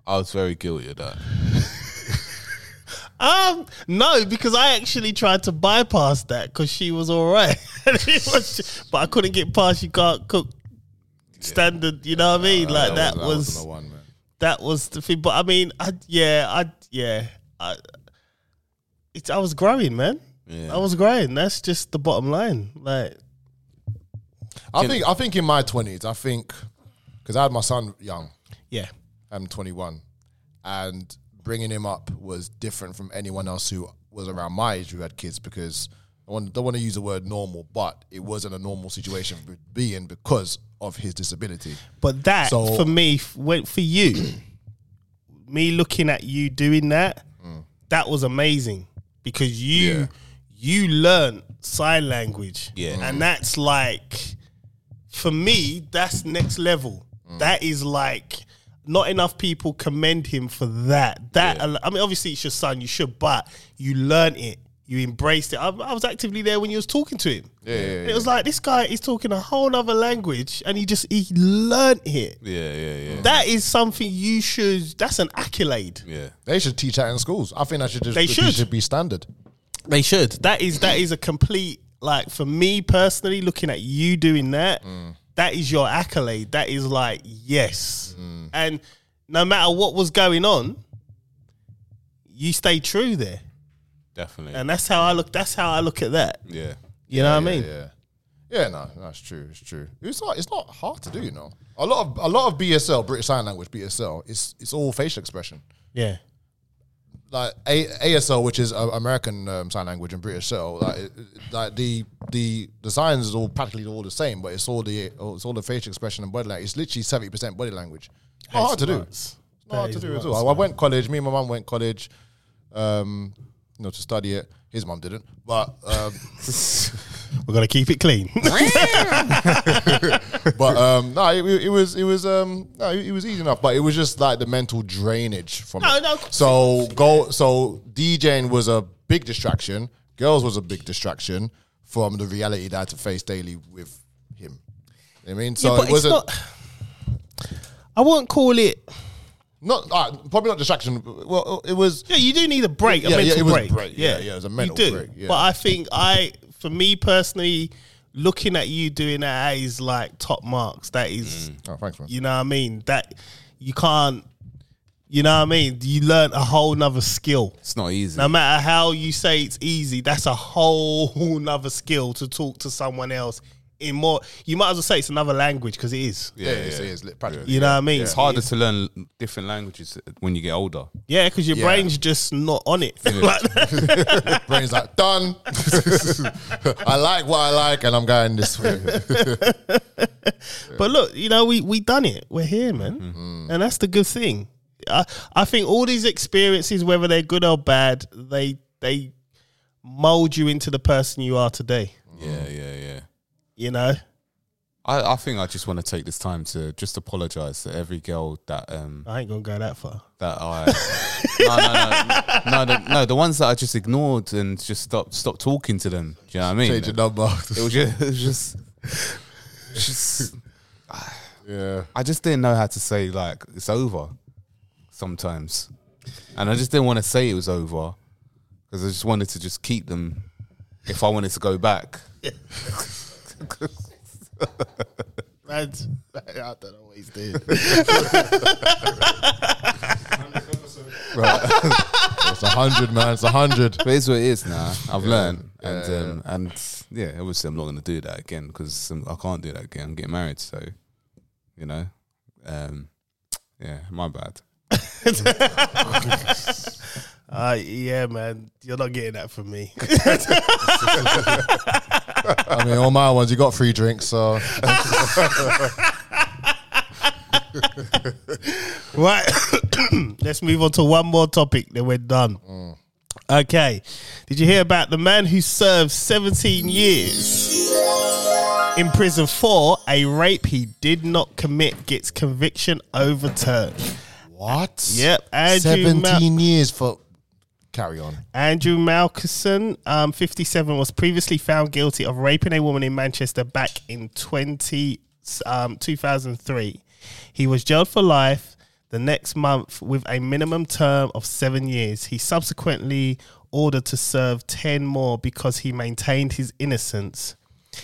[SPEAKER 1] I was very guilty of that.
[SPEAKER 2] Um, no, because I actually tried to bypass that because she was all right, It was ju- but I couldn't get past. You can't cook standard. You know what I mean? like that, was,
[SPEAKER 4] the one, man.
[SPEAKER 2] that was the thing. But I mean, I yeah, I yeah, I. It, I was growing, man. I was growing. That's just the bottom line. Like,
[SPEAKER 4] I think I think in my twenties, I think because I had my son young.
[SPEAKER 2] yeah,
[SPEAKER 4] I'm 21, and bringing him up was different from anyone else who was around my age who had kids because I want, don't want to use the word normal, but it wasn't a normal situation for being because of his disability.
[SPEAKER 2] but that
[SPEAKER 4] So-
[SPEAKER 2] for me f- went for you. me looking at you doing that, that was amazing because you you learned sign language,
[SPEAKER 1] Yeah.
[SPEAKER 2] and that's like for me that's next level. That is like not enough people commend him for that. That I mean, obviously it's your son, you should, but you learn it. You embraced it. I, I was actively there when you was talking to him.
[SPEAKER 1] Yeah, yeah,
[SPEAKER 2] It was like this guy is talking a whole other language, and he just he learnt it.
[SPEAKER 1] yeah, yeah, yeah.
[SPEAKER 2] That is something you should. That's an accolade.
[SPEAKER 1] yeah.
[SPEAKER 4] They should teach that in schools. I think that should just
[SPEAKER 2] They
[SPEAKER 4] it
[SPEAKER 2] should.
[SPEAKER 4] be standard.
[SPEAKER 2] They should. That is that is a complete like for me personally. Looking at you doing that,
[SPEAKER 4] Mm.
[SPEAKER 2] that is your accolade. That is like yes,
[SPEAKER 4] Mm.
[SPEAKER 2] and no matter what was going on, you stay true there,
[SPEAKER 1] Definitely.
[SPEAKER 2] and that's how I look. That's how I look at that.
[SPEAKER 1] yeah.
[SPEAKER 2] You know what I mean?
[SPEAKER 4] Yeah. Yeah, no, that's true. It's true. It's not. It's not hard to do, you know. A lot of a lot of BSL, British Sign Language, BSL, it's it's all facial expression.
[SPEAKER 2] Yeah.
[SPEAKER 4] like A- ASL, which is uh, American um, sign language, and British SL, like, it- it- like the the the signs is all practically all the same, but it's all the it's all the facial expression and body language. It's literally seventy percent body language. It's not hard to do. It's not hard to do at all. I went college. Me and my mum went college, um, you know, to study it. His mum didn't, but um,
[SPEAKER 2] We're gonna keep it clean.
[SPEAKER 4] but um, no, it, it was it was um, no, it, it was easy enough. But it was just like the mental drainage from
[SPEAKER 2] No,
[SPEAKER 4] it.
[SPEAKER 2] no, of course
[SPEAKER 4] So go. So DJing was a big distraction. Girls was a big distraction from the reality that I had to face daily with him. You know what I mean, so it wasn't not,
[SPEAKER 2] I won't call it.
[SPEAKER 4] all right, probably not distraction. Well, it was
[SPEAKER 2] Yeah, you do need a break, a
[SPEAKER 4] Yeah, yeah,
[SPEAKER 2] mental
[SPEAKER 4] it was a
[SPEAKER 2] break.
[SPEAKER 4] break. Yeah, yeah, it was a mental
[SPEAKER 2] you do.
[SPEAKER 4] break, yeah.
[SPEAKER 2] But I think I, for me personally, looking at you doing that is like top marks. That is,
[SPEAKER 4] Oh, thanks, man.
[SPEAKER 2] you know what I mean. That you can't, you know what I mean. You learn a whole nother skill.
[SPEAKER 1] It's not easy.
[SPEAKER 2] No matter how you say it's easy, that's a whole nother skill to talk to someone else in more. You might as well say it's another language because it is.
[SPEAKER 4] Yeah, yeah, yeah, it's lit- practically.
[SPEAKER 2] You know what I mean?
[SPEAKER 1] It's harder to learn different languages when you get older.
[SPEAKER 2] Yeah, because your
[SPEAKER 4] Yeah.
[SPEAKER 2] brain's just not on it. Like-
[SPEAKER 4] Brain's like done. I like what I like, and I'm going this way.
[SPEAKER 2] But look, you know, we we done it. We're here, man, and that's the good thing. I I think all these experiences, whether they're good or bad, they they mold you into the person you are today.
[SPEAKER 1] Yeah, yeah, yeah.
[SPEAKER 2] You know,
[SPEAKER 1] I, I think I just want to take this time to just apologize to every girl that um
[SPEAKER 2] I ain't gonna go that far.
[SPEAKER 1] that I no no no no the, no the ones that I just ignored and just stopped stopped talking to them. Do you know what I mean?
[SPEAKER 4] Change your number.
[SPEAKER 1] It was just, it was just, just
[SPEAKER 4] yeah.
[SPEAKER 1] I just didn't know how to say like it's over sometimes, and I just didn't want to say it was over because I just wanted to just keep them if I wanted to go back.
[SPEAKER 2] That's, I don't always do.
[SPEAKER 4] It's a hundred, man. It's a hundred.
[SPEAKER 1] But it's what it is now. I've learned, and um, and yeah, obviously I'm not going to do that again because I can't do that again. I'm getting married, so you know, um, yeah, my bad.
[SPEAKER 2] Uh, yeah, man, you're not getting that from me.
[SPEAKER 4] I mean, all my ones, you got free drinks, so
[SPEAKER 2] right, let's move on to one more topic. Then we're done. Okay, did you hear about the man who served 17 years in prison for a rape he did not commit gets conviction overturned?
[SPEAKER 4] what?
[SPEAKER 2] Yep, Andrew Mal-
[SPEAKER 4] seventeen years for. Carry on.
[SPEAKER 2] Andrew Malkison, um, 57, was previously found guilty of raping a woman in Manchester back in 20, um, 2003. He was jailed for life the next month with a minimum term of seven years. He subsequently ordered to serve 10 more because he maintained his innocence.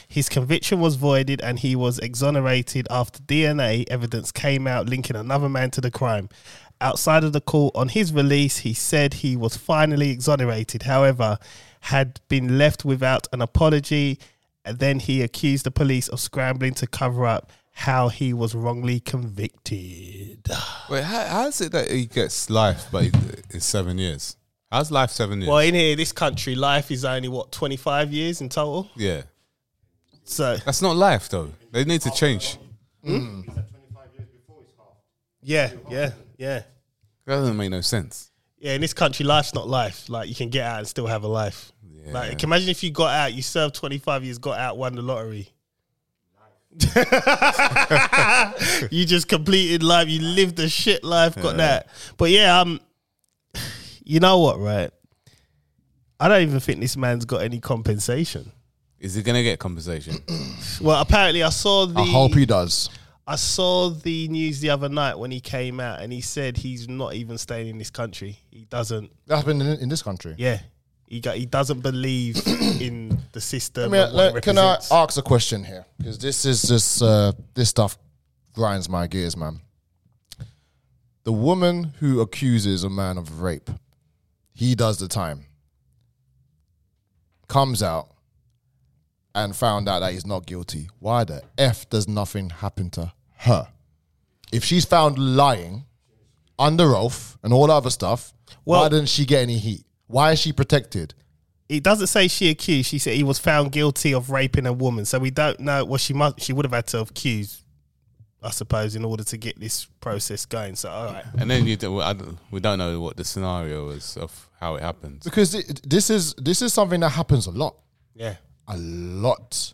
[SPEAKER 2] His conviction was voided and he was exonerated after DNA evidence came out linking another man to the crime. Outside of the court, on his release, he said he was finally exonerated, however, had been left without an apology. And then he accused the police of scrambling to cover up how he was wrongly convicted.
[SPEAKER 1] Wait, how, how is it that he gets life, but he, it's seven years? How's life seven years?
[SPEAKER 2] Well, in here, this country, life is only what, 25 years in total?
[SPEAKER 1] yeah,
[SPEAKER 2] So,
[SPEAKER 1] that's not life though. They need to change.
[SPEAKER 2] yeah, yeah, yeah.
[SPEAKER 1] That doesn't make no sense.
[SPEAKER 2] Yeah, in this country, life's not life. Like you can get out and still have a life. Like, can imagine if you got out, you served twenty five years, got out, won the lottery. you just completed life. You lived a shit life. Got that. But yeah, um, you know what, right? I don't even think this man's got any compensation.
[SPEAKER 1] Is he gonna get compensation?
[SPEAKER 2] Well, apparently, I saw the.
[SPEAKER 4] I hope he does.
[SPEAKER 2] I saw the news the other night when he came out and he said he's not even staying in this country. He doesn't.
[SPEAKER 4] That's been in, in this country.
[SPEAKER 2] Yeah, he got. He doesn't believe in the system.
[SPEAKER 4] I mean,
[SPEAKER 2] and what it
[SPEAKER 4] look, can I
[SPEAKER 2] represents.
[SPEAKER 4] ask a question here? Because this is just uh, this stuff grinds my gears, man. The woman who accuses a man of rape, he does the time. Comes out and found out that he's not guilty. Why the f does nothing happen to her? If she's found lying under oath and all that other stuff, why
[SPEAKER 2] Well-
[SPEAKER 4] didn't she get any heat? Why is she protected?
[SPEAKER 2] It doesn't say she accused. She said he was found guilty of raping a woman. So we don't know. Well, she must. She would have had to accuse, I suppose, in order to get this process going. So all right.
[SPEAKER 1] and then you do, I don't- we don't know what the scenario is of how it happened.
[SPEAKER 4] Because it, this is this is something that happens a lot.
[SPEAKER 2] Yeah.
[SPEAKER 4] a lot.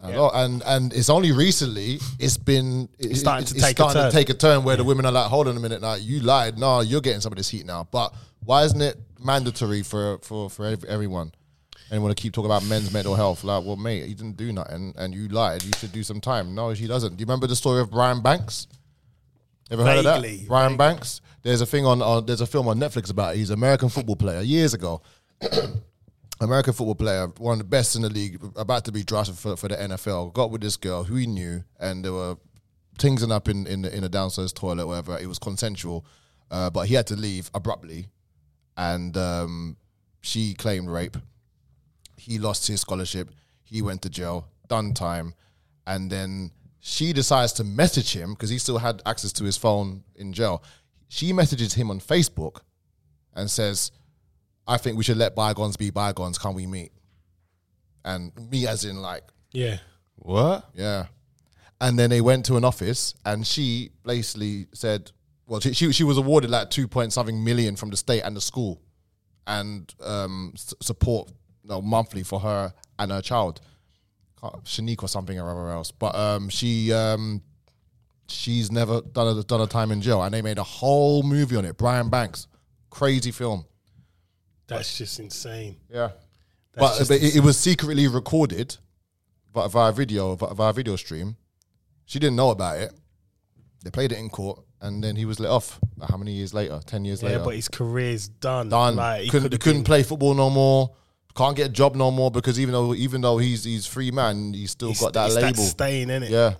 [SPEAKER 4] A lot. And and it's only recently it's been it-
[SPEAKER 2] It's starting
[SPEAKER 4] it-
[SPEAKER 2] to
[SPEAKER 4] it's
[SPEAKER 2] take a
[SPEAKER 4] starting
[SPEAKER 2] turn.
[SPEAKER 4] to take a turn where the women are like, hold on a minute now, you lied. No, you're getting some of this heat now. But why isn't it mandatory for for for ev- everyone? And want to keep talking about men's mental health? Like, well, mate, you didn't do nothing, and you lied. You should do some time. No, she doesn't. Do you remember the story of Brian Banks? Ever heard of
[SPEAKER 2] Vaguely,
[SPEAKER 4] that? Brian Banks. There's a thing on, on. There's a film on Netflix about. It. He's an American football player years ago. American football player, one of the best in the league, about to be drafted for, for the NFL, got with this girl who he knew, and there were things up in in the, in the downstairs toilet, whatever. It was consensual, uh, but he had to leave abruptly, and um, she claimed rape. He lost his scholarship. He went to jail, done time, and then she decides to message him because he still had access to his phone in jail. She messages him on Facebook and says, I think we should let bygones be bygones. Can we meet? And me, as in like,
[SPEAKER 2] Yeah.
[SPEAKER 1] What?
[SPEAKER 4] yeah. And then they went to an office, and she basically said, "Well, she she, she was awarded like two point something million from the state and the school, and um, s- support you know, monthly for her and her child, Can't- Shanique or something or whatever else." But um, she um, she's never done a, done a time in jail, and they made a whole movie on it. Brian Banks, crazy film.
[SPEAKER 2] That's just insane.
[SPEAKER 4] Yeah. But, but it, it was secretly recorded vi- via video, vi- via video stream. She didn't know about it. They played it in court and then he was let off. Like, How many years later? 10 years
[SPEAKER 2] Yeah,
[SPEAKER 4] later.
[SPEAKER 2] but his career's done.
[SPEAKER 4] Done.
[SPEAKER 2] Like, he
[SPEAKER 4] couldn't,
[SPEAKER 2] could've
[SPEAKER 4] couldn't
[SPEAKER 2] been-
[SPEAKER 4] play football no more. Can't get a job no more because even though even though he's he's free man, he's still
[SPEAKER 2] it's-
[SPEAKER 4] got that
[SPEAKER 2] it's
[SPEAKER 4] label.
[SPEAKER 2] stain in it.
[SPEAKER 4] Yeah.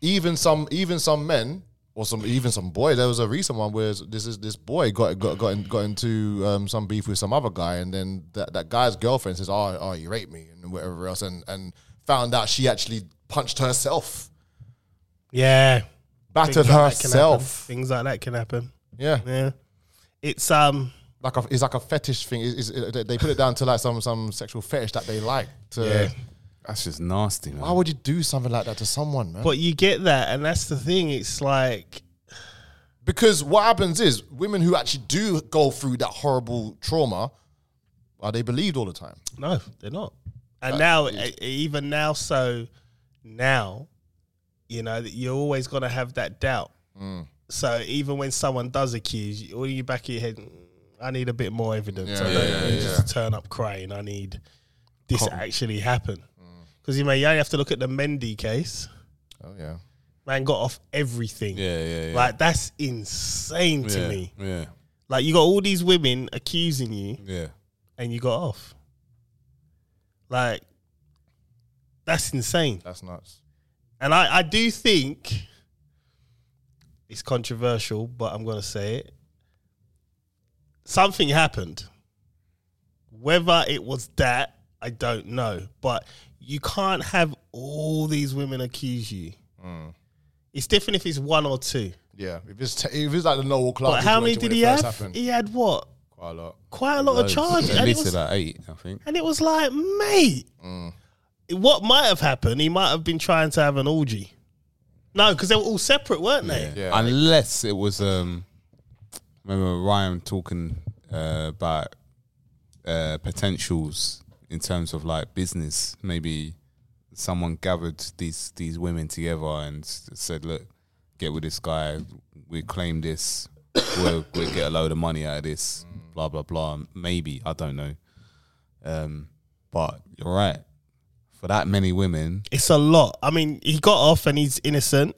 [SPEAKER 4] Even some even some men or some even some boy. There was a recent one where this is this boy got got got, in, got into um, some beef with some other guy, and then that, that guy's girlfriend says, "Oh, oh, you raped me," and whatever else, and and found out she actually punched herself,
[SPEAKER 2] Yeah. Things like that
[SPEAKER 4] battered
[SPEAKER 2] can happen.
[SPEAKER 4] herself.
[SPEAKER 2] Things like that can happen.
[SPEAKER 4] Yeah,
[SPEAKER 2] Yeah. It's um
[SPEAKER 4] like a, it's like a fetish thing. It's, it's, they- they put it down to like some some sexual fetish that they like. To
[SPEAKER 2] Yeah.
[SPEAKER 1] That's just nasty, man.
[SPEAKER 4] why would you do something like that to someone, man?
[SPEAKER 2] but you get that and that's the thing. It's like
[SPEAKER 4] Because what happens is women who actually do go through that horrible trauma are they believed all the time.
[SPEAKER 2] no, they're not. And now e- even now so now you know that you're always going to have that doubt.
[SPEAKER 1] Mm.
[SPEAKER 2] So even when someone does accuse you, all in your back of your head, "Mm, I need a bit more evidence. I don't just turn up crying. I need this actually happen.
[SPEAKER 1] Mm.
[SPEAKER 2] Because you may you only have to look at the Mendy case.
[SPEAKER 4] Oh yeah.
[SPEAKER 2] Man got off everything.
[SPEAKER 1] Yeah, yeah, yeah.
[SPEAKER 2] Like that's insane to
[SPEAKER 1] yeah,
[SPEAKER 2] me.
[SPEAKER 1] Yeah,
[SPEAKER 2] Like you got all these women accusing you
[SPEAKER 1] yeah.
[SPEAKER 2] and you got off. Like that's insane.
[SPEAKER 4] That's nuts.
[SPEAKER 2] And I, I do think it's controversial, but I'm gonna say it. Something happened. Whether it was that, I don't know. But you can't have all these women accuse you. It's different if it's one or two.
[SPEAKER 4] Yeah. If it's t- if it's like the Noel Clark.
[SPEAKER 2] But how many did
[SPEAKER 4] situation when
[SPEAKER 2] he
[SPEAKER 4] it
[SPEAKER 2] have?
[SPEAKER 4] first happened,
[SPEAKER 2] He had what?
[SPEAKER 4] Quite a lot.
[SPEAKER 2] Quite a lot of charges.
[SPEAKER 1] At
[SPEAKER 2] And it,
[SPEAKER 1] least
[SPEAKER 2] was,
[SPEAKER 1] about eight, I think.
[SPEAKER 2] and it was like, mate, what might have happened? He might have been trying to have an orgy. No, because they were all separate, weren't they?
[SPEAKER 1] Yeah. Unless it was um remember Ryan talking uh, about uh, potentials in terms of like business. Maybe someone gathered these these women together and s- said, Look, get with this guy, we claim this, we'll we'll get a load of money out of this, blah blah blah. Maybe I don't know, um, but you're right. For that many women,
[SPEAKER 2] It's a lot. I mean, he got off and he's innocent,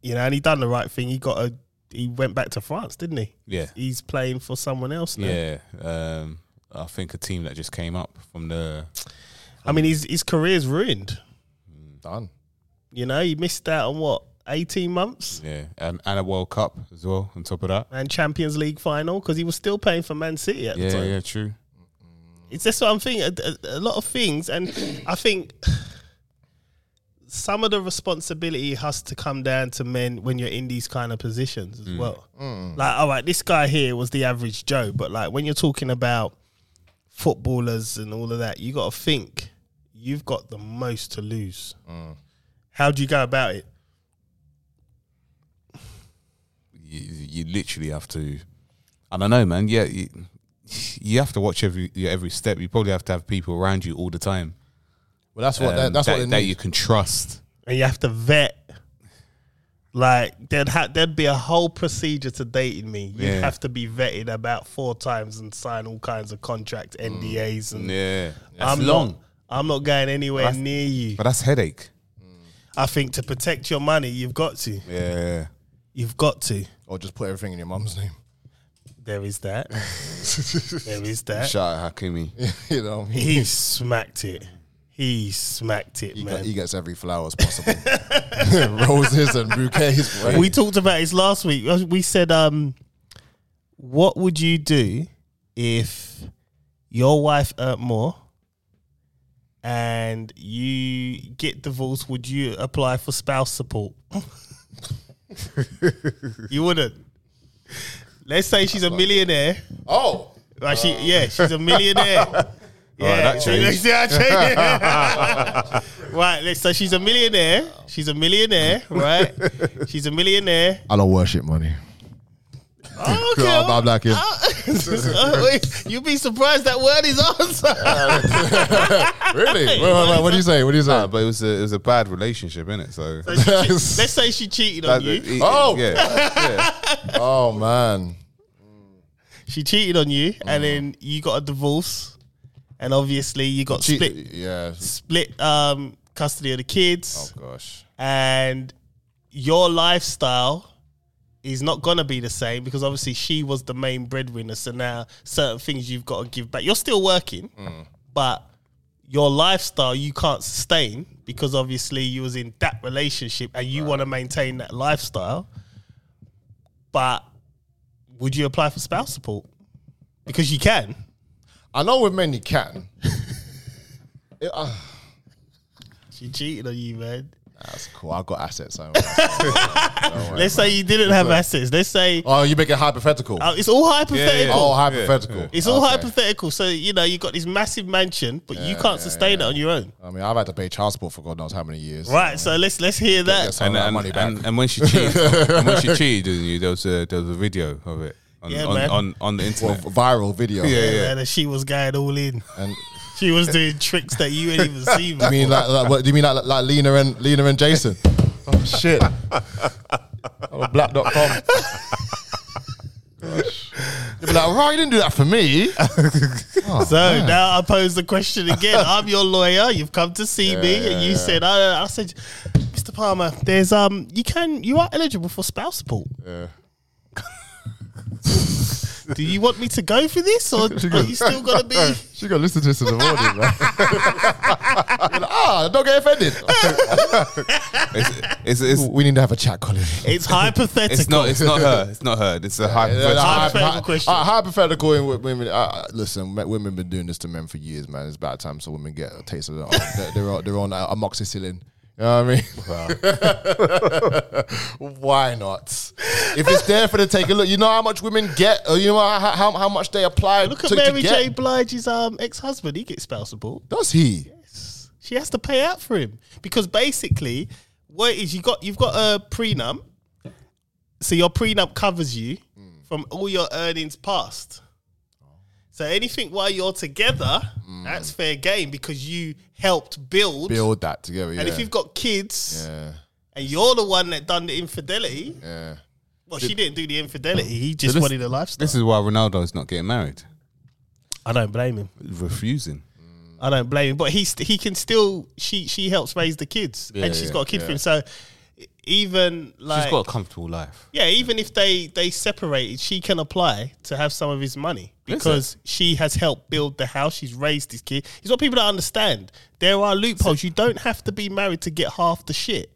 [SPEAKER 2] you know, and he done the right thing. He got a. He went back to France, didn't he?
[SPEAKER 1] Yeah.
[SPEAKER 2] He's playing for someone else now.
[SPEAKER 1] yeah, um, I think a team that just came up from the
[SPEAKER 2] I mean, his his career's ruined.
[SPEAKER 4] Done.
[SPEAKER 2] You know, he missed out on what eighteen months
[SPEAKER 1] yeah um, and a World Cup as well. On top of that,
[SPEAKER 2] and Champions League final because he was still paying for Man City at the
[SPEAKER 1] yeah,
[SPEAKER 2] time.
[SPEAKER 1] yeah, true.
[SPEAKER 2] It's just what I'm thinking. A, a- a lot of things, and I think some of the responsibility has to come down to men when you're in these kind of positions as well. Like, all right, this guy here was the average Joe, but like when you're talking about footballers and all of that, you got to think you've got the most to lose. How do you go about it?
[SPEAKER 1] you, you literally have to. I don't know, man. Yeah, you, you have to watch every your every step. You probably have to have people around you all the time.
[SPEAKER 4] Well, that's what
[SPEAKER 1] um,
[SPEAKER 4] that, that's
[SPEAKER 1] that,
[SPEAKER 4] what they
[SPEAKER 1] that
[SPEAKER 4] need.
[SPEAKER 1] you can trust.
[SPEAKER 2] and you have to vet. Like there'd ha- there'd be a whole procedure to dating me. You'd
[SPEAKER 1] Yeah.
[SPEAKER 2] have to be vetted about four times and sign all kinds of contracts, NDAs, and
[SPEAKER 1] Mm. Yeah, that's
[SPEAKER 2] I'm
[SPEAKER 1] long,
[SPEAKER 2] Not, I'm not going anywhere near you.
[SPEAKER 1] but that's headache.
[SPEAKER 2] I think to protect your money, you've got to.
[SPEAKER 1] Yeah,
[SPEAKER 2] You've got to.
[SPEAKER 4] or just put everything in your mum's name.
[SPEAKER 2] There is that. there is that.
[SPEAKER 1] shout out Hakimi.
[SPEAKER 4] you know, what I mean?
[SPEAKER 2] He smacked it. He smacked it,
[SPEAKER 4] He,
[SPEAKER 2] man.
[SPEAKER 4] got- he gets every flower as possible, roses and bouquets. bro.
[SPEAKER 2] we talked about this last week. We said, um, what would you do if your wife earned more and you get divorced? Would you apply for spouse support? you wouldn't. Let's say she's a millionaire.
[SPEAKER 4] oh,
[SPEAKER 2] Right, she, yeah, she's a millionaire. Yeah,
[SPEAKER 1] that
[SPEAKER 2] so you
[SPEAKER 1] changed.
[SPEAKER 2] see how I changed it? right. let's- So she's a millionaire. She's a millionaire, right? She's a millionaire.
[SPEAKER 4] I don't worship money.
[SPEAKER 2] Oh, okay.
[SPEAKER 4] I'm- I'm like him.
[SPEAKER 2] Oh, wait, You'd be surprised that word is answer.
[SPEAKER 4] Really? Wait, wait, wait, what do you say? What do you say?
[SPEAKER 1] Uh, but it was a it was a bad relationship, innit? So,
[SPEAKER 2] Let's say she cheated
[SPEAKER 1] That-
[SPEAKER 2] on you.
[SPEAKER 1] it-
[SPEAKER 4] Oh!
[SPEAKER 1] yeah,
[SPEAKER 4] oh man,
[SPEAKER 2] She cheated on you, and then you got a divorce, and obviously you got
[SPEAKER 4] Cheat-
[SPEAKER 2] split
[SPEAKER 4] yeah.
[SPEAKER 2] split um, custody of the kids,
[SPEAKER 4] Gosh,
[SPEAKER 2] and your lifestyle is not gonna be the same because obviously she was the main breadwinner. So now certain things you've got to give back. You're still working, but your lifestyle you can't sustain because obviously you was in that relationship and you want to maintain that lifestyle. But would you apply for spouse support? Because you can.
[SPEAKER 4] I know with men you can. It- uh,
[SPEAKER 2] She cheated on you, man.
[SPEAKER 4] that's cool. I got assets. So.
[SPEAKER 2] Let's say you didn't have assets. Let's say
[SPEAKER 4] oh, you make it hypothetical.
[SPEAKER 2] oh, it's all hypothetical.
[SPEAKER 4] Oh, hypothetical.
[SPEAKER 2] It's all
[SPEAKER 4] Okay.
[SPEAKER 2] hypothetical. So you know you got this massive mansion, but you can't sustain it on your own,
[SPEAKER 4] I mean, I've had to pay child support for God knows how many years.
[SPEAKER 2] right? So let's let's hear
[SPEAKER 4] Get
[SPEAKER 2] that.
[SPEAKER 1] and,
[SPEAKER 4] some of that
[SPEAKER 1] and,
[SPEAKER 4] money back.
[SPEAKER 1] and and when she cheated, and when she cheated on you, there was a there was a video of it on
[SPEAKER 2] Yeah,
[SPEAKER 1] on,
[SPEAKER 2] man.
[SPEAKER 1] on on the
[SPEAKER 4] Well,
[SPEAKER 1] internet.
[SPEAKER 4] viral video.
[SPEAKER 1] yeah, yeah.
[SPEAKER 2] Man, and she was going all in.
[SPEAKER 4] And
[SPEAKER 2] She was doing tricks that you didn't even see.
[SPEAKER 4] I mean, like, like, what do you mean, like, like Lena and Lena and Jason? Oh shit! oh, black.com. Gosh. You'd be like, right, you didn't do that for me.
[SPEAKER 2] So now I pose the question again. I'm your lawyer. You've come to see me, and you said, "Oh, I, I said, Mr. Palmer, there's um, you can, you are eligible for spouse support. Do you want me to go for this, or are you still gonna be?
[SPEAKER 4] She gonna listen to this in the morning, man. You're like, ah, don't get offended.
[SPEAKER 1] It's, it's,
[SPEAKER 4] we need to have a chat, Colin.
[SPEAKER 2] It's hypothetical.
[SPEAKER 1] it's not it's not her. It's not her. It's a hypothetical.
[SPEAKER 2] hypothetical question.
[SPEAKER 4] Uh, hypothetical in wi- women. Uh, uh, listen, me- women been doing this to men for years, man. It's about time so women get a taste of it. They're- they're on, they're on uh, amoxicillin. You know what I mean? Why not? If it's there for the take, look, you know how much women get, or you know how, how, how much they apply
[SPEAKER 2] Look
[SPEAKER 4] to,
[SPEAKER 2] at
[SPEAKER 4] to
[SPEAKER 2] Mary
[SPEAKER 4] get.
[SPEAKER 2] J. Blige's um, ex husband. He gets spouse support.
[SPEAKER 4] Does he?
[SPEAKER 2] She has to pay out for him because basically, what it is you got? You've got a prenup, so your prenup covers you
[SPEAKER 4] Hmm.
[SPEAKER 2] from all your earnings past. So anything while you're together, that's fair game because you helped build.
[SPEAKER 4] Hmm. Build that together. Yeah.
[SPEAKER 2] And if you've got kids
[SPEAKER 4] yeah,
[SPEAKER 2] and you're the one that done the infidelity,
[SPEAKER 4] yeah.
[SPEAKER 2] Well, she didn't do the infidelity. He just
[SPEAKER 1] this-
[SPEAKER 2] wanted a lifestyle.
[SPEAKER 1] This is why Ronaldo's not getting married.
[SPEAKER 2] I don't blame him.
[SPEAKER 1] Refusing.
[SPEAKER 2] I don't blame him, but he's he can still she she helps raise the kids
[SPEAKER 1] Yeah,
[SPEAKER 2] and she's
[SPEAKER 1] yeah,
[SPEAKER 2] got a kid for him. So even like
[SPEAKER 1] She's got a comfortable life.
[SPEAKER 2] yeah, even if they they separated, she can apply to have some of his money because she has helped build the house. She's raised his kid. It's what people don't understand. There are loopholes. You don't have to be married to get half the shit.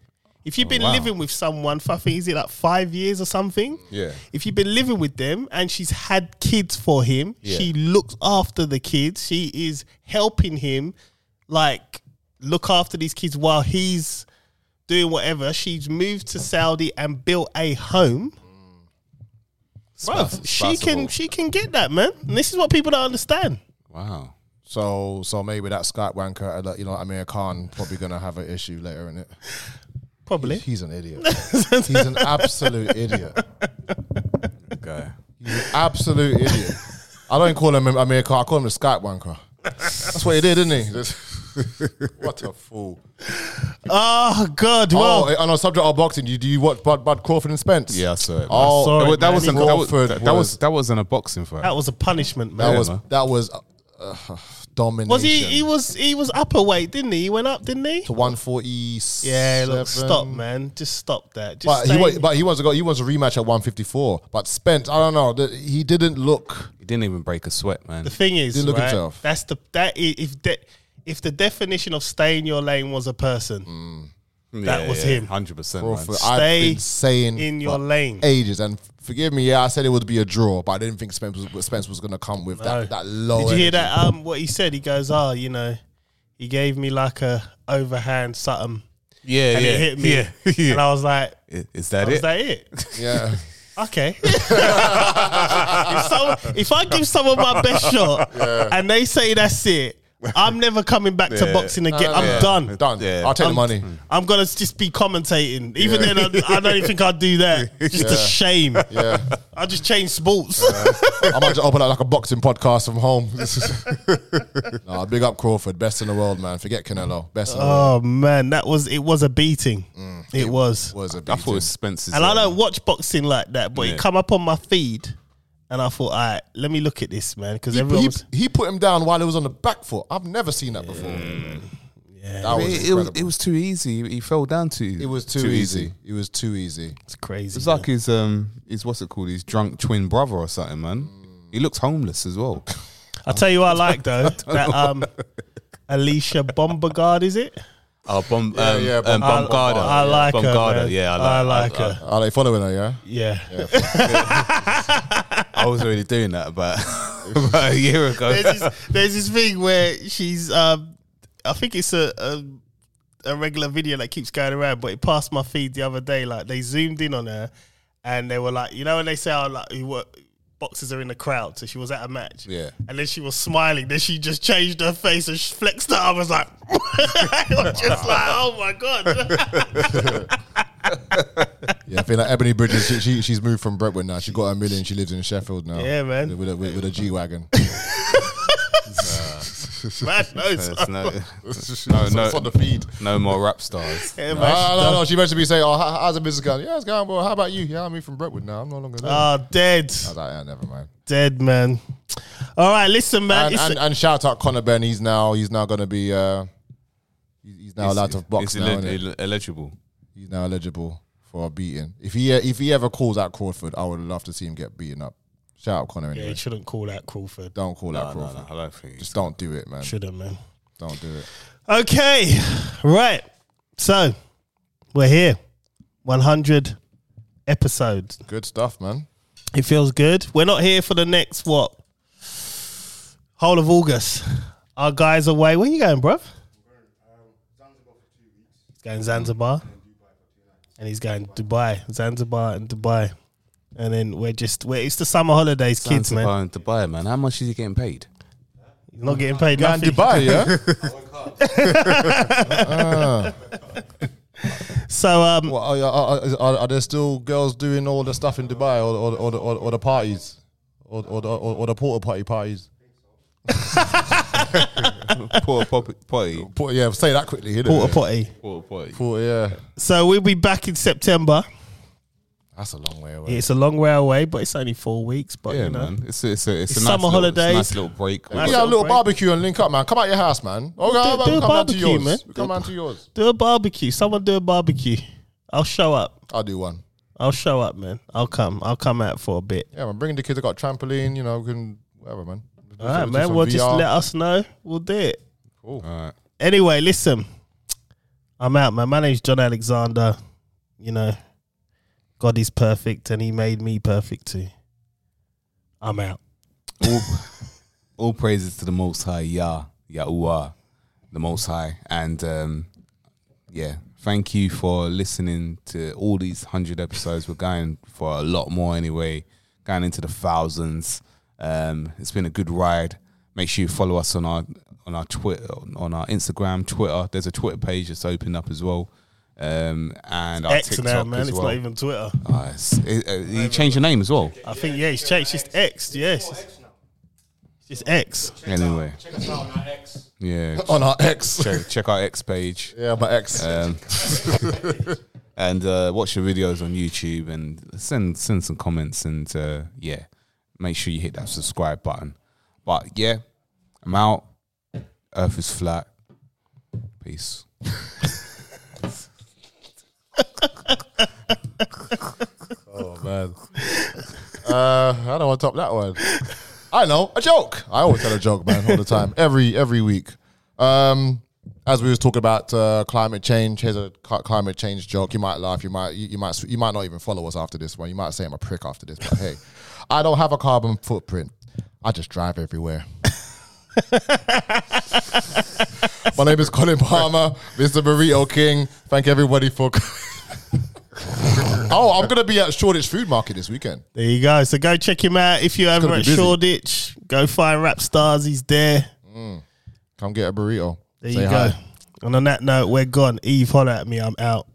[SPEAKER 2] If you've been
[SPEAKER 1] Oh, wow.
[SPEAKER 2] living with someone for I think is it like five years or something?
[SPEAKER 1] Yeah.
[SPEAKER 2] If you've been living with them and she's had kids for him,
[SPEAKER 1] Yeah.
[SPEAKER 2] she looks after the kids. She is helping him, like look after these kids while he's doing whatever. She's moved to Saudi and built a home. Bruv,
[SPEAKER 1] Spouse-
[SPEAKER 2] she can
[SPEAKER 1] spousable.
[SPEAKER 2] she can get that man. And this is what people don't understand.
[SPEAKER 1] Wow.
[SPEAKER 4] So, so maybe that Skype wanker, uh, like, you know, Amir Khan probably gonna have an issue later in it.
[SPEAKER 2] Probably.
[SPEAKER 4] He's an idiot. He's an absolute idiot.
[SPEAKER 1] Okay.
[SPEAKER 4] Absolute idiot. I don't call him Amir Khan. I call him the Skype wanker. That's what he did, didn't he? Just- what a fool.
[SPEAKER 2] Oh God! Well,
[SPEAKER 4] oh, on a subject of boxing, you do you watch Bud, Bud Crawford and Spence?
[SPEAKER 1] Yeah, I saw it.
[SPEAKER 4] Oh,
[SPEAKER 2] saw
[SPEAKER 1] that,
[SPEAKER 2] it,
[SPEAKER 1] was, that,
[SPEAKER 2] man.
[SPEAKER 1] wasn't, that, was,
[SPEAKER 4] Crawford
[SPEAKER 1] that, that was
[SPEAKER 4] was-
[SPEAKER 1] that wasn't a boxing fight.
[SPEAKER 2] that was a punishment, man.
[SPEAKER 4] that was
[SPEAKER 1] man.
[SPEAKER 4] that was uh, uh, domination.
[SPEAKER 2] Was he? He was. He was upper weight, didn't he? He went up, didn't he?
[SPEAKER 4] to one forty?
[SPEAKER 2] Yeah. Look, stop, man. Just stop that. Just
[SPEAKER 4] But he,
[SPEAKER 2] stay-
[SPEAKER 4] wa- but he wants to go. He wants a rematch at one fifty four. But Spence, I don't know. the- He didn't look.
[SPEAKER 1] He didn't even break a sweat, man.
[SPEAKER 2] the thing is,
[SPEAKER 4] Didn't look
[SPEAKER 2] right,
[SPEAKER 4] himself.
[SPEAKER 2] That's the that i- if that if the definition of stay in your lane was a person, that was him.
[SPEAKER 1] Hundred percent.
[SPEAKER 4] Crawford,
[SPEAKER 2] Stay
[SPEAKER 4] I've been saying
[SPEAKER 2] in your
[SPEAKER 4] for
[SPEAKER 2] lane.
[SPEAKER 4] ages, and forgive me. Yeah, I said it would be a draw, but I didn't think Spence was, Spence was going to come with that that low.
[SPEAKER 2] Oh. Did you hear
[SPEAKER 4] energy.
[SPEAKER 2] that? Um, what he said? He goes, "Ah, you know, he gave me like a overhand something,
[SPEAKER 1] Yeah,
[SPEAKER 2] and
[SPEAKER 1] yeah,
[SPEAKER 2] it hit me,
[SPEAKER 1] yeah. yeah.
[SPEAKER 2] and I was like."
[SPEAKER 1] I- Is that
[SPEAKER 2] Was
[SPEAKER 1] it?
[SPEAKER 2] that it?
[SPEAKER 4] Yeah,
[SPEAKER 2] Okay. if, someone, if I give someone my best shot and they say that's it, I'm never coming back to boxing again. I'm done.
[SPEAKER 4] done.
[SPEAKER 1] Yeah. Mm.
[SPEAKER 4] I'll take
[SPEAKER 2] I'm-
[SPEAKER 4] the money.
[SPEAKER 2] I'm gonna just be commentating. Even then, I, I don't even think I'd do that. Just a shame.
[SPEAKER 4] Yeah,
[SPEAKER 2] I just change sports.
[SPEAKER 4] I might just open up like a boxing podcast from home. nah, big up Crawford, best in the world, man. Forget Canelo, best in the world.
[SPEAKER 2] oh man, that was it. Was a beating. it was.
[SPEAKER 4] Was a
[SPEAKER 1] I thought it
[SPEAKER 4] beating.
[SPEAKER 1] was Spencer's.
[SPEAKER 2] And I
[SPEAKER 1] um,
[SPEAKER 2] don't watch boxing like that, but
[SPEAKER 1] Yeah.
[SPEAKER 2] it come up on my feed, and I thought, all right, let me look at this man because
[SPEAKER 4] He,
[SPEAKER 2] everyone.
[SPEAKER 4] he,
[SPEAKER 2] was-
[SPEAKER 4] he put him down while he was on the back foot. I've never seen that before. That was
[SPEAKER 1] It, it was
[SPEAKER 4] incredible.
[SPEAKER 1] it was too easy. He fell down too.
[SPEAKER 4] It was too, easy. It was too easy.
[SPEAKER 2] it's crazy.
[SPEAKER 1] It's like his um his what's it called? His drunk twin brother or something, man. He looks homeless as well.
[SPEAKER 2] I tell you, what I like though that um, Alicia Bombergard is it?
[SPEAKER 1] Oh, bomb, um,
[SPEAKER 4] yeah,
[SPEAKER 1] um,
[SPEAKER 2] I,
[SPEAKER 1] Baumgartner.
[SPEAKER 2] I like her.
[SPEAKER 1] Baumgartner,
[SPEAKER 2] man.
[SPEAKER 1] Yeah, I like, I,
[SPEAKER 2] her.
[SPEAKER 4] Are they following her? Yeah.
[SPEAKER 2] yeah.
[SPEAKER 1] I was already doing that, but about a year ago.
[SPEAKER 2] there's this, there's this thing where she's um I think it's a, a a regular video that keeps going around, but it passed my feed the other day. Like they zoomed in on her, and they were like, you know, when they say, "Oh, like you were, boxers are in the crowd," so she was at a match,
[SPEAKER 1] Yeah.
[SPEAKER 2] and then she was smiling. Then she just changed her face and she flexed her. I was like, I was just like, oh my god,
[SPEAKER 4] Yeah, I think like Ebony Bridges, she, she she's moved from Brentwood now. She got a million. She lives in Sheffield now.
[SPEAKER 2] Yeah, man.
[SPEAKER 4] With, with a, with, with a G wagon.
[SPEAKER 2] man knows.
[SPEAKER 1] There's no,
[SPEAKER 4] no,
[SPEAKER 1] no.
[SPEAKER 4] on the feed.
[SPEAKER 1] no more rap stars.
[SPEAKER 2] Yeah, man,
[SPEAKER 4] No,
[SPEAKER 2] she
[SPEAKER 4] no,
[SPEAKER 2] does.
[SPEAKER 4] no. She meant to be saying, "Oh, how, how's the business going? Yeah, it's going well. How about you? Yeah, I'm moved from Brentwood now. I'm no longer there." I
[SPEAKER 2] Ah, dead,
[SPEAKER 4] was like, yeah, never mind.
[SPEAKER 2] dead man. All right, listen, man.
[SPEAKER 4] And,
[SPEAKER 2] it's-
[SPEAKER 4] and, and shout out Conor Ben. He's now he's now going to be uh, he's he's now allowed to box
[SPEAKER 1] Is
[SPEAKER 4] now.
[SPEAKER 1] ele-
[SPEAKER 4] innit?
[SPEAKER 1] ele- eligible.
[SPEAKER 4] He's now eligible for a beating. If he if he ever calls out Crawford, I would love to see him get beaten up. Shout out Conor
[SPEAKER 2] yeah,
[SPEAKER 4] anyway.
[SPEAKER 2] you shouldn't call that Crawford.
[SPEAKER 4] Don't call out Crawford.
[SPEAKER 1] I don't think.
[SPEAKER 4] Just don't do it, man.
[SPEAKER 2] Shouldn't, man.
[SPEAKER 4] Don't do it.
[SPEAKER 2] Okay, right. So we're here, 100 episodes.
[SPEAKER 4] Good stuff, man.
[SPEAKER 2] It feels good. We're not here for the next what? Whole of August. Our guys away. Where you going, bruv? He's going Zanzibar, and he's going Dubai, Zanzibar and Dubai, and then we're just we're, it's the summer holidays, kids, man.
[SPEAKER 1] Zanzibar and Dubai, man. How much is he getting paid?
[SPEAKER 2] He's not getting paid
[SPEAKER 4] Guy in
[SPEAKER 2] nothing.
[SPEAKER 4] Dubai, yeah.
[SPEAKER 2] So um,
[SPEAKER 4] What, are, are, are, are there still girls doing all the stuff in Dubai, or or or, or, or the parties, or or, the- or or the porter party parties?
[SPEAKER 1] Poor potty. Poor
[SPEAKER 4] Por- yeah, say that quickly. innit?
[SPEAKER 2] porta potty.
[SPEAKER 1] potty.
[SPEAKER 4] Porter, yeah.
[SPEAKER 2] So we'll be back in September.
[SPEAKER 4] That's a long way away.
[SPEAKER 2] It's a long way away, but it's only four weeks. But
[SPEAKER 1] Yeah,
[SPEAKER 2] you know,
[SPEAKER 1] man. It's a, it's a, it's
[SPEAKER 2] It's
[SPEAKER 1] a nice
[SPEAKER 2] summer
[SPEAKER 1] little,
[SPEAKER 2] holidays.
[SPEAKER 1] It's a nice little break.
[SPEAKER 2] Nice
[SPEAKER 4] yeah, a little
[SPEAKER 2] break.
[SPEAKER 4] barbecue and link up, man. Come out your house, man. Oh,
[SPEAKER 2] do-
[SPEAKER 4] come,
[SPEAKER 2] do a
[SPEAKER 4] come down to
[SPEAKER 2] barbecue,
[SPEAKER 4] yours.
[SPEAKER 2] man.
[SPEAKER 4] Come down to yours.
[SPEAKER 2] do a barbecue. Someone do a barbecue. I'll show up.
[SPEAKER 4] I'll do one.
[SPEAKER 2] I'll show up, man. I'll come. I'll come out for a bit.
[SPEAKER 4] Yeah, man. Bringing the kids. I got a trampoline. You know, we can whatever, man.
[SPEAKER 2] All right, man. Well, just let us know. We'll do it.
[SPEAKER 1] All right.
[SPEAKER 2] Anyway, listen. I'm out, man. My name's John Alexander. You know, God is perfect, and He made me perfect too. I'm out.
[SPEAKER 1] all, all praises to the Most High, Yah, Yahuwah, the Most High, and um, yeah, thank you for listening to all these hundred episodes. We're going for a lot more anyway, going into the thousands. Um, it's been a good ride. Make sure you follow us on our on our Twitter, on our Instagram, Twitter. There's a Twitter page that's opened up as well, um, and our
[SPEAKER 2] X
[SPEAKER 1] TikTok
[SPEAKER 2] now, man.
[SPEAKER 1] as
[SPEAKER 2] It's
[SPEAKER 1] well.
[SPEAKER 2] not even Twitter.
[SPEAKER 1] Ah, it's- it- uh, you changed your name as well.
[SPEAKER 2] I think yeah, it's changed. It's just X. Yes, it's just X.
[SPEAKER 1] Anyway, yeah.
[SPEAKER 4] on our ex.
[SPEAKER 1] check, check our X page.
[SPEAKER 4] yeah, my ex.
[SPEAKER 1] Um, and uh, watch the videos on YouTube and send send some comments and uh, yeah, make sure you hit that subscribe button. But yeah, I'm out. Earth is flat. Peace.
[SPEAKER 4] Oh man. uh, I don't want to top that one. I know a joke. I always tell a joke, man, all the time, every every week. Um, as we was talking about uh, climate change, here's a cli- climate change joke. You might laugh. You might you, you might you might not even follow us after this one. You might say I'm a prick after this, but hey, I don't have a carbon footprint. I just drive everywhere. My name is Colin Palmer, Mr. Burrito King. Thank everybody for. oh, I'm gonna be at Shoreditch Food Market this weekend.
[SPEAKER 2] There you go. So go check him out if you're ever
[SPEAKER 4] gonna be
[SPEAKER 2] at
[SPEAKER 4] busy.
[SPEAKER 2] Shoreditch. Go find Rap Stars. He's there.
[SPEAKER 4] Come get a burrito.
[SPEAKER 2] There
[SPEAKER 4] Say
[SPEAKER 2] you go.
[SPEAKER 4] hi.
[SPEAKER 2] And on that note, we're gone. Eve, holler at me. I'm out.